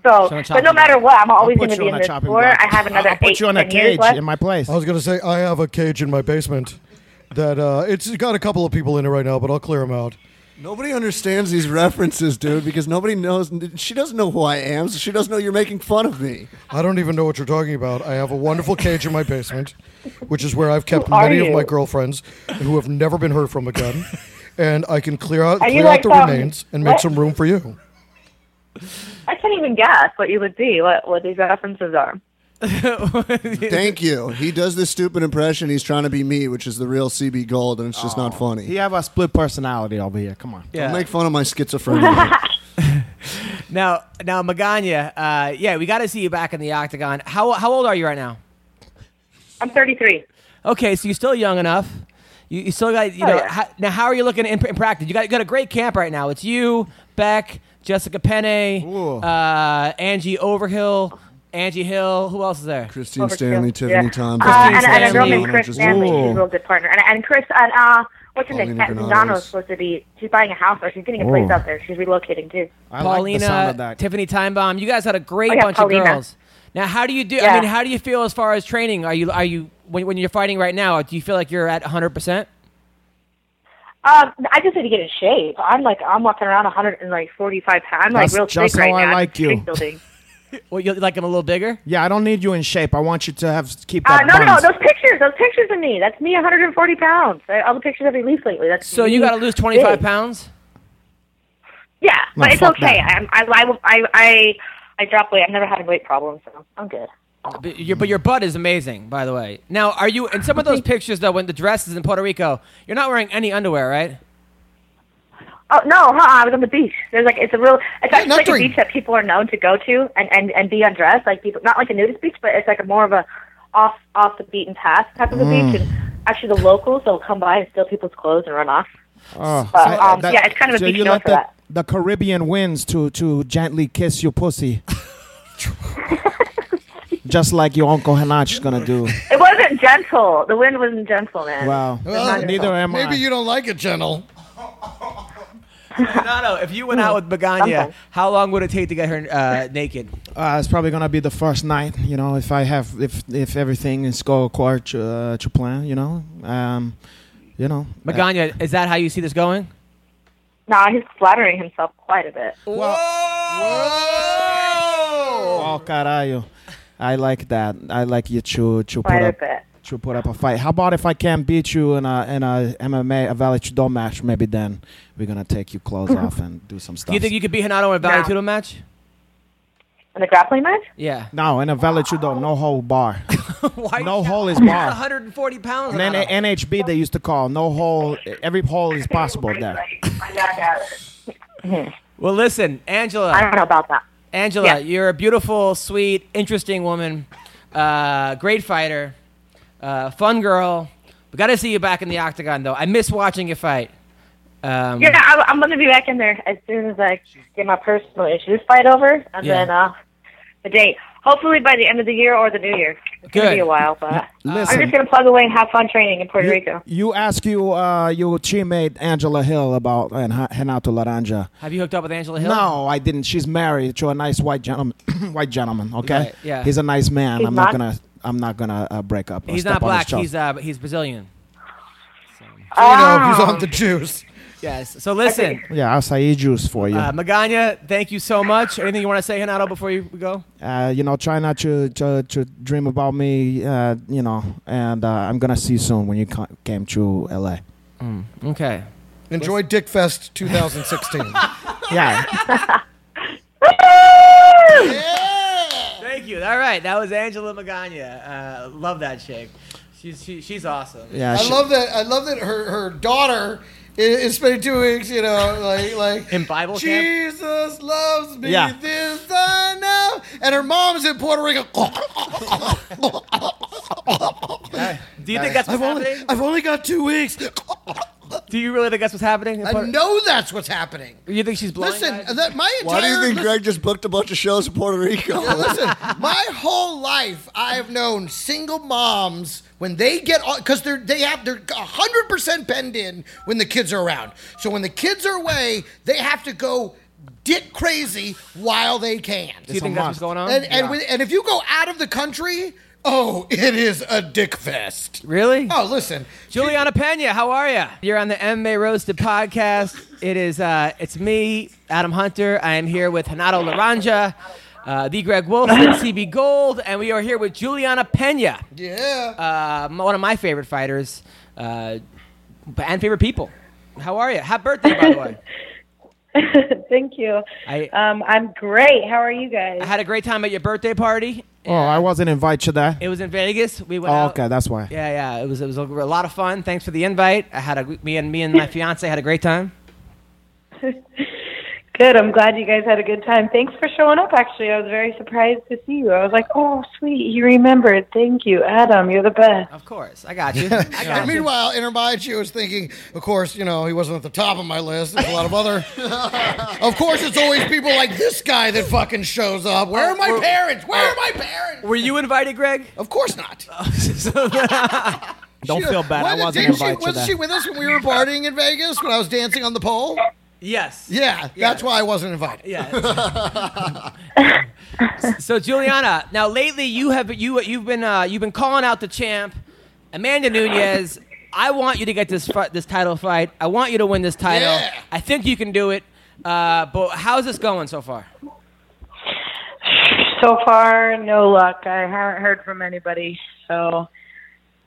S9: So,
S1: So on
S9: but no
S1: chopping
S9: matter what, I'm always
S6: I'll
S9: going
S6: put
S9: to be
S6: you on
S9: in
S6: a
S9: this
S6: chopping
S9: sport.
S6: block.
S9: I have another
S6: I'll
S9: eight,
S6: put you on a
S9: ten years
S6: cage
S9: left.
S6: in my place.
S4: I was gonna say I have a cage in my basement that uh, it's got a couple of people in it right now, but I'll clear them out.
S3: <laughs> Nobody understands these references, dude, because nobody knows. She doesn't know who I am, so she doesn't know you're making fun of me.
S4: I don't even know what you're talking about. I have a wonderful cage in my basement, which is where I've kept
S9: are
S4: many of
S9: you?
S4: my girlfriends who have never been heard from again, and I can clear out
S9: Are you
S4: clear
S9: like,
S4: out the
S9: um,
S4: remains and make
S9: what?
S4: some room for you.
S9: I can't even guess what you would be, what what these references are.
S3: Thank you. He does this stupid impression. He's trying to be me, which is the real CB Gold, and it's just not funny.
S6: You have a split personality over here. Come on.
S3: Don't make fun of my schizophrenia.
S1: Now, now, Magana, uh, yeah, we got to see you back in the octagon. How, how old are you right now?
S9: I'm 33.
S1: Okay, so you're still young enough. You, you still got you
S9: Oh,
S1: know.
S9: yeah.
S1: How, now, how are you looking in, in practice? You got you got a great camp right now. It's you, Beck, Jessica Penne,
S6: Ooh.
S1: uh, Angie Overhill, Angie Hill. Who else is there?
S3: Christine Stanley,
S9: Overkill.
S3: Tiffany
S9: Yeah.
S3: Tom.
S9: Uh, and, and a girl
S1: Stanley.
S9: named Chris
S3: Just-
S9: Stanley.
S6: Ooh.
S9: She's a real good partner. And, and Chris, and uh, what's her name?
S3: Paulina
S9: Kat
S3: Granados.
S9: Zandano's supposed to be. She's buying a house, or she's getting a place
S6: Ooh.
S9: out there. She's relocating too.
S6: I like the
S1: Paulina,
S6: sound of that.
S1: Tiffany Time Bomb. You guys had a great
S9: Oh, yeah,
S1: bunch
S9: Paulina.
S1: of girls. Now, how do you do? I
S9: Yeah.
S1: mean, how do you feel as far as training? Are you are you when, when you're fighting right now? Do you feel like you're at 100? percent
S9: Um, I just need to get in shape. I'm like, I'm walking around 145 pounds. I'm
S6: That's
S9: like real
S6: just
S9: thick right
S6: how I
S9: now.
S6: like you.
S9: Strength building.
S1: Well, you like I'm a little bigger.
S6: Yeah, I don't need you in shape. I want you to have keep
S9: Uh,
S6: that
S9: no, no, no,
S6: buns.
S9: those pictures, those pictures of me. That's me, 140 pounds. Uh, All the pictures I've released lately. That's
S1: So you
S9: me
S1: got to lose 25
S9: big.
S1: pounds.
S9: Yeah,
S6: No,
S9: but it's
S6: fuck
S9: okay.
S6: that.
S9: I'm, I, I, I, I, I drop weight. I've never had a weight problem, so I'm good.
S1: But your, but your butt is amazing, by the way. Now, are you in some of those pictures though? When the dress is in Puerto Rico, you're not wearing any underwear, right?
S9: Oh no, huh? I was on the beach. There's like it's a real, it's actually
S4: not
S9: like
S4: during-
S9: a beach that people are known to go to and and and be undressed. Like people, not like a nudist beach, but it's like a more of a off off the beaten path type of a
S6: Mm.
S9: beach. And actually, the locals will come by and steal people's clothes and run off.
S6: Oh,
S9: But,
S6: so
S9: um,
S6: that-
S9: yeah, it's kind of a
S6: so
S9: beach
S6: you
S9: known
S6: let
S9: for
S6: the,
S9: that.
S6: the Caribbean winds to to gently kiss
S9: <laughs>
S6: your pussy, just like your uncle Hanach is gonna do.
S9: It wasn't gentle. The wind wasn't gentle, man.
S6: Wow.
S9: Well,
S6: neither am I.
S4: Maybe you don't like it, gentle.
S1: no, no. If you went out with Begania,
S10: Sometimes.
S1: how long would it take to get her uh, <laughs> naked?
S6: Uh, it's probably gonna be the first night, you know, if I have if if everything is go according to, uh, to plan, you know, um, you know. Uh,
S1: Begania, is that how you see this going?
S10: Nah, he's flattering himself quite a bit.
S6: oh caralho, I like that. I like you to to
S10: Quite
S6: put
S10: a
S6: up
S10: bit.
S6: to put up a fight. How about if I can beat you in a in a MMA a Valley Chidol match? Maybe then we're gonna take your clothes off and do some stuff.
S1: Do you think you could beat Hinato in a Valley
S10: No.
S1: Tudo match?
S10: In the grappling match?
S1: Yeah.
S6: no, in a Valley Chidol, no hole bar.
S1: <laughs> Why
S6: No hole is
S1: He's <laughs>
S6: bar.
S1: 140 pounds.
S6: And
S1: Hinato.
S6: N- NHB they used to call no hole. Every hole is possible there. <laughs>
S1: well, listen, Angela.
S10: I don't know about that.
S1: Angela,
S10: Yeah.
S1: you're a beautiful, sweet, interesting woman, uh, great fighter, uh, fun girl. We got to see you back in the octagon, though. I miss watching you fight. Um,
S10: Yeah, I, I'm gonna be back in there as soon as I get my personal issues fight over, and
S1: Yeah.
S10: then uh, the date. Hopefully by the end of the year or the new year. It's
S1: Good.
S10: gonna be a while, but I'm
S6: Listen,
S10: just gonna plug away and have fun training in Puerto
S6: you,
S10: Rico.
S6: you ask you uh, your teammate Angela Hill about and Ha- Renato Laranja.
S1: Have you hooked up with Angela Hill?
S6: No, I didn't. She's married to a nice white gentleman. <clears throat> white gentleman, okay?
S1: Right, yeah.
S6: He's a nice man.
S10: He's
S6: I'm not
S10: not-
S6: gonna. I'm not gonna uh, break up. or
S1: He's
S6: step
S1: not
S6: on his
S1: black.
S6: toes.
S1: He's uh, he's Brazilian.
S10: Oh.
S2: know, he's on the juice.
S1: Yes. So listen,
S6: yeah, acai juice for you.
S1: uh, Magana, thank you so much. Anything you want to say, Hinato, before you we go?
S6: uh, you know, try not to, to to dream about me. Uh, you know, and uh, I'm gonna see you soon when you ca- came to LA.
S1: Okay.
S2: Enjoy Dick Fest 2016.
S6: <laughs> Yeah.
S1: Thank you. All right, that was Angela Magana. Uh, love that chick. She's she, she's awesome.
S6: Yeah,
S2: I
S6: she-
S2: love that. I love that her, her daughter i- is spending two weeks, you know, like like
S1: In Bible camp?
S2: Jesus loves me.
S6: Yeah.
S2: This I know. And her mom's in
S1: <laughs>
S2: Puerto Rico.
S1: Do you think that's what's
S2: I've only
S1: happening?
S2: I've only got two weeks.
S1: Do you really think that's what's happening?
S2: I know that's what's happening.
S1: You think she's blind?
S2: Listen,
S1: guys?
S2: that my entire
S3: Why do you think
S2: listen-
S3: Greg just booked a bunch of shows in Puerto <laughs> Rico?
S2: Listen, my whole life I've known single moms when they get because they're they have they're hundred percent penned in when the kids are around. So when the kids are away, they have to go dick crazy while they can.
S1: Do you think that's what's going on?
S2: And and, with, and if you go out of the country, oh, it is a dick fest.
S1: really?
S2: Oh, listen,
S1: Juliana Pena, how are you? You're on the MMA Roasted podcast. It is uh, it's me, Adam Hunter. I am here with Hanato Laranja, uh, the Greg Wilson,
S2: <coughs>
S1: CB Gold, and we are here with Juliana Pena,
S2: yeah.
S1: uh, m- one of my favorite fighters uh, and favorite people. How are you? Happy birthday, by the way.
S10: <laughs> Thank you.
S1: I-
S10: um, I'm great. How are you guys?
S1: I had a great time at your birthday party.
S6: oh, I wasn't invited to that.
S1: It was in Vegas. We went
S6: Oh,
S1: out.
S6: okay,
S2: <laughs>
S6: that's why.
S1: Yeah, yeah. It was it was a lot of fun. Thanks for the invite. I had a me and me and my fiance had a great time.
S10: Good. I'm glad you guys had a good time. Thanks for showing up. Actually, I was very surprised to see you. I was like, "Oh, sweet, you remembered. Thank you, Adam. You're the best."
S1: Of course, I got you.
S2: <laughs>
S1: I got
S2: And
S1: you.
S2: meanwhile, Intermaichi was thinking, of course, you know, he wasn't at the top of my list. There's a lot
S1: <laughs>
S2: of other. of course, it's always people like this guy that fucking shows up. Where are
S6: Uh,
S2: my parents? Where are my parents?
S1: Were you invited, Greg?
S2: Of course not.
S6: <laughs> Don't feel bad.
S2: Why
S6: I
S2: the- didn't
S6: wasn't
S2: she-
S6: invited to
S2: Wasn't
S6: that.
S2: she with us when we were partying in Vegas when I was dancing on the pole?
S1: yes.
S2: Yeah, that's why I wasn't invited. <laughs>
S1: Yeah. <laughs> so Juliana, now lately you have you you've been uh, you've been calling out the champ, Amanda Nunez. I want you to get this fi- this title fight. I want you to win this title.
S2: Yeah.
S1: I think you can do it. Uh, but how's this going so far?
S10: So far, no luck. I haven't heard from anybody. So,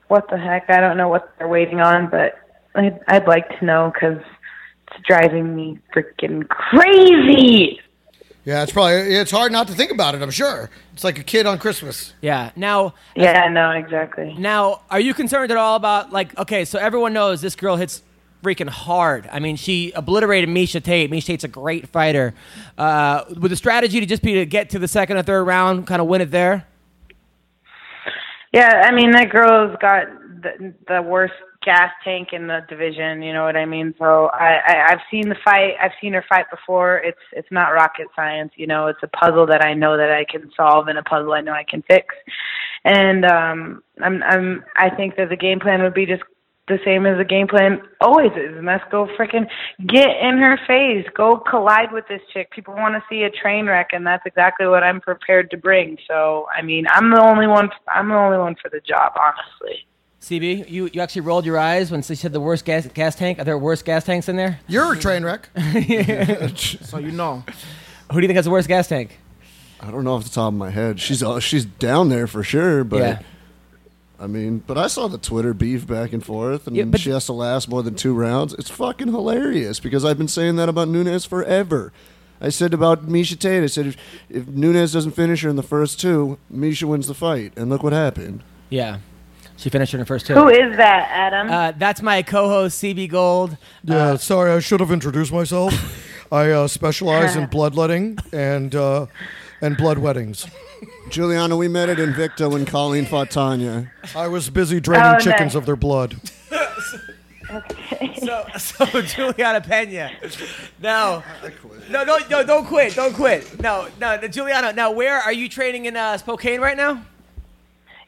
S10: what the heck? I don't know what they're waiting on, but I'd, I'd like to know because it's driving me freaking crazy.
S2: Yeah, it's probably it's hard not to think about it. I'm sure it's like a kid on Christmas.
S1: Yeah. Now
S10: Yeah, no, exactly.
S1: Now, are you concerned at all about like okay, so everyone knows this girl hits freaking hard. I mean, she obliterated Misha Tate. Misha Tate's a great fighter. Uh, would the strategy to just be to get to the second or third round, kind of win it there?
S10: Yeah, I mean that girl's got the, the worst gas tank in the division. You know what I mean? So I, I I've seen the fight. I've seen her fight before. It's it's not rocket science. You know, it's a puzzle that I know that I can solve and a puzzle I know I can fix. And um, I'm I'm I think that the game plan would be just the same as the game plan always is, and that's go freaking get in her face, go collide with this chick. People want to see a train wreck, and that's exactly what I'm prepared to bring. So, I mean, I'm the only one. I'm the only one for the job, honestly.
S1: CB, you, you actually rolled your eyes when she said the worst gas, gas tank. Are there worse gas tanks in there?
S2: You're a
S1: <laughs>
S2: train wreck.
S6: so you know.
S1: Who do you think has the worst gas tank?
S3: I don't know off the top of my head. She's uh, she's down there for sure, but
S1: Yeah.
S3: I mean, but I saw the Twitter beef back and forth, and
S1: Yeah, but-
S3: she has to last more than two rounds. It's fucking hilarious because I've been saying that about Nunez forever. I said about Misha Tate. I said if, if Nunez doesn't finish her in the first two, Misha wins the fight, and look what happened.
S1: Yeah. She finished her in the first two.
S10: Who is that, Adam?
S1: Uh, that's my co-host CB Gold.
S4: Yeah, sorry, I should have introduced
S6: <laughs>
S4: myself. I uh, specialize in bloodletting and uh, and blood weddings.
S3: Juliana, we met at Invicta when Colleen fought Tanya.
S4: I was busy draining
S10: Oh, nice.
S4: chickens of their blood.
S1: So, so <laughs> Juliana Pena. No, no, no, no, don't quit, don't quit. No, no, no, Juliana. Now, where are you training in uh, Spokane right now?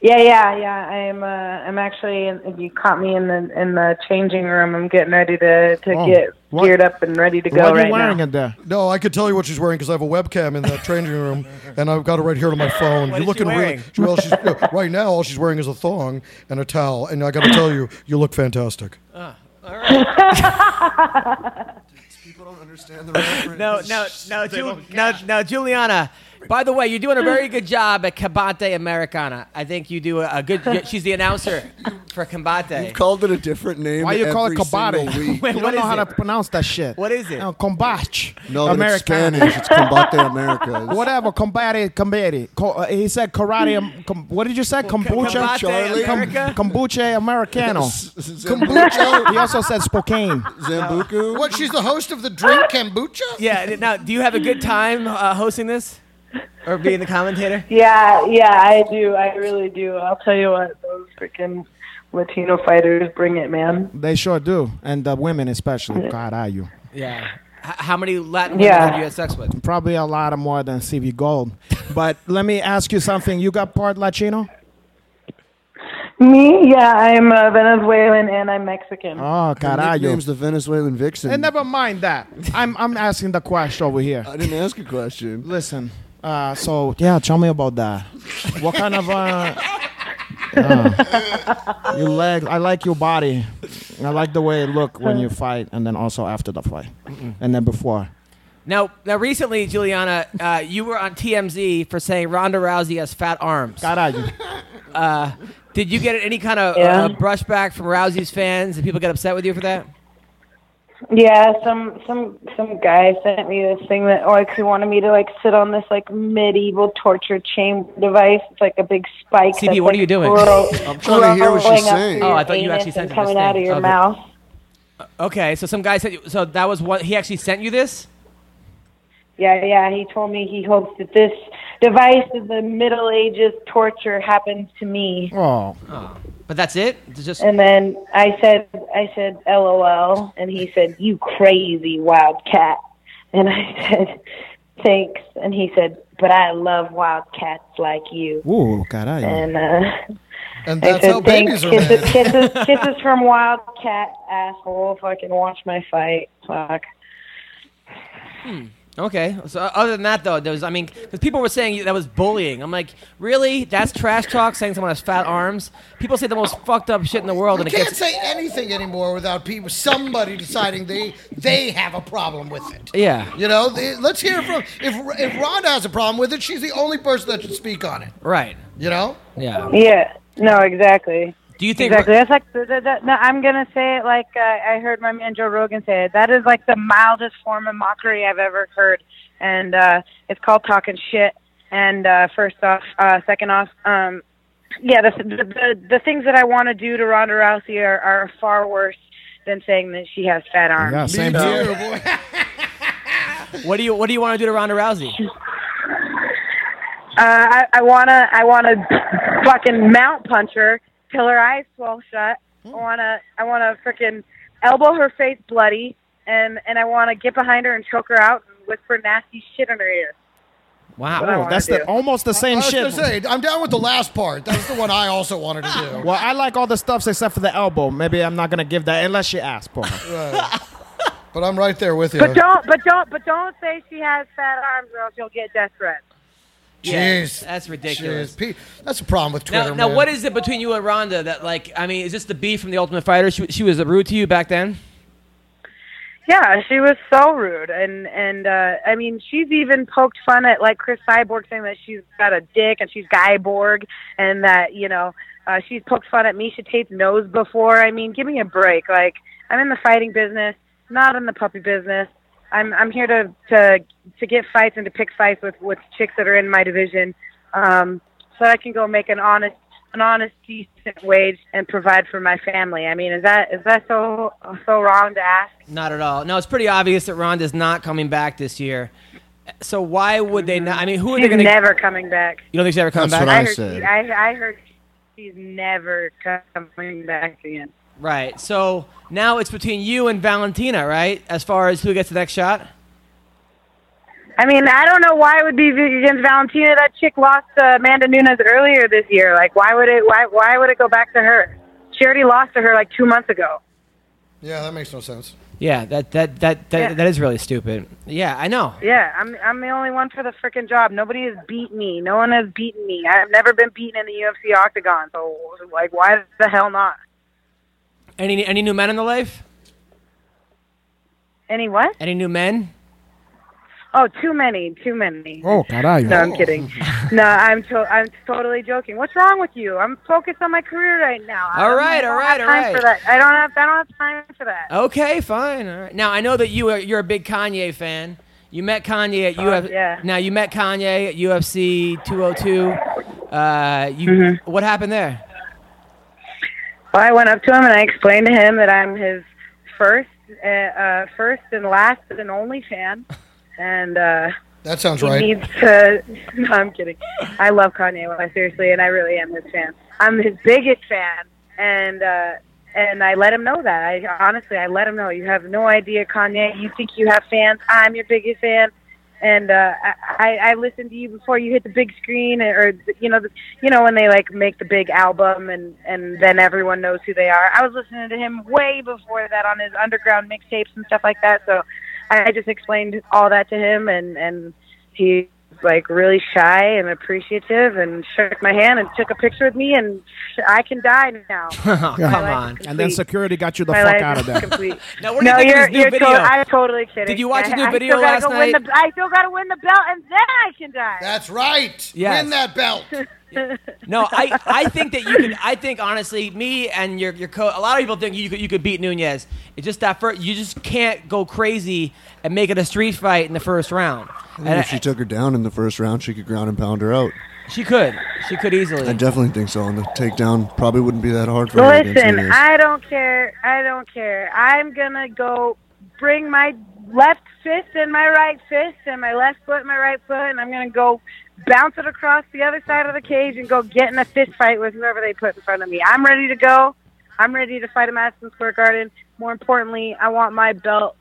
S10: Yeah, yeah, yeah. I'm uh, I'm actually. You caught me in the in the changing room. I'm getting ready to to
S6: Oh,
S10: get
S6: what-
S10: geared up and ready to go
S6: what are
S10: right
S6: you wearing
S10: now.
S6: in there?
S4: No, I could tell you what she's wearing because I have a webcam in that training
S6: <laughs>
S4: room, and I've got it right here on my phone.
S1: What
S4: you're
S1: is she
S4: looking
S1: wearing?
S4: really well. She's, yeah, right now, all she's wearing is a thong and a towel, and I got to tell you, you look fantastic.
S1: <laughs>
S10: <laughs>
S3: People don't understand the reference.
S1: No, no, no, Ju- no, no, Juliana. By the way, you're doing a very good job at Combate Americana. I think you do a, a good. She's the announcer for Combate.
S3: <laughs> Called it a different name.
S6: Why you call it
S3: every single
S6: <laughs> kabate?
S3: week.
S1: Wait,
S6: you
S1: what
S6: don't know
S1: is
S6: how
S1: it?
S6: to pronounce that shit.
S1: What is it?
S6: Uh, combate.
S3: No, but it's
S10: <laughs>
S6: Americana.
S3: Spanish. It's Combate
S6: <laughs>
S3: America.
S6: Whatever, combate, combate. Co- uh, he said karate. um, com- what did you say? Kombucha,
S1: Combate
S3: Charlie.
S6: Com-
S1: America.
S6: kombucha americano. he
S3: Kombucha,
S6: also said Spokane.
S3: Zambuku.
S2: What? She's the host of
S1: <laughs>
S2: the drink kombucha.
S1: yeah. Now, do you have a good time uh, hosting this or being the commentator?
S10: Yeah, yeah, I do. I really do. I'll tell you what. Those freaking Latino fighters bring it, man.
S6: They sure do, and the women especially. God, are you?
S1: Yeah. H- how many Latin women
S10: Yeah.
S1: have you had sex with?
S6: Probably a lot more than CV Gold. But let me ask you something. You got part Latino?
S10: Me? Yeah, I'm uh, Venezuelan and I'm Mexican.
S6: Oh,
S3: Nickname's
S6: carajo.
S3: the Venezuelan vixen.
S6: And never mind that. I'm I'm asking the question over here.
S3: I didn't ask a question.
S6: Listen. Uh, so yeah, tell me about that. What kind of uh, uh, your leg? I like your body. I like the way it look when you fight, and then also after the fight, and then before.
S1: Now, now, recently, Juliana, uh, you were on TMZ for saying Ronda Rousey has fat arms. Uh,
S6: Carajo.
S1: Did you get any kind of
S10: Yeah.
S1: uh, brushback from Rousey's fans? Did people get upset with you for that?
S10: Yeah, some some some guy sent me this thing that like he wanted me to like sit on this like medieval torture chamber device. It's like a big spike.
S1: CB,
S10: that's,
S1: what are
S10: like,
S1: you doing?
S10: grow-
S3: I'm trying to hear what she's
S10: growing up
S3: saying.
S10: through
S1: Oh, I
S10: your
S1: thought you
S10: anus
S1: actually sent
S10: and
S1: him this
S10: coming out
S1: thing.
S10: of your
S1: Oh, good.
S10: mouth.
S1: Okay, so some guy said you, so that was what he actually sent you this.
S10: Yeah, yeah. He told me he hopes that this device of the Middle Ages torture happens to me.
S6: Oh,
S1: But that's it. It's just
S10: And then I said, I said, LOL. And he said, you crazy wildcat. And I <laughs> said, thanks. And he said, but I love wildcats like you.
S6: ooh, carajo.
S10: And uh,
S4: And
S10: I
S4: that's how
S10: said,
S4: babies
S10: thanks.
S4: are
S10: Kisses,
S4: made.
S10: kisses,
S4: <laughs>
S10: kisses from wildcat asshole. Fucking watch my fight. Fuck.
S1: Hmm. okay. So uh, other than that, though, there was I mean, because people were saying that was bullying. I'm like, really? That's trash talk. Saying someone has fat arms. People say the most fucked up shit in the world, and
S2: You
S1: it
S2: can't
S1: gets
S2: say anything anymore without people, somebody deciding they they have a problem with it.
S1: yeah,
S2: You know, the, let's hear from if if Rhonda has a problem with it, she's the only person that should speak on it.
S1: right,
S2: You know,
S1: yeah.
S10: Yeah. No, exactly.
S1: Do you think
S10: Exactly. That's like that, that, that- no, I'm gonna say it like uh, I heard my man Joe Rogan say it. That is like the mildest form of mockery I've ever heard, and uh, it's called talking shit. And uh, first off, uh, second off, um, yeah, the, the the the things that I want to do to Ronda Rousey are, are far worse than saying that she has fat arms.
S6: Yeah, same here.
S1: what do you what do you want to do to Ronda Rousey?
S10: Uh, I, I wanna, I wanna fucking mount punch her till her eyes swell shut. I wanna, I wanna freaking elbow her face bloody, and and I wanna get behind her and choke her out and whisper nasty shit in her ear.
S1: Wow,
S6: Oh, that's the, almost the
S4: I
S6: same
S4: was
S6: shit.
S4: gonna say, I'm down with the last part. That's the one I also wanted to
S1: <laughs>
S4: do.
S6: Well, I like all the stuffs except for the elbow. Maybe I'm not gonna give that unless she asks for it.
S2: Uh,
S4: Right. But I'm right there with you.
S6: Uh.
S10: But don't, but don't, but don't say she has fat arms, or else you'll get death threats.
S1: Yes,
S4: Jeez.
S1: that's ridiculous.
S4: Jeez. Pe- That's a problem with Twitter.
S1: Now, now
S4: man.
S1: what is it between you and Rhonda that like? I mean, is this the beef from the Ultimate Fighter? She, she was rude to you back then.
S10: Yeah, she was so rude, and and uh, I mean, she's even poked fun at like Chris Cyborg saying that she's got a dick and she's Guyborg, and that you know uh, she's poked fun at Misha Tape's nose before. I mean, give me a break. Like I'm in the fighting business, not in the puppy business. I'm I'm here to to to get fights and to pick fights with with chicks that are in my division, um, so that I can go make an honest an honest decent wage and provide for my family. I mean, is that is that so so wrong to ask?
S1: Not at all. No, it's pretty obvious that Rhonda's not coming back this year. So why would they not? I mean, who are
S10: She's
S1: they going to?
S10: never coming back.
S1: You don't think she's ever coming
S3: That's
S1: back?
S3: what I
S10: heard
S3: said.
S10: she- I, I heard she's never coming back again.
S1: Right. So now it's between you and Valentina, right? As far as who gets the next shot.
S10: I mean, I don't know why it would be against Valentina. That chick lost to Amanda Nunes earlier this year. Like, why would it? Why why would it go back to her? She already lost to her like two months ago.
S4: Yeah, that makes no sense.
S1: Yeah, that that that that,
S10: Yeah.
S1: that is really stupid. Yeah, I know.
S10: Yeah, I'm I'm the only one for the freaking job. Nobody has beat me. No one has beaten me. I've never been beaten in the UFC octagon. So like, why the hell not?
S1: Any any new men in the life?
S10: Any what?
S1: Any new men?
S10: Oh, too many, too many.
S6: Oh, caray.
S10: No, I'm kidding.
S6: <laughs>
S10: No, I'm to- I'm totally joking. What's wrong with you? I'm focused on my career right now. I
S1: All
S10: don't-
S1: right,
S10: I
S1: all
S10: don't
S1: right,
S10: have
S1: all
S10: time
S1: right.
S10: For that. I don't have I don't have time for that.
S1: Okay, fine. All right. Now I know that you are you're a big Kanye fan. You met Kanye at
S10: Oh,
S1: UFC.
S10: yeah.
S1: Now you met Kanye at UFC 202. Uh, you
S10: Mm-hmm.
S1: what happened there?
S10: Well, I went up to him and I explained to him that I'm his first, uh, uh, first and last and only fan, and uh,
S4: That sounds
S10: he
S4: right.
S10: needs to. <laughs> No, I'm kidding. I love Kanye West seriously, and I really am his fan. I'm his biggest fan, and uh, and I let him know that. I honestly, I let him know. You have no idea, Kanye. You think you have fans? I'm your biggest fan. And uh, I, I I listened to you before you hit the big screen, or you know, the, you know when they like make the big album, and and then everyone knows who they are. I was listening to him way before that on his underground mixtapes and stuff like that. So I, I just explained all that to him, and and he was, like really shy and appreciative and shook my hand and took a picture with me and sh- I can die now.
S1: <laughs> Oh, come
S10: life
S1: on.
S10: is
S6: And then
S10: complete.
S6: security got you the
S10: my
S6: fuck
S10: life
S6: out
S10: is
S6: of
S1: <laughs>
S6: there.
S10: Complete.
S1: Now, what do you think of
S10: you're,
S1: his new
S10: you're
S1: video?
S10: To- I'm totally kidding.
S1: Did you watch his new
S10: I- I
S1: video
S10: still gotta
S1: last
S10: go win
S1: night?
S10: the- I still got to win the belt and then I can die.
S4: That's right.
S1: Yes.
S4: Win that
S10: <laughs>
S4: belt.
S1: No, I, I think that you could. I think honestly, me and your your co- a lot of people think you could you could beat Nunez. It's just that first, you just can't go crazy and make it a street fight in the first round. And
S3: if she took her down in the first round, she could ground and pound her out.
S1: she could, she could easily.
S3: I definitely think so. And the takedown probably wouldn't be that hard for her. against
S10: Listen,
S3: Nunez.
S10: I don't care. I don't care. I'm gonna go bring my left fist and my right fist and my left foot and my right foot, and I'm gonna go bounce it across the other side of the cage and go get in a fist fight with whoever they put in front of me. I'm ready to go. I'm ready to fight at Madison Square Garden. More importantly, I want my belt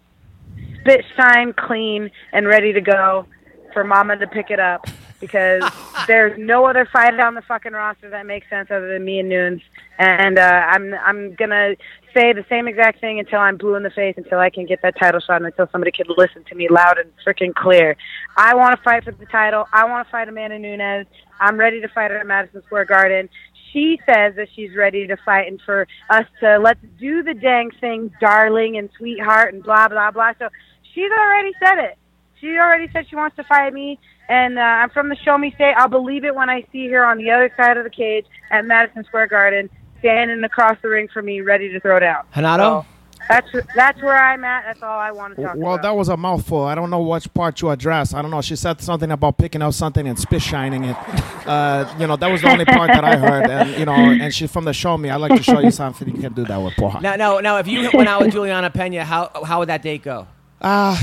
S10: spit shine clean and ready to go for Mama to pick it up. Because there's no other fighter on the fucking roster that makes sense other than me and Nunes, and uh, I'm I'm gonna say the same exact thing until I'm blue in the face, until I can get that title shot, and until somebody can listen to me loud and freaking clear. I want to fight for the title. I want to fight Amanda Nunes. I'm ready to fight her at Madison Square Garden. She says that she's ready to fight and for us to let's do the dang thing, darling and sweetheart and blah blah blah. So she's already said it. She already said she wants to fight me, and uh, I'm from the Show Me State. I'll believe it when I see her on the other side of the cage at Madison Square Garden, standing across the ring for me, ready to throw down.
S1: Hanato?
S10: So, that's that's where I'm at. That's all I want to talk
S6: Well,
S10: Oh, about.
S6: that was a mouthful. I don't know which part you addressed. I don't know. She said something about picking up something and spit shining it. Uh, you know, that was the only part that I heard. And you know, and she's from the show me. I like to show you something you can do that with Poha.
S1: Now, now, now, if you went out with Juliana Pena, how how would that date go?
S6: Ah,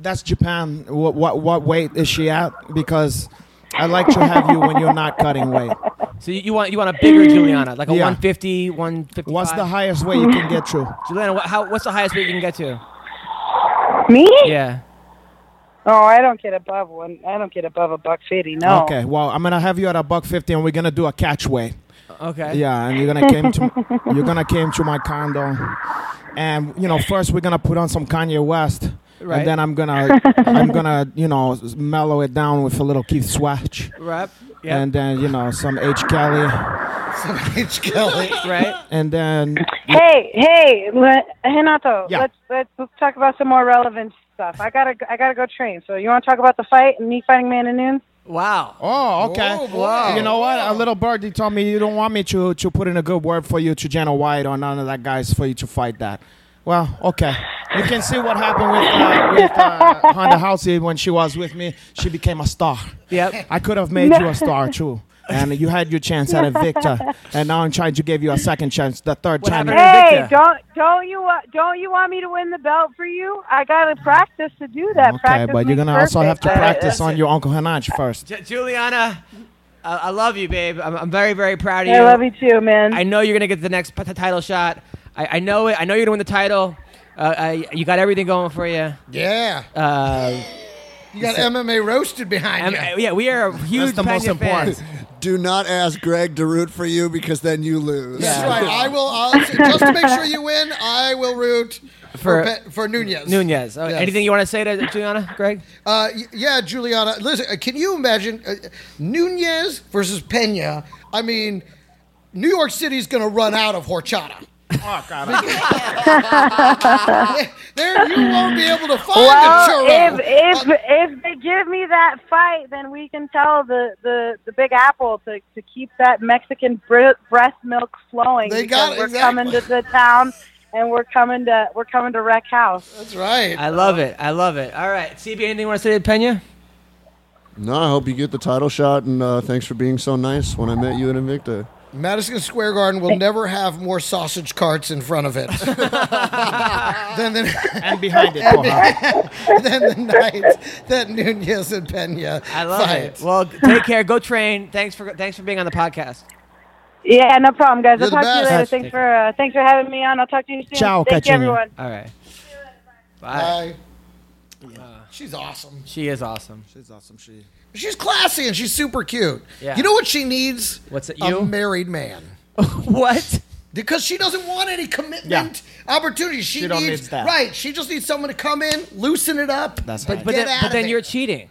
S6: that's Japan. What what what weight is she at? Because I like to have you when you're not cutting weight.
S1: So you, you want you want a bigger Juliana, like a
S6: Yeah.
S1: 150, 155?
S6: What's the highest weight you can get to?
S1: Juliana? What, how, what's the highest weight you can get to?
S10: Me?
S1: Yeah,
S10: Oh, I don't get above one. I don't get above a buck fifty. No.
S6: Okay. Well, I'm gonna have you at a buck fifty, and we're gonna do a catchway.
S1: Okay. <laughs>
S6: Yeah, and you're gonna came to <laughs> you're gonna came to my condo, and you know first we're gonna put on some Kanye West,
S1: Right.
S6: and then
S1: <laughs>
S6: I'm gonna I'm gonna you know s- mellow it down with a little Keith Sweat,
S1: Right.
S6: and then you know some H Kelly,
S2: some H
S6: <laughs>
S2: Kelly,
S1: right?
S6: And then
S10: Hey, hey, Le- Renato.
S6: Yeah.
S10: Let's, let's let's talk about some more relevant stuff. I gotta I gotta go train. So you want to talk about the fight and me fighting Man and Noon?
S1: Wow.
S6: Oh, okay. You know what? A little birdie told me you don't want me to to put in a good word for you to Jenna White or none of that guys for you to fight that. Well, okay. You can see what happened with, uh, with uh, Honda Housey when she was with me. She became a star.
S1: Yep.
S6: I could have made
S10: <laughs>
S6: you a star too. And you had your chance at a victor. And now I'm trying to give you a second chance, the third time.
S10: Hey, don't don't you wa- don't you want me to win the belt for you? I gotta practice to do that.
S6: Okay,
S10: practice
S6: but
S10: makes
S6: you're going to also have
S10: perfect.
S6: to
S10: Uh,
S6: practice on your Uncle Hanaj first.
S1: Ju- Juliana, I-, I love you, babe. I'm-, I'm very, very proud of
S10: I
S1: you.
S10: love you too, man.
S1: I know you're gonna get the next p- title shot. I-, I know it. I know you're gonna win the title. Uh, I- you got everything going for you.
S2: Yeah.
S1: Uh,
S2: You got MMA roasted behind
S1: and-
S2: you.
S1: yeah, we are huge
S6: the most
S1: Pena fans.
S3: <laughs> Do not ask Greg to root for you because then you lose.
S2: That's
S1: <laughs>
S2: right. I will I'll, just to make sure you win. I will root
S1: For-
S2: for for, for Nunez.
S1: Nunez. Uh,
S2: Yes.
S1: Anything you want to say to Juliana, Greg?
S2: Uh, y- yeah, Juliana. Listen, uh, can you imagine uh, Nunez versus Pena? I mean, New York City's going to run out of horchata.
S6: Oh, God. I-
S2: There, you won't be able to find a
S10: Well,
S2: churro. Uh,
S10: if if if they give me that fight, then we can tell the the, the Big Apple to, to keep that Mexican bre- breast milk flowing.
S2: They
S10: because
S2: got it,
S10: we're
S2: exactly.
S10: coming to the town, and we're coming to we're coming to wreck house.
S2: That's right.
S1: I love it. I love it. All right, CB, anything you want to say to Pena?
S3: No, I hope you get the title shot, and uh, thanks for being so nice when I met you at Invicta.
S2: Madison Square Garden will never have more sausage carts in front
S1: <laughs>
S2: of it than the, <laughs>
S6: and behind it. Poha.
S2: than the night <laughs> that Nunez and Pena
S1: I love
S2: fight.
S1: it. Well, take care. Go train. Thanks for thanks for being on the podcast.
S10: Yeah, no problem, guys.
S2: You're
S10: I'll
S2: the
S10: talk to you
S2: best.
S10: later. Thanks for uh, thanks for having me on. I'll talk to you soon.
S6: Ciao,
S10: Thank you,
S6: Katrina.
S10: everyone.
S1: All right. Bye.
S2: Bye. She's awesome.
S1: She is awesome.
S6: She's awesome. She.
S2: She's classy and she's super cute.
S1: Yeah.
S2: You know what she needs?
S1: What's it, you?
S2: A married man.
S1: What?
S2: <laughs> Because she doesn't want any commitment opportunities. She,
S6: She don't
S2: needs
S6: need that.
S2: right. She just needs someone to come in, loosen it up.
S6: That's
S2: but,
S6: right.
S1: But
S2: get
S1: then,
S2: out
S1: but
S2: of
S1: then
S2: it.
S1: you're cheating.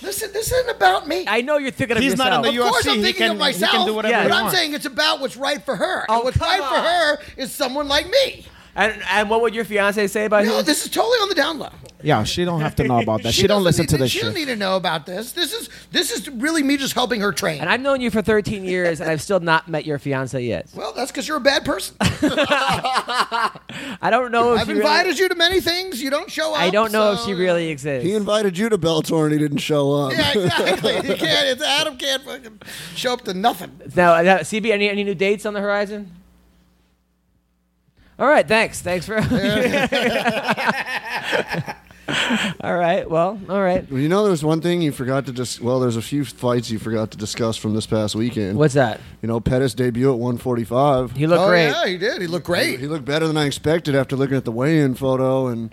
S2: Listen, this isn't about me.
S1: I know you're thinking of
S6: He's
S1: yourself.
S6: not in the
S2: of course,
S6: UFC,
S2: I'm
S6: he
S2: thinking
S6: can-
S2: of
S6: he can do
S2: myself.
S6: whatever
S1: he
S2: but I'm
S6: wants.
S2: saying it's about what's right for her.
S1: Oh,
S2: and what's
S1: come
S2: right for
S1: on.
S2: her is someone like me.
S1: And, and what would your fiance say about
S2: No,
S1: you?
S2: this is totally on the down low.
S6: Yeah, she don't have to know
S1: <laughs>
S6: about that. she
S2: doesn't
S6: don't listen
S2: need
S6: to this
S2: She
S6: shit.
S2: doesn't need to know about this. This is this is really me just helping her train.
S1: And I've known you for 13 years, and I've still not met your fiance yet.
S2: well, that's because you're a bad
S6: <laughs>
S2: person.
S1: I don't know if
S2: I've
S1: you
S2: invited
S1: Really,
S2: you to many things. You don't show up.
S1: I don't know if
S2: so-
S1: she really exists.
S3: He invited you to Bellator and he didn't show up.
S2: Yeah, exactly. You can't. It's Adam can't fucking show up to nothing.
S1: Now, now, CB, any, any new dates on the horizon? All right, thanks. Thanks
S2: <laughs>
S1: for. <laughs> all right, well, all right.
S3: Well, You know, there's one thing you forgot to just. well, there's a few fights you forgot to discuss from this past weekend.
S1: What's that?
S3: You know, Pettis debut at 145.
S1: You look
S2: oh
S1: great.
S2: yeah, he did. He looked
S3: He
S2: great.
S3: looked better than I expected after looking at the weigh-in photo, and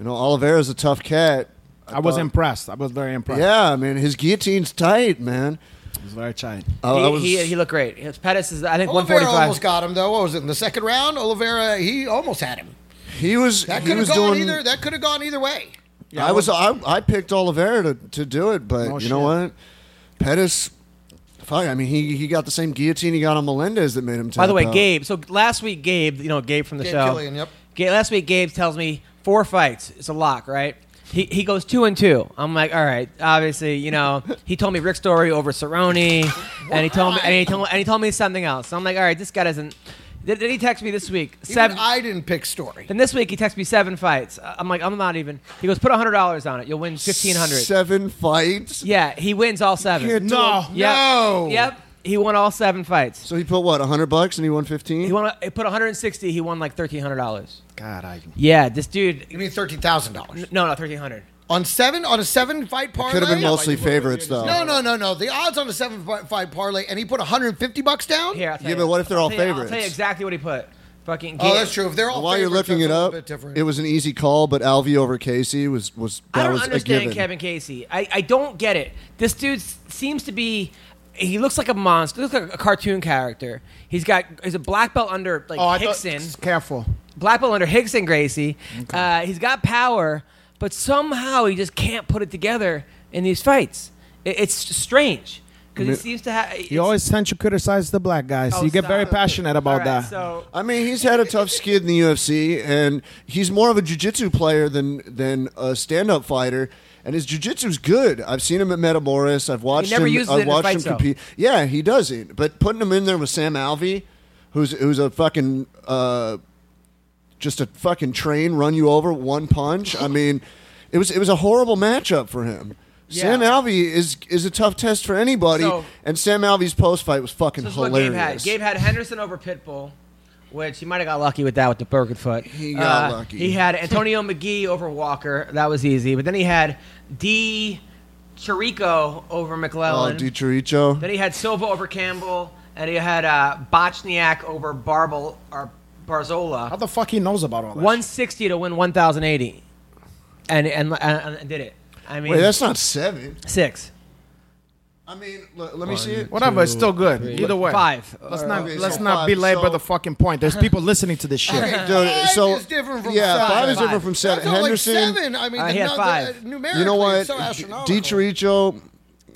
S3: you know, Oliveira's a tough cat.
S6: I was
S3: thought-
S6: impressed. I was very impressed.
S3: Yeah, man, his guillotine's tight, man.
S6: It was very tight.
S3: I, I
S1: he,
S3: was-
S1: he, he looked great. His Pettis is, I think,
S2: Oliveira
S1: 145.
S2: almost got him though. What was it in the second round? Oliveira, he almost had him.
S3: he was.
S2: That
S3: he
S2: could have
S3: was
S2: gone
S3: doing.
S2: either. That could have gone either way.
S3: I was. I, I picked Oliveira to, to do it, but
S6: No
S3: you
S6: shit.
S3: know what? Pettis. Fuck. I mean, he he got the same guillotine he got on Melendez that made him.
S1: By the
S3: tap
S1: way,
S3: out.
S1: Gabe. So last week, Gabe, you know, Gabe from the
S2: Gabe
S1: show.
S2: Killian, yep.
S1: Ga- last week, Gabe tells me four fights. It's a lock, right? He, he goes two and two. I'm like, all right, obviously, you know. He told me Rick Story over
S2: <laughs>
S1: Cerrone, and he told me and he told and he told me something else. So I'm like, all right, this guy doesn't. Did, did he text me this week?
S2: Even
S1: Seven.
S2: I didn't pick story.
S1: then this week he texts me seven fights. I- I'm like, I'm not even. He goes, put hundred dollars on it. You'll win fifteen hundred.
S3: Seven fights.
S1: Yeah, he wins all seven.
S3: Can't do
S6: No.
S3: it.
S1: Yep.
S2: No.
S1: Yep. He won all seven fights.
S3: So he put what, hundred bucks, and he won fifteen.
S1: He won. He put 160. He won like 1300 dollars.
S6: God, I.
S1: Yeah, this dude.
S2: You mean thirteen thousand dollars
S1: No, no, 1300.
S2: on seven on a seven fight parlay?
S3: Could have been mostly favorites though.
S2: No, no, no, no. The odds on a seven fi- fight parlay, and he put one hundred and fifty bucks down.
S1: Here, I'll tell
S3: Yeah,
S1: you.
S3: but what if they're
S1: I'll
S3: all
S1: tell you- I'll tell
S3: favorites?
S1: you exactly what he put. Fucking.
S2: Oh, that's true. If they're all
S3: While you're
S2: favorites,
S3: looking
S2: that's a
S3: it
S2: little
S3: up,
S2: bit different.
S3: it was an easy call, but Alvey over Casey was was that
S1: I don't
S3: was a
S1: understand
S3: given.
S1: Kevin Casey. I, I don't get it. This dude s- seems to be. He looks like a monster. Looks like a cartoon character. He's got. He's a black belt under
S3: Oh,
S1: like
S6: I thought-
S1: Hickson.
S6: Careful.
S1: black belt under Hickson Gracie. Uh, he's got power, but somehow he just can't put it together in these fights. It, it's strange because he
S6: Mi-
S1: seems to have.
S6: You always tend to criticize the black guys.
S1: Oh,
S6: you get very
S1: stop.
S6: passionate about that.
S1: So
S3: I mean, he's had a tough skid in the UFC, and he's more of a jiu-jitsu player than than a stand-up fighter. And his jiu-jitsu's good. I've seen him at Metamoris. I've watched
S1: never
S3: him.
S1: uses it
S3: I've
S1: in
S3: watched
S1: fights,
S3: him
S1: though.
S3: compete. Yeah, he doesn't. But putting him in there with Sam Alvey, who's who's a fucking uh, just a fucking train run you over one punch. I mean, it was it was a horrible matchup for him. Sam Alvey is is a tough test for anybody,
S1: So-
S3: and Sam Alvey's post fight was fucking
S1: this is what Gabe had.
S3: hilarious.
S1: Gabe had Henderson over Pitbull, which he might have got lucky with that with the broken foot. He
S3: got lucky.
S1: Uh, He had Antonio <laughs> McGee over Walker. That was easy. But then he had D. Chirico over
S3: Oh,
S1: McClellan.
S3: DiCirico.
S1: Then he had Silva over Campbell, and he had uh, Bochniak over Barbel or Barzola.
S6: How the fuck he knows about all that?
S1: 160 to win 1,080, and and, and and did it. I mean,
S3: Wait, that's not seven.
S1: six.
S3: I mean, l- let me see it.
S6: Whatever, it's still good. Either way,
S1: Five.
S6: Let's not
S3: Okay,
S6: let's
S3: so
S6: not
S3: five,
S6: belabor
S3: so-
S6: the fucking point. There's people listening to this shit.
S2: Okay,
S3: <laughs> Dude,
S2: five
S3: so-
S2: is different from
S3: yeah,
S2: seven.
S3: five is
S1: Five.
S3: different from
S2: That's
S3: seven.
S2: all like
S3: Henderson,
S2: seven. I mean,
S1: Uh,
S2: the,
S1: he had
S2: nu-
S1: five.
S2: The,
S1: You know
S2: uh, numerically,
S3: you know what?
S2: it's so astronomical.
S3: DiCirico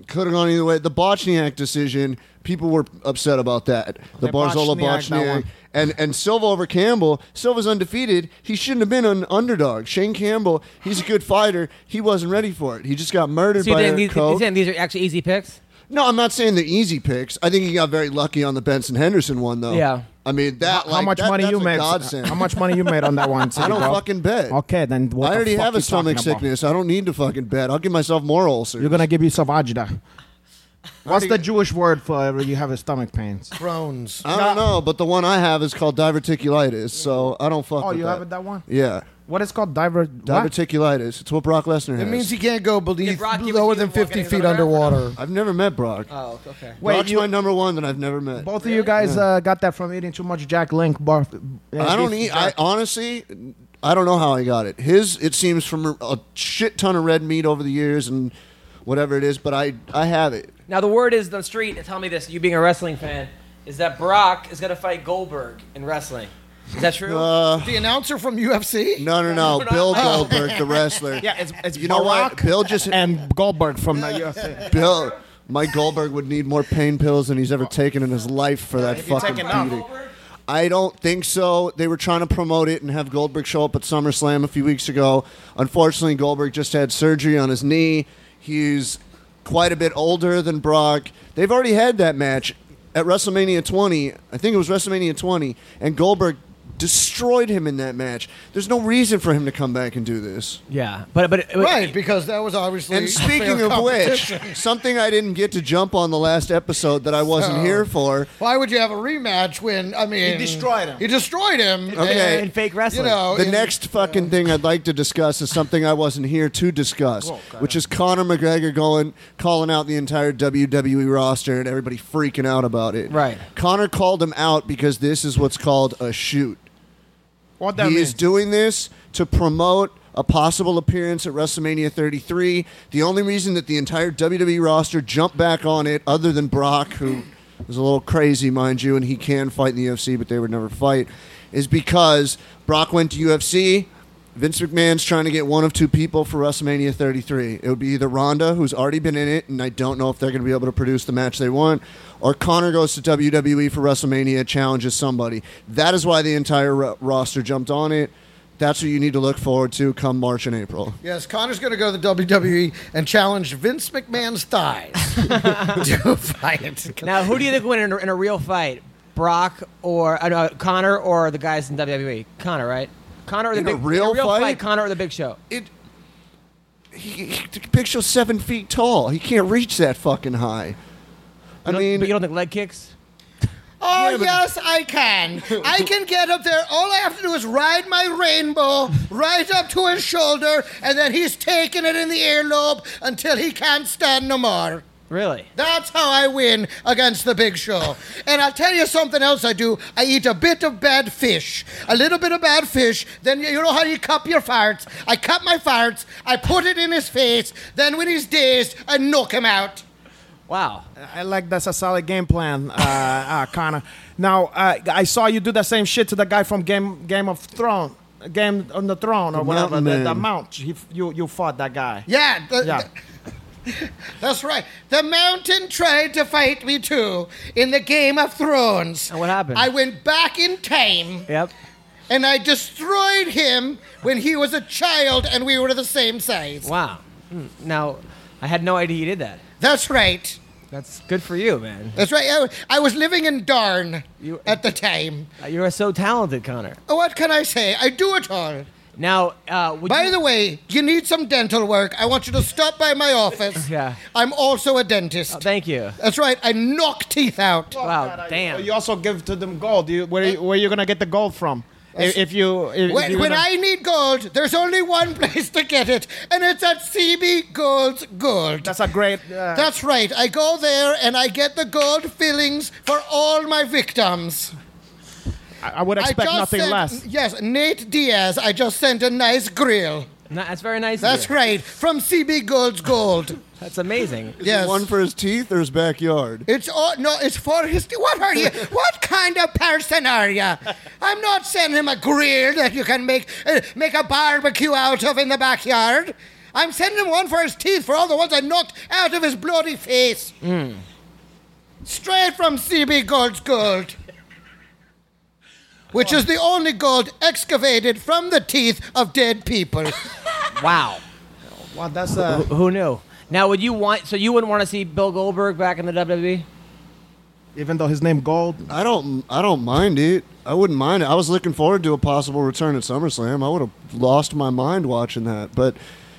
S3: could have gone either way. The Bochniak decision, people were upset about that. The,
S6: The
S3: Barzola
S6: Bochniak, that
S3: Bochniak.
S6: one.
S3: And, and Silva over Campbell. Silva's undefeated. He shouldn't have been an underdog. Shane Campbell, he's a good fighter. He wasn't ready for it. He just got murdered
S1: So you
S3: by
S1: think
S3: Eric
S1: these, you
S3: Cope.
S1: think these are actually easy picks?
S3: No, I'm not saying they're easy picks. I think he got very lucky on the Benson Henderson one, though.
S1: Yeah.
S3: I mean, that,
S6: How
S3: like,
S6: much
S3: that-
S6: money
S3: that's
S6: you
S3: a
S6: made?
S3: godsend.
S6: How much money you made on that one?
S3: I don't
S6: Seagal?
S3: fucking bet.
S6: Okay, then what
S3: I
S6: the
S3: already
S6: fuck
S3: have
S6: you
S3: a stomach
S6: talking about?
S3: sickness. <laughs> I don't need to fucking bet. I'll give myself more ulcers.
S6: You're gonna give yourself ajda. What's the
S3: think-
S6: Jewish word for you have a stomach pains?
S4: Crohn's.
S3: I don't know, but the one I have is called diverticulitis, so I don't fuck
S6: Oh,
S3: with
S6: you
S3: that.
S6: have it that one.
S3: Yeah.
S6: What is called diver? what?
S3: Diverticulitis. It's what Brock Lesnar has.
S4: It means he can't go
S1: Did
S4: beneath
S1: Brock give it
S4: lower
S1: to you
S4: than
S1: and walk
S4: 50
S1: in his
S4: feet
S1: autograph or no?
S4: underwater.
S3: I've never met Brock.
S1: Oh, okay.
S6: Uh, Wait,
S3: Brock's
S6: you-
S3: my number one that I've never met.
S6: Both of you guys uh, got that from eating too much Jack Link bar. uh,
S3: I don't eat. I honestly, I don't know how I got it. His, it seems from a shit ton of red meat over the years and whatever it is, but I, I have it.
S1: Now the word is on the street. and Tell me this, you being a wrestling fan, is that Brock is gonna fight Goldberg in wrestling? Is that true?
S2: The announcer from UFC.
S3: Uh, No, no, no. Oh, Bill Goldberg,
S6: <laughs>
S1: <laughs>
S3: the wrestler.
S6: Oh. yeah, it's it's
S3: You know what?
S6: Barack
S3: Bill just
S6: and Goldberg from the UFC.
S3: Bill, Mike Goldberg would need more pain pills than he's ever taken in his life for that
S6: you
S3: fucking
S6: take enough.
S3: beating. I don't think so. They were trying to promote it and have Goldberg show up at SummerSlam a few weeks ago. Unfortunately, Goldberg just had surgery on his knee. He's quite a bit older than Brock. They've already had that match at WrestleMania 20. I think it was WrestleMania 20, and Goldberg destroyed him in that match. There's no reason for him to come back and do this.
S1: yeah, but but it,
S4: Right, because that was obviously.
S3: And speaking of which, something I didn't get to jump on the last episode that I wasn't here for.
S4: why would you have a rematch when, I mean.
S6: destroyed him.
S4: You destroyed him.
S3: Okay.
S1: in fake wrestling.
S4: You know,
S3: The
S4: in-
S3: next fucking thing I'd like to discuss is something I wasn't here to discuss,
S4: Oh,
S3: which is Conor McGregor going calling out the entire WWE roster and everybody freaking out about it.
S1: Right.
S3: Conor called him out because this is what's called a shoot.
S6: What that
S3: He is
S6: means?
S3: doing this to promote a possible appearance at WrestleMania 33. The only reason that the entire WWE roster jumped back on it, other than Brock, who was a little crazy, mind you, and he can fight in the UFC, but they would never fight, is because Brock went to UFC. Vince McMahon's trying to get one of two people for WrestleMania 33. It would be either Ronda, who's already been in it, and I don't know if they're going to be able to produce the match they want, or Connor goes to WWE for WrestleMania, challenges somebody. That is why the entire ro- roster jumped on it. That's what you need to look forward to come March and April.
S4: Yes, Connor's going to go to the WWE and challenge Vince McMahon's thighs <laughs> to fight.
S1: now who do you think would win in a, in a real fight, Brock or uh, no, Connor or the guys in WWE? Connor, right? Connor or the
S3: In a
S1: big,
S3: real
S1: real fight?
S3: fight?
S1: Connor or the Big Show?
S3: It. He, he, Big Show's seven feet tall. He can't reach that fucking high. I
S1: You don't-
S3: mean,
S1: but you don't think leg kicks?
S2: Oh yes, I can. I can get up there. All I have to do is ride my rainbow right up to his shoulder, and then he's taking it in the earlobe until he can't stand no more.
S1: Really?
S2: That's how I win against the Big Show. And I'll tell you something else I do. I eat a bit of bad fish, a little bit of bad fish. Then you, you know how you cup your farts. I cup my farts. I put it in his face. Then when he's dazed, I knock him out.
S1: Wow.
S6: I like that's a solid game plan, uh, <laughs> uh, Connor. Now uh, I saw you do the same shit to the guy from Game Game of Throne, Game on the Throne or
S2: The
S6: whatever.
S2: Mountain
S6: The,
S2: Man.
S6: the Mount. He, you you fought that guy.
S2: Yeah, the-
S6: yeah.
S2: That's right. The mountain tried to fight me too in the Game of Thrones. And
S1: what happened?
S2: I went back in time.
S1: Yep.
S2: And I destroyed him when he was a child and we were the same size.
S1: Wow. Hmm. Now, I had no idea you did that.
S2: That's right.
S1: That's good for you, man.
S2: That's right. I, I was living in Darn
S1: You-
S2: at the time.
S1: Uh, You are so talented, Connor.
S2: Oh, What can I say? I do it all.
S1: Now, uh, would
S2: by
S1: you-
S2: the way, you need some dental work. I want you to stop by my
S1: <laughs>
S2: office.
S1: Yeah. Oh,
S2: I'm also a dentist.
S1: Thank you.
S2: That's right. I knock teeth out.
S1: Wow, damn.
S6: You also give to them gold. You, where you, where you gonna get the gold from? If, if you if,
S2: When,
S6: if you
S2: when
S6: gonna-
S2: I need gold, there's only one <laughs> place to get it, and it's at CB Gold's Gold.
S6: that's a great. Uh,
S2: That's right. I go there and I get the gold fillings for all my victims.
S6: I, I would expect
S2: I just
S6: nothing
S2: sent-
S6: less.
S2: Yes, Nate Diaz. I just sent a nice grill.
S1: No, that's very nice. of
S2: That's
S1: you.
S2: right, from CB Gold's Gold.
S1: That's amazing.
S2: Yes.
S3: One for his teeth or his backyard?
S2: It's all, no, it's for his. What are you? What kind of person are you? I'm not sending him a grill that you can make uh, make a barbecue out of in the backyard. I'm sending him one for his teeth for all the ones I knocked out of his bloody face.
S1: Mm.
S2: Straight from CB Gold's gold, which is the only gold excavated from the teeth of dead people.
S1: Wow.
S6: Wow, that's uh,
S1: Who knew? Now, would you want? So you wouldn't want to see Bill Goldberg back in the E? WWE?
S6: even though his name Gold.
S3: I don't. I don't mind it. I wouldn't mind it. I was looking forward to a possible return at SummerSlam. I would have lost my mind watching that, but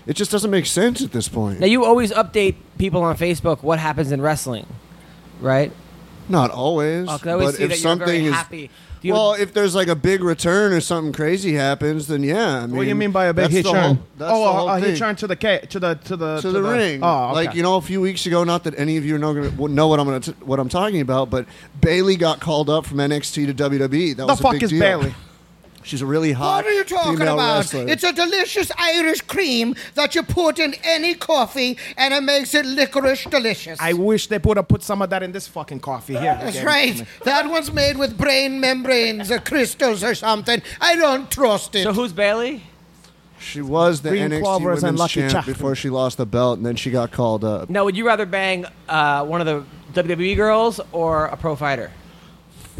S3: it just doesn't make sense at this point.
S1: Now you always update people on Facebook what happens in wrestling, right?
S3: Not always.
S1: Oh, 'cause I always
S3: but
S1: see
S3: if
S1: that you're
S3: something
S1: very
S3: is
S1: happy. Do you-
S3: well, if there's like a big return or something crazy happens, then yeah. I mean,
S6: What do you mean by a big
S3: that's
S6: hit
S3: the
S6: turn?
S3: whole- that's
S6: oh,
S3: the
S6: uh,
S3: whole
S6: uh,
S3: thing.
S6: hit turn to the ca- to the to the
S3: to the, ring.
S6: Oh, okay.
S3: Like you know, a few weeks ago. Not that any of you are not gonna know what I'm gonna t- what I'm talking about, but Bailey got called up from NXT to WWE.
S6: the
S3: That was a
S6: fuck
S3: big
S6: is
S3: deal.
S6: Bailey?
S3: She's a really hot.
S2: What are you talking
S3: female
S2: about?
S3: wrestler.
S2: It's a delicious Irish cream that you put in any coffee and it makes it licorice delicious.
S6: I wish they would have put some of that in this fucking coffee
S3: <laughs>
S6: here.
S2: That's
S6: Okay.
S2: right. That one's made with brain membranes or crystals or something. I don't trust it.
S1: So who's Bailey?
S3: She was the
S6: Green
S3: NXT
S6: Clovers and
S3: Women's
S6: Lucky Mm.
S3: Champ
S6: Chafkin.
S3: before she lost the belt, and then she got called up.
S1: Now, would you rather bang uh, one of the WWE girls or a pro fighter?
S6: <laughs>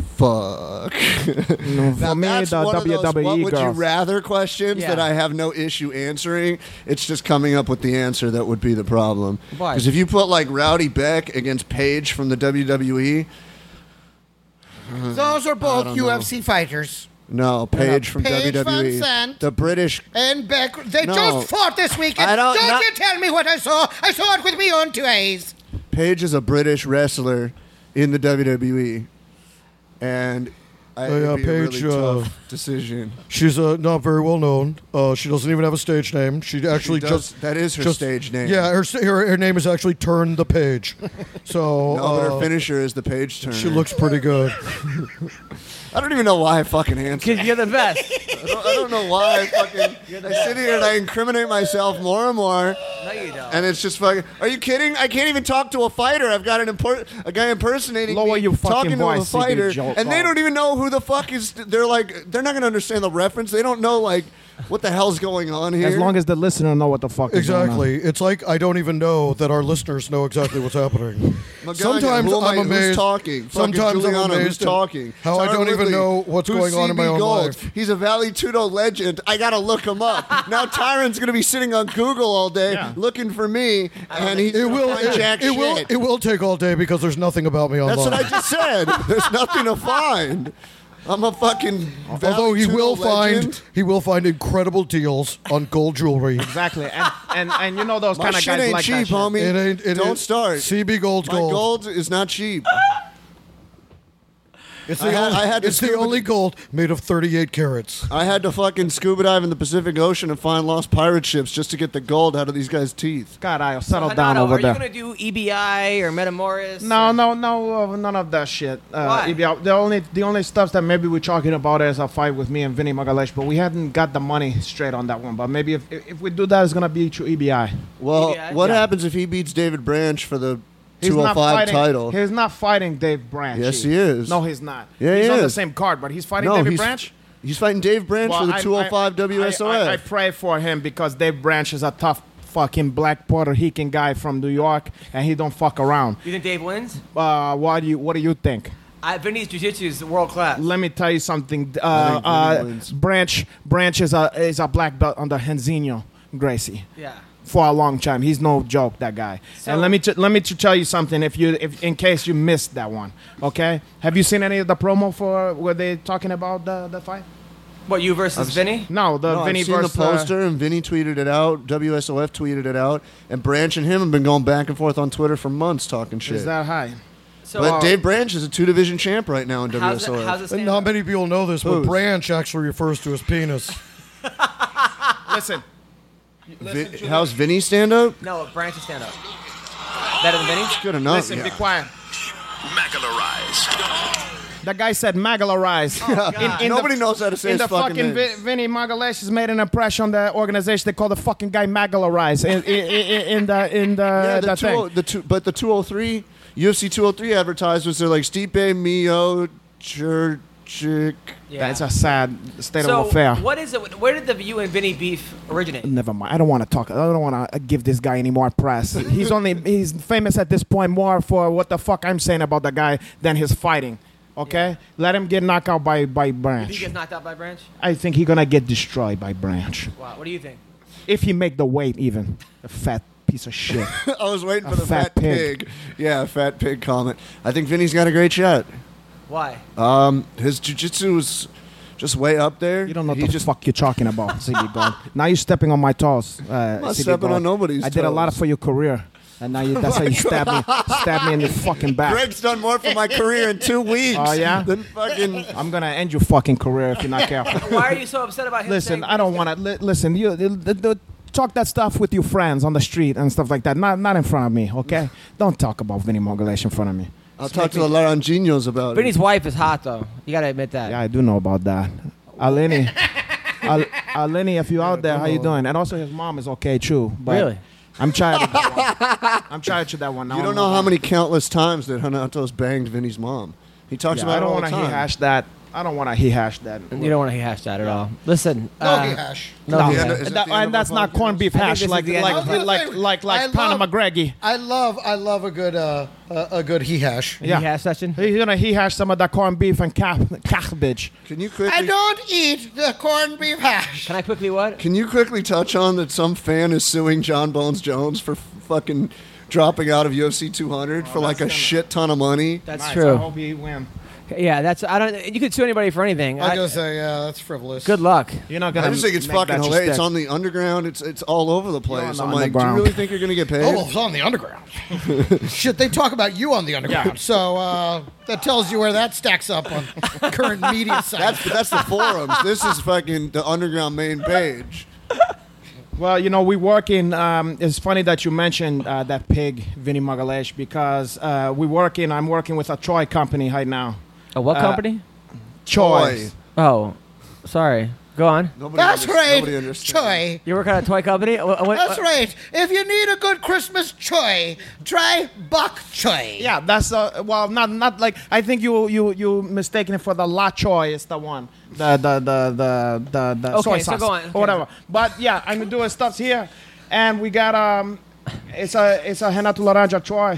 S6: For
S3: Fuck.
S6: me,
S3: That's
S6: the
S3: one of those, what
S6: WWE
S3: would you
S6: girls.
S3: rather questions
S1: Yeah.
S3: that I have no issue answering. It's just coming up with the answer that would be the problem.
S1: Why?
S3: Because if you put like Rowdy Beck against Paige from the E, WWE,
S2: Those are both UFC fighters.
S3: no, Paige from
S2: Paige Van
S3: WWE,
S2: Sant.
S3: the British.
S2: And Beck, they
S3: No.
S2: just fought this weekend.
S3: I don't-
S2: don't
S3: not-
S2: you tell me what I saw. I saw it with my own two eyes.
S3: Paige is a British wrestler in the WWE, and I,
S4: Oh,
S3: it'd
S4: yeah,
S3: be a
S4: Paige,
S3: really
S4: uh,
S3: tough decision.
S4: She's uh, not very well known. Uh, she doesn't even have a stage name. She actually
S3: does-
S4: just
S3: that is her
S4: just-
S3: stage name.
S4: Yeah, her, sta- her her name is actually Turn the
S3: <laughs>
S4: Page. So
S3: No, but her
S4: uh,
S3: finisher is the Paige turn.
S4: she looks pretty good.
S3: I don't even know why I fucking answered.
S1: Because you're the best.
S3: <laughs> I don't, I don't know why I fucking. I sit here and I incriminate myself more and more,
S1: no, you don't.
S3: and it's just fucking. Are you kidding? I can't even talk to a fighter. I've got an import, a guy impersonating
S6: Lower
S3: me,
S6: your fucking
S3: talking to a
S6: voice, you
S3: fighter,
S6: joke.
S3: and they don't even know who the fuck is. They're like, they're not gonna understand the reference. They don't know like what the hell's going on here.
S6: As long as the listener know what the fuck is going on.
S4: Exactly. It's like I don't even know that our listeners know exactly what's
S3: <laughs>
S4: happening.
S3: Magana,
S4: sometimes
S3: who am
S4: I'm
S3: I-
S4: amazed.
S3: Who's talking? Fucking
S4: Sometimes I'm
S3: Giuliano,
S4: amazed
S3: who's
S4: at
S3: talking.
S4: How I
S3: Tyler
S4: don't even
S3: Woodley,
S4: know what's
S3: who's
S4: going on in my
S3: CB
S4: own
S3: Gold?
S4: life.
S3: He's a Valley Tudo legend. I gotta look
S4: <laughs>
S3: him up. now Tyron's gonna be sitting on Google all day looking for me, and he
S4: It will.
S3: find
S4: It,
S3: jack
S4: it
S3: shit.
S4: will. It will take all day because there's nothing about me online.
S3: That's what I
S4: <laughs>
S3: just said. There's nothing to find. I'm a fucking. Valley
S4: Although he
S3: Tudo
S4: will
S3: legend.
S4: find he will find incredible deals on gold jewelry.
S6: Exactly. And, and and you know those
S3: my
S6: kind of
S3: shit
S6: guys
S3: ain't
S6: like that.
S3: cheap,
S6: shit.
S3: homie.
S4: It ain't- it
S3: don't
S4: ain't-
S3: start.
S4: CB Gold's
S3: My
S4: gold.
S3: gold is not cheap. It's
S4: I
S3: the
S4: had,
S3: only- <laughs> I had
S4: <laughs>
S3: to
S4: it's the
S3: scuba-
S4: only gold made of 38 carats.
S3: I had to fucking scuba dive in the Pacific Ocean and find lost pirate ships just to get the gold out of these guys' teeth.
S6: God, I'll settle
S1: Hanado,
S6: down over
S1: are
S6: there.
S1: you going to do EBI or Metamoris?
S6: No, no, no, uh, none of that shit. Uh,
S1: Why?
S6: if y'all- the only the only stuff that maybe we're talking about is a fight with me and Vinny Magalesh, but we hadn't got the money straight on that one. But maybe if if we do that, it's gonna be through EBI.
S3: Well,
S6: EBI?
S3: what
S6: Yeah.
S3: happens if he beats David Branch for the
S6: He's not
S3: 205
S6: fighting-
S3: title?
S6: He's not fighting Dave Branch.
S3: Yes, he is.
S6: No, he's not.
S3: Yeah,
S6: he's
S3: he
S6: on the
S3: is.
S6: same card, but he's fighting
S3: No,
S6: David
S3: he's-
S6: Branch.
S3: He's fighting Dave Branch for the
S6: I- I-
S3: 205
S6: I-
S3: WSOF.
S6: I, I pray for him because Dave Branch is a tough fucking black Puerto Rican guy from New York, and he don't fuck around.
S1: You think Dave wins?
S6: Uh, what do you What do you think?
S1: I, Vinny's jiu-jitsu is world class.
S6: Let me tell you something. Uh,
S1: I think Vinny
S6: uh, Branch Branch is a is a black belt under Henzino Gracie.
S1: Yeah.
S6: For a long time, he's no joke. That guy. and let me t- let me t- tell you something. If you if in case you missed that one, okay? Have you seen any of the promo for where they talking about the the fight?
S1: What you versus
S3: I've-
S1: Vinny?
S6: No, the
S3: No,
S6: Vinny
S3: I've seen
S6: versus uh,
S3: the poster, and Vinny tweeted it out. WSOF tweeted it out, and Branch and him have been going back and forth on Twitter for months talking shit.
S6: Is that high? uh,
S1: uh,
S3: but Dave Branch is a two division champ right now in WSOF.
S4: And not many people know this, but
S3: Who's?
S4: Branch actually refers to his penis.
S6: <laughs> Listen.
S3: <laughs> Vi- how's Vinny stand up?
S1: No, Branch is stand up. Better than Vinny?
S3: Good enough.
S6: Listen,
S3: yeah.
S6: be quiet.
S11: Magalarize.
S6: That guy said
S3: <laughs>
S6: Magalarize.
S3: God. Nobody knows how to say
S6: in
S3: his
S6: the
S3: fucking
S6: fucking
S3: name.
S6: Vi- Vinny Magalash has made an impression on the organization. They call the fucking guy Magalarize in, in, in, in the in the,
S3: yeah, the,
S6: the
S3: two, oh-
S6: thing.
S3: the two, but the 203, UFC 203 advertisements, they're like Stipe Mio Churchick.
S1: Yeah.
S6: That's a sad state
S1: so
S6: of affair.
S1: what is it? Where did the you and Vinny beef originate?
S6: Never mind. I don't want to talk. I don't want to give this guy any
S1: <laughs>
S6: more press. He's only he's famous at this point more for what the fuck I'm saying about the guy than his fighting. Okay, let him get knocked out by by
S1: Did he
S6: Branch.
S1: get knocked out by Branch?
S6: I think he's gonna get destroyed by Branch
S1: Wow. What do you think?
S6: if he make the weight even. A fat piece of shit.
S3: <laughs> <laughs> I was waiting for
S6: A
S3: the
S6: fat
S3: fat,
S6: pig.
S3: pig. Yeah, fat pig comment. I think Vinny's got a great shot.
S1: Why?
S3: Um, his jujitsu was just way up there. You don't know
S6: what the fuck you're talking about,
S3: <laughs>
S6: CB Gold. Now you're stepping on my toes. Uh,
S3: not
S6: CB
S3: stepping
S6: Gold.
S3: on nobody's
S6: I did a lot
S3: toes.
S6: for your career, and now you, that's
S3: <laughs>
S6: how you stab me, stab me in the fucking back.
S3: Greg's done more for my career in <laughs> two weeks.
S6: Oh, yeah?
S3: Than fucking.
S6: I'm gonna end your fucking career if you're not careful.
S1: <laughs> Why are you so upset about him?
S6: listen,
S1: saying-
S6: I don't want to. Li- listen, you the, the, the- talk that stuff with your friends on the street and stuff like that. Not not in front of me,
S1: <laughs>
S6: okay? don't talk about Vinny Mogulash in front of me.
S3: I'll talk to the Laranginos about
S1: Vinny's
S3: it.
S1: wife is hot though. You gotta admit that.
S6: Yeah, I do know about that.
S1: <laughs>
S6: Aleni, Al- Aleni, if you're out there, how you doing? And also, his mom is okay too. But
S1: Really?
S6: I'm tired of
S1: <laughs>
S6: that one. I'm tired of that one. I
S3: You don't know how many countless times that Hanatos banged Vinny's mom. He talks
S6: Yeah,
S3: about
S6: I don't
S3: want to
S6: he hash that. I don't want to he hash that.
S1: You don't want to hash that at all. Listen.
S2: No
S1: uh,
S2: he hash.
S1: No,
S6: No,
S1: he
S3: Yeah,
S1: hash.
S3: no, is that
S6: and,
S3: the
S6: that-
S3: end of
S6: and that's
S3: our
S6: not
S3: podcast?
S6: corn beef
S1: I think
S6: hash
S1: this
S6: like
S1: is the end
S6: like
S1: of
S6: like
S1: our-
S6: like like,
S2: I
S6: Conor
S2: love-
S6: McGregor.
S2: I love I love a good uh, a, a good he hash.
S6: Yeah.
S1: He hash session.
S6: He's gonna he hash some of that corned beef and ca- cabbage.
S3: Can you
S2: I
S3: quickly?
S2: don't eat the corned beef hash.
S1: Can I quickly what?
S3: Can you quickly touch on that some fan is suing John Bones Jones for fucking dropping out of UFC 200 for like a shit ton of money?
S1: Oh, That's
S6: Nice, I
S1: true.
S6: hope he win.
S1: Yeah, that's. I don't. You could sue anybody for anything.
S4: I
S1: I-
S4: just say, yeah, that's frivolous.
S1: good luck.
S6: You're not gonna.
S3: I just think it's
S6: make
S3: fucking
S6: that your
S3: hilarious. It's
S6: stick.
S3: on the underground. It's it's all over the place.
S6: the
S3: I'm like, do you
S6: underground.
S3: really think you're gonna get paid?
S2: Oh, it's on the underground.
S1: <laughs>
S2: Shit, they talk about you on the underground. So uh, that tells you where that stacks
S3: <laughs>
S2: up on current media sites.
S3: That's that's the forums. this is fucking the underground main page.
S6: Well, you know, we work in. Um, it's funny that you mentioned uh, that pig, Vinny Magalesh, because uh, we work in. I'm working with a Troy company right now.
S1: A what
S6: Uh,
S1: company?
S6: Choice.
S1: Oh, sorry. Go on.
S3: Nobody
S2: That's
S3: under-
S2: right,
S3: Nobody understands.
S2: Choi.
S1: <laughs> You work at a toy company? Wha- what-
S2: That's
S1: what-
S2: right. If you need a good Christmas choy, try bok choy.
S6: Yeah, that's uh, well, not not like I think you you you mistaken it for the La Choy is the one, the the the the the, the soy
S1: Okay, so
S6: sauce
S1: go on. Okay.
S6: or
S1: <laughs>
S6: whatever. But yeah, I'm doing stuffs here, and we got um, it's a it's a Renato Laranja Choy.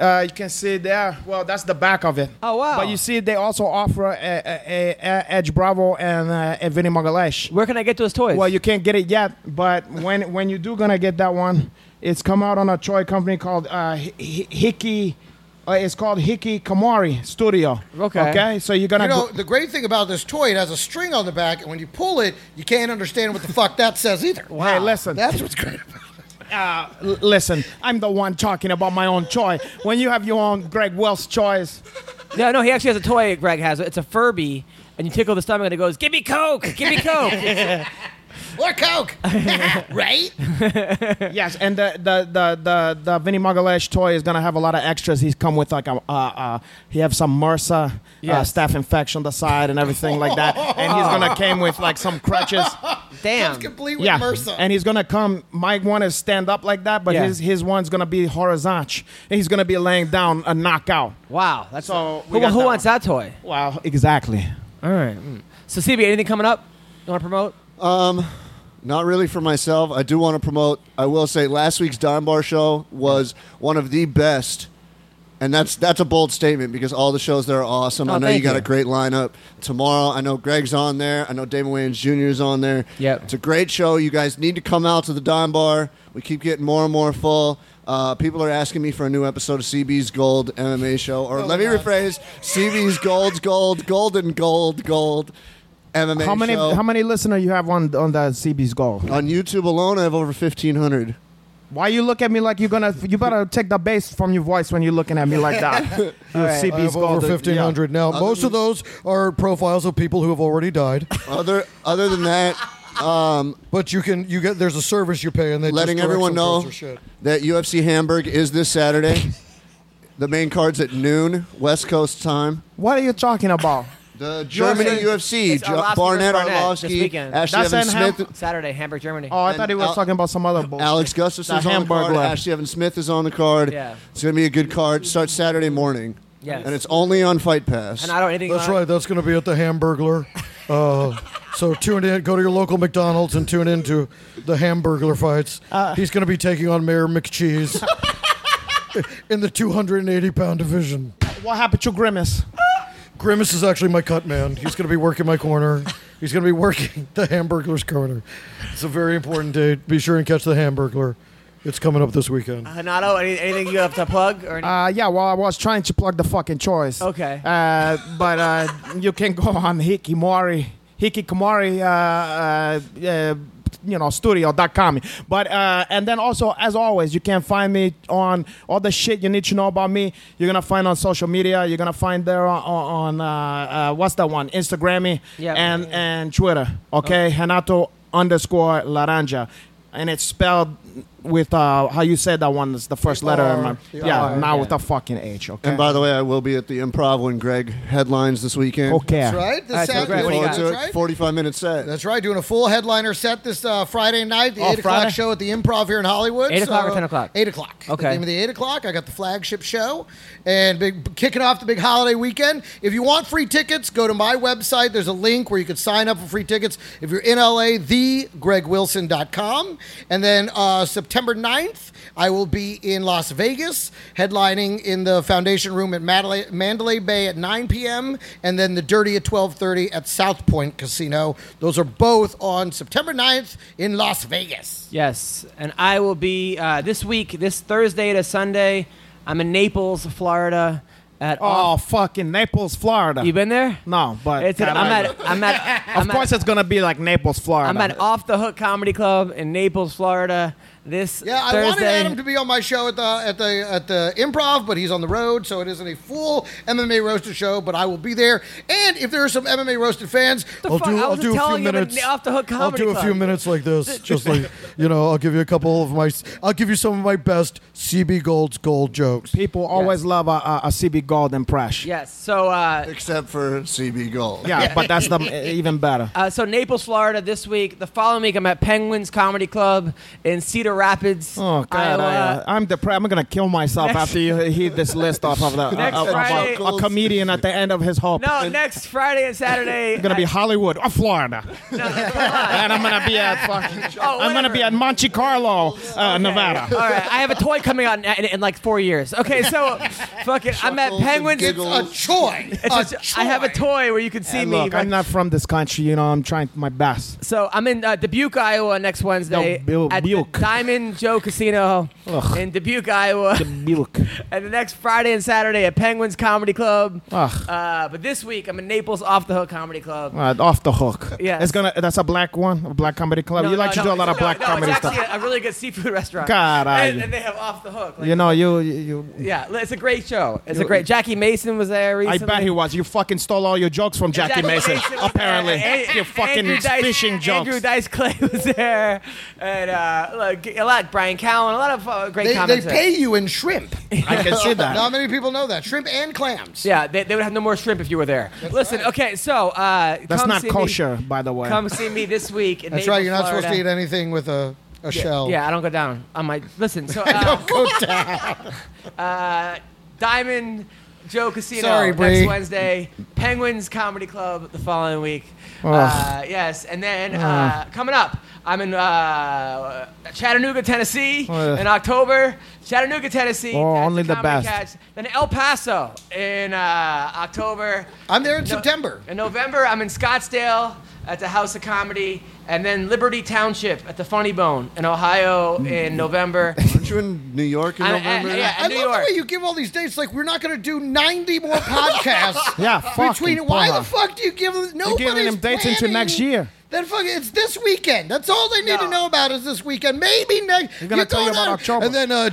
S6: Uh, you can see there. Well, that's the back of it.
S1: Oh, wow.
S6: But you see, they also offer a, a, a, a Edge Bravo and uh, a Vinny Magalash.
S1: Where can I get those toys?
S6: Well, you can't get it yet, but when when you do gonna get that one, it's come out on a toy company called uh, Hi- Hi- Hickey. Uh, it's called Hickey Kamari Studio.
S1: Okay.
S6: Okay. So you're gonna
S2: You know,
S6: go-
S2: the great thing about this toy, it has a string on the back, and when you pull it, you can't understand what the fuck that says either.
S6: Hey, listen.
S2: That's what's great about it.
S6: Uh, l-
S1: <laughs>
S6: listen, I'm the one talking about my own choice. When you have your own Greg Wells choice,
S1: No, no, he actually has a toy. Greg has it's a Furby, and you tickle the stomach, and it goes, "Give me Coke, give
S6: <laughs>
S1: me Coke." <laughs>
S2: Or Coke, right?
S6: yes, and the the the the, the Vinny Magalash toy is gonna have a lot of extras. He's come with like a uh, uh, he have some MRSA
S1: Yes.
S6: uh, staph infection on the side and everything like
S1: <laughs>
S6: that, and he's gonna came with like some crutches.
S1: Damn.
S2: Comes complete with
S6: yeah,
S2: MRSA.
S6: and he's gonna come. My one is stand up like that, but
S1: Yeah.
S6: his his one's gonna be horizontal. He's gonna be laying down a knockout.
S1: Wow, that's
S6: So, we
S1: Who,
S6: got
S1: who
S6: that
S1: wants
S6: one.
S1: that toy?
S6: Wow, exactly.
S1: All right. mm. So, CB, anything coming up? You want to promote?
S3: Um, Not really for myself. I do want to promote. I will say last week's Dime Bar show was one of the best, and that's that's a bold statement because all the shows there are awesome.
S1: Oh,
S3: I know
S1: thank
S3: you got
S1: you.
S3: a great lineup tomorrow. I know Greg's on there. I know Damon Wayans Jr. is on there.
S1: Yep.
S3: it's a great show. You guys need to come out to the Dime Bar. We keep getting more and more full. Uh, people are asking me for a new episode of CB's Gold MMA show, or let me rephrase: CB's Gold's Gold, Golden Gold, Gold MMA.
S6: How many
S3: show.
S6: how many listeners you have on on the CB's goal?
S3: On YouTube alone, I have over 1,500.
S6: Why you look at me like you're gonna? You better take the bass from your voice when you're looking at me like that.
S1: <laughs>
S4: <laughs>
S6: You CB's
S4: I have
S6: gold,
S4: over
S6: yeah.
S4: 1,500 now. Most of those are profiles of people who have already died.
S3: Other other than that, um,
S4: But you can, you get, there's a service you pay and they
S3: letting
S4: just direct
S3: everyone
S4: some posts
S3: know
S4: or shit.
S3: that UFC Hamburg is this Saturday. the main card's at noon West Coast time.
S6: What are you talking about?
S3: The Germany UFC,
S1: It's
S3: Jo-
S1: Arlovski
S3: Barnett,
S1: versus Barnett this
S3: Arlovsky,
S1: weekend.
S3: Ashley
S6: That's
S3: Evan
S6: in Ham-
S3: Smith.
S1: Saturday, Hamburg, Germany.
S6: Oh, I
S3: And
S6: thought he was
S3: Al-
S6: talking about some other bullshit.
S3: Alex Gustafson's on the card.
S6: Hamburglar.
S3: Ashley Evan Smith is on the card.
S1: Yeah.
S3: It's going to be a good card. Starts Saturday morning.
S1: Yes.
S3: And it's only on Fight Pass.
S1: and I don't anything.
S4: That's
S1: on-
S4: right. That's going to be at the Hamburglar. Uh, so tune in, go to your local McDonald's and tune in to the Hamburglar fights.
S1: Uh.
S4: He's going to be taking on
S1: <laughs>
S4: Mayor McCheese in the 280 pound division.
S6: What happened to Grimace?
S4: Grimace is actually my cut man. He's going to be working my corner. He's going to be working <laughs> the Hamburglar's corner. It's a very important date. Be sure and catch the Hamburglar. It's coming up this weekend.
S1: Hanato, any, anything you have to plug or anything?
S6: Uh, yeah, well, I was trying to plug the fucking choice.
S1: Okay.
S6: Uh, but uh, you can go on Hikimori, Hikikomori, uh, uh, uh, you know, studio.com. But, uh, and then also, as always, you can find me on all the shit you need to know about me. You're going to find on social media. You're going to find there on, on uh, uh, what's that one? Instagram me
S1: Yeah.
S6: and, and Twitter. Okay. Hanato underscore laranja. And it's spelled with uh, how you said that one is the first letter. in my-
S4: The
S6: yeah,
S4: R,
S6: now
S1: yeah.
S6: with a fucking H. Okay.
S3: and by the way, I will be at the Improv when Greg headlines this weekend.
S6: okay.
S2: That's right. This
S1: All right, so
S2: Saturday,
S1: Greg, what do you
S3: Forward
S1: got?
S3: to it.
S2: That's right.
S3: 45 minute set.
S2: That's right. Doing a full headliner set this uh, Friday night, the
S6: Oh,
S2: eight o'clock
S6: Friday?
S2: show at the Improv here in Hollywood.
S1: 8 o'clock or 10 o'clock?
S2: Eight o'clock.
S1: Okay.
S2: The name of the eight o'clock. I got the flagship show, and big, kicking off the big holiday weekend. If you want free tickets, go to my website. There's a link where you can sign up for free tickets. If you're in LA, thegregwilson.com. And then uh, September 9th, I will be in Las Vegas, headlining in the Foundation Room at Mandalay, Mandalay Bay at 9 p.m. and then the Dirty at 12:30 at South Point Casino. Those are both on September 9th in Las Vegas.
S1: Yes, and I will be uh, this week, this Thursday to Sunday. I'm in Naples, Florida. At
S6: Oh, fucking Naples, Florida.
S1: you been there?
S6: No, but
S1: It's at,
S6: God,
S1: I'm
S6: I-
S1: at. I'm at.
S6: Of
S1: I'm at-
S6: course, it's gonna be like Naples, Florida.
S1: I'm at Off the Hook Comedy Club in Naples, Florida. This
S2: Yeah, I
S1: Thursday.
S2: wanted Adam to be on my show at the at the at the Improv, but he's on the road, so it isn't a full MMA roasted show. But I will be there, and if there are some MMA roasted fans,
S4: I'll
S1: fuck?
S4: do.
S1: I
S4: I'll
S1: wasn't
S4: do a few
S1: telling you I'm in
S4: minutes.
S1: the Off the Hook
S4: I'll
S1: Comedy
S4: do a
S1: Club.
S4: few minutes like
S1: <laughs>
S4: this, just like you know. I'll give you a couple of my. I'll give you some of my best CB Gold's gold jokes.
S6: People always love a, a, a CB Gold
S1: <laughs>
S6: and Presh.
S1: yes. So uh,
S3: Except for CB
S6: <laughs>
S3: Gold.
S6: Yeah, but that's the even better.
S1: <laughs> Uh, so Naples, Florida, this week. The following week, I'm at Penguins Comedy Club in Cedar Rapids,
S6: Oh God,
S1: Iowa.
S6: I, uh, I'm depressed. I'm gonna kill myself after you hear this list off of the uh,
S1: <laughs> Next
S6: of- of
S1: Friday-
S6: a, a comedian at the end of his hope.
S1: no, next Friday and Saturday.
S6: gonna be
S1: I-
S6: Hollywood or Florida,
S1: no,
S6: <laughs>
S1: that's a lie.
S6: and I'm gonna be at fucking,
S1: <laughs> Oh,
S6: I'm gonna
S1: whatever.
S6: be at Monte Carlo, uh, Nevada.
S1: All right, I have a toy coming out in, in, in like four years. Okay,
S6: <laughs>
S1: so fucking, I'm at
S3: Chuckles and
S1: Penguins.
S3: giggles.
S2: a choy.
S1: It's
S2: a
S1: just- I have a toy where you can see me.
S6: Look, I'm not from this country, you know. I'm trying my best.
S1: So I'm in uh, Dubuque, Iowa next Wednesday
S6: No, Bill-
S1: at the
S6: Buke.
S1: Diamond Joe Casino
S6: Ugh.
S1: in Dubuque, Iowa.
S6: Milk.
S1: <laughs> and the next Friday and Saturday at Penguins Comedy Club.
S6: Ugh.
S1: Uh, but this week I'm in Naples Off the Hook Comedy Club.
S6: All right, off the hook.
S1: Yes.
S6: it's gonna. That's a black one, a black comedy club.
S1: No,
S6: you like
S1: no,
S6: to
S1: no,
S6: do a lot of
S1: no,
S6: black
S1: no,
S6: comedy
S1: it's
S6: stuff.
S1: actually a really good seafood restaurant.
S6: Caralho.
S1: And, and they have Off the Hook. Like,
S6: you know, you, you
S1: yeah, it's a great show. It's a
S6: you-
S1: great Jackie Mason was there recently.
S6: I bet he was. You fucking stole all your jokes from Jackie, Mason,
S1: was there.
S6: apparently.
S1: An-
S6: your fucking
S1: Andrew Dice-
S6: fishing jokes.
S1: Andrew Dice Clay <laughs> was there, and uh, look, a lot. Brian Cowan, a lot of uh, great
S2: They, they
S1: comics. there.
S2: pay you in shrimp.
S6: I can
S4: <laughs>
S6: see
S2: <laughs>
S6: that.
S2: Not many people know that. Shrimp and clams.
S1: Yeah, they, they would have no more shrimp if you were there. Listen, okay, so uh,
S6: That's
S1: come
S6: not
S1: see me-
S6: kosher, by the way.
S1: Come see me this week. In
S4: That's right. You're
S1: Naples,
S4: not
S1: Florida.
S4: supposed to eat anything with a, a shell.
S1: Yeah, I don't go down. I might listen.
S2: <laughs>
S1: So
S6: <laughs>
S1: uh, don't go down. <laughs> uh, Diamond Joe Casino
S4: Sorry, Bree.
S1: next Wednesday. Penguins Comedy Club the following week. Uh,
S6: Ugh.
S1: yes, and then uh, coming up, I'm in uh, Chattanooga, Tennessee,
S6: Ugh.
S1: in October. Chattanooga, Tennessee.
S6: Oh,
S1: That's
S6: only the
S1: Comedy
S6: best.
S1: Catch. Then El Paso in uh, October.
S2: I'm there in
S1: No-
S2: September.
S1: in November, I'm in Scottsdale at the House of Comedy, and then Liberty Township at the Funny Bone in Ohio
S2: Mm.
S1: in
S2: <laughs>
S1: November.
S3: Aren't you in New York in
S1: I- I-
S3: November?
S1: yeah,
S2: I
S1: New
S2: love
S1: York.
S2: the way you give all these dates. Like we're not going to do 90 more podcasts.
S6: <laughs> Yeah, fucking
S2: between why the
S6: bummer.
S2: fuck do you give them? Nobody's
S6: giving them dates
S2: planning.
S6: into next year.
S2: Then fucking, it's this weekend. That's all they need
S1: No.
S2: to know about is this weekend. Maybe next. You're
S6: gonna tell you about October.
S4: And then uh,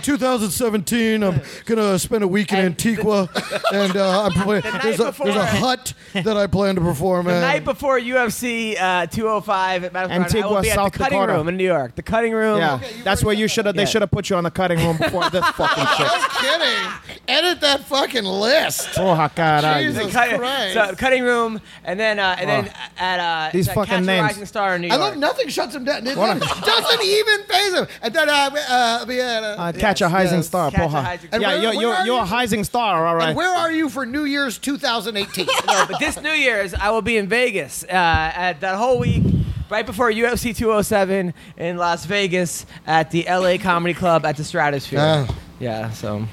S1: <laughs>
S4: 2017, I'm gonna spend a week in Antigua, and uh, I'm playing.
S1: night
S4: There's a,
S1: before-
S4: there's a hut that I plan to
S1: <laughs>
S4: perform
S1: The
S4: at.
S1: night before UFC uh, 205 at Madison Square Garden, I will
S6: Antigua,
S1: be at
S6: South
S1: the Cutting
S6: Dakota.
S2: <laughs>
S1: Room in New York. The Cutting Room.
S6: Yeah, that's where you should have. They
S1: Yeah.
S6: should have put you on the cutting room
S2: <laughs>
S6: before this fucking shit.
S2: kidding. Edit that fucking list.
S6: Porra,
S1: The
S6: caralho.
S2: Jesus.
S1: cut-
S2: Christ. Oh.
S1: so Cutting Room, and then uh, and then at uh,
S6: These
S1: at
S6: fucking
S1: Catch a
S6: names.
S1: Rising Star in New
S2: I
S1: York.
S2: love nothing shuts them down. It
S6: <laughs>
S2: doesn't even phase them. And then uh, we- uh, we had, uh,
S6: Uh, catch a Heising
S2: yes.
S6: star,
S1: Catch a
S6: porra.
S1: Heising-
S2: And
S6: Yeah,
S2: where-
S6: you're,
S2: where
S6: you're,
S2: are
S6: you're
S2: you?
S6: a Heising star, all
S2: And
S6: right.
S2: where are you for New
S1: <laughs>
S2: Year's 2018?
S1: But this New Year's, I will be in Vegas uh, at that whole week, right before UFC 207 in Las Vegas at the LA Comedy Club at the Stratosphere.
S4: Ah.
S1: Yeah, so.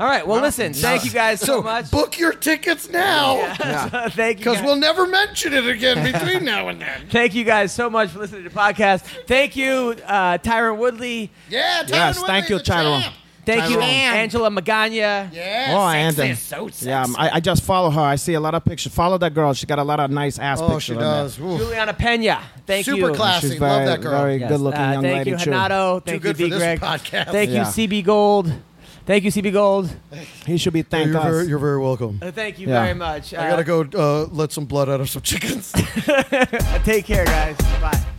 S1: All right, well, listen, thank you guys so, much.
S2: Book your tickets
S1: <laughs>
S2: now.
S1: thank you.
S2: Because
S1: guys-
S2: we'll never mention it again between now and then.
S1: <laughs> Thank you guys so much for listening to the podcast. Thank you, uh, Tyron Woodley.
S2: Yeah, Tyron
S6: Yes,
S2: Woodley's
S6: thank you,
S2: a
S6: Tyron.
S2: champ.
S1: Thank you,
S6: Tyrone.
S1: Angela Magana.
S2: Yeah,
S6: Oh,
S2: sexy,
S6: Anthony.
S2: so sexy.
S6: yeah, um, I, I just follow her. I see a lot of pictures. Follow that girl. She got a lot of nice ass
S4: oh,
S6: pictures.
S4: she
S6: on there.
S4: does. Oof.
S1: Juliana Pena. Thank
S2: Super
S1: you.
S2: classy.
S6: She's
S2: Love
S6: very,
S2: that girl.
S6: very
S1: Yes.
S6: good-looking
S1: Uh,
S6: young
S1: thank
S6: lady
S1: you,
S6: too.
S1: Hanato.
S2: Too
S1: Thank
S2: good
S1: you,
S2: for
S1: D.
S2: this
S1: Greg.
S2: podcast.
S1: Thank you,
S6: Yeah.
S1: CB Gold. Thank you, CB Gold.
S6: He should be thanked
S4: You're
S6: us.
S4: very, you're very welcome.
S1: Uh, Thank you
S6: Yeah.
S1: very much. <laughs>
S4: uh, I gotta go uh, let some blood out of some chickens.
S1: Take care, guys. Bye.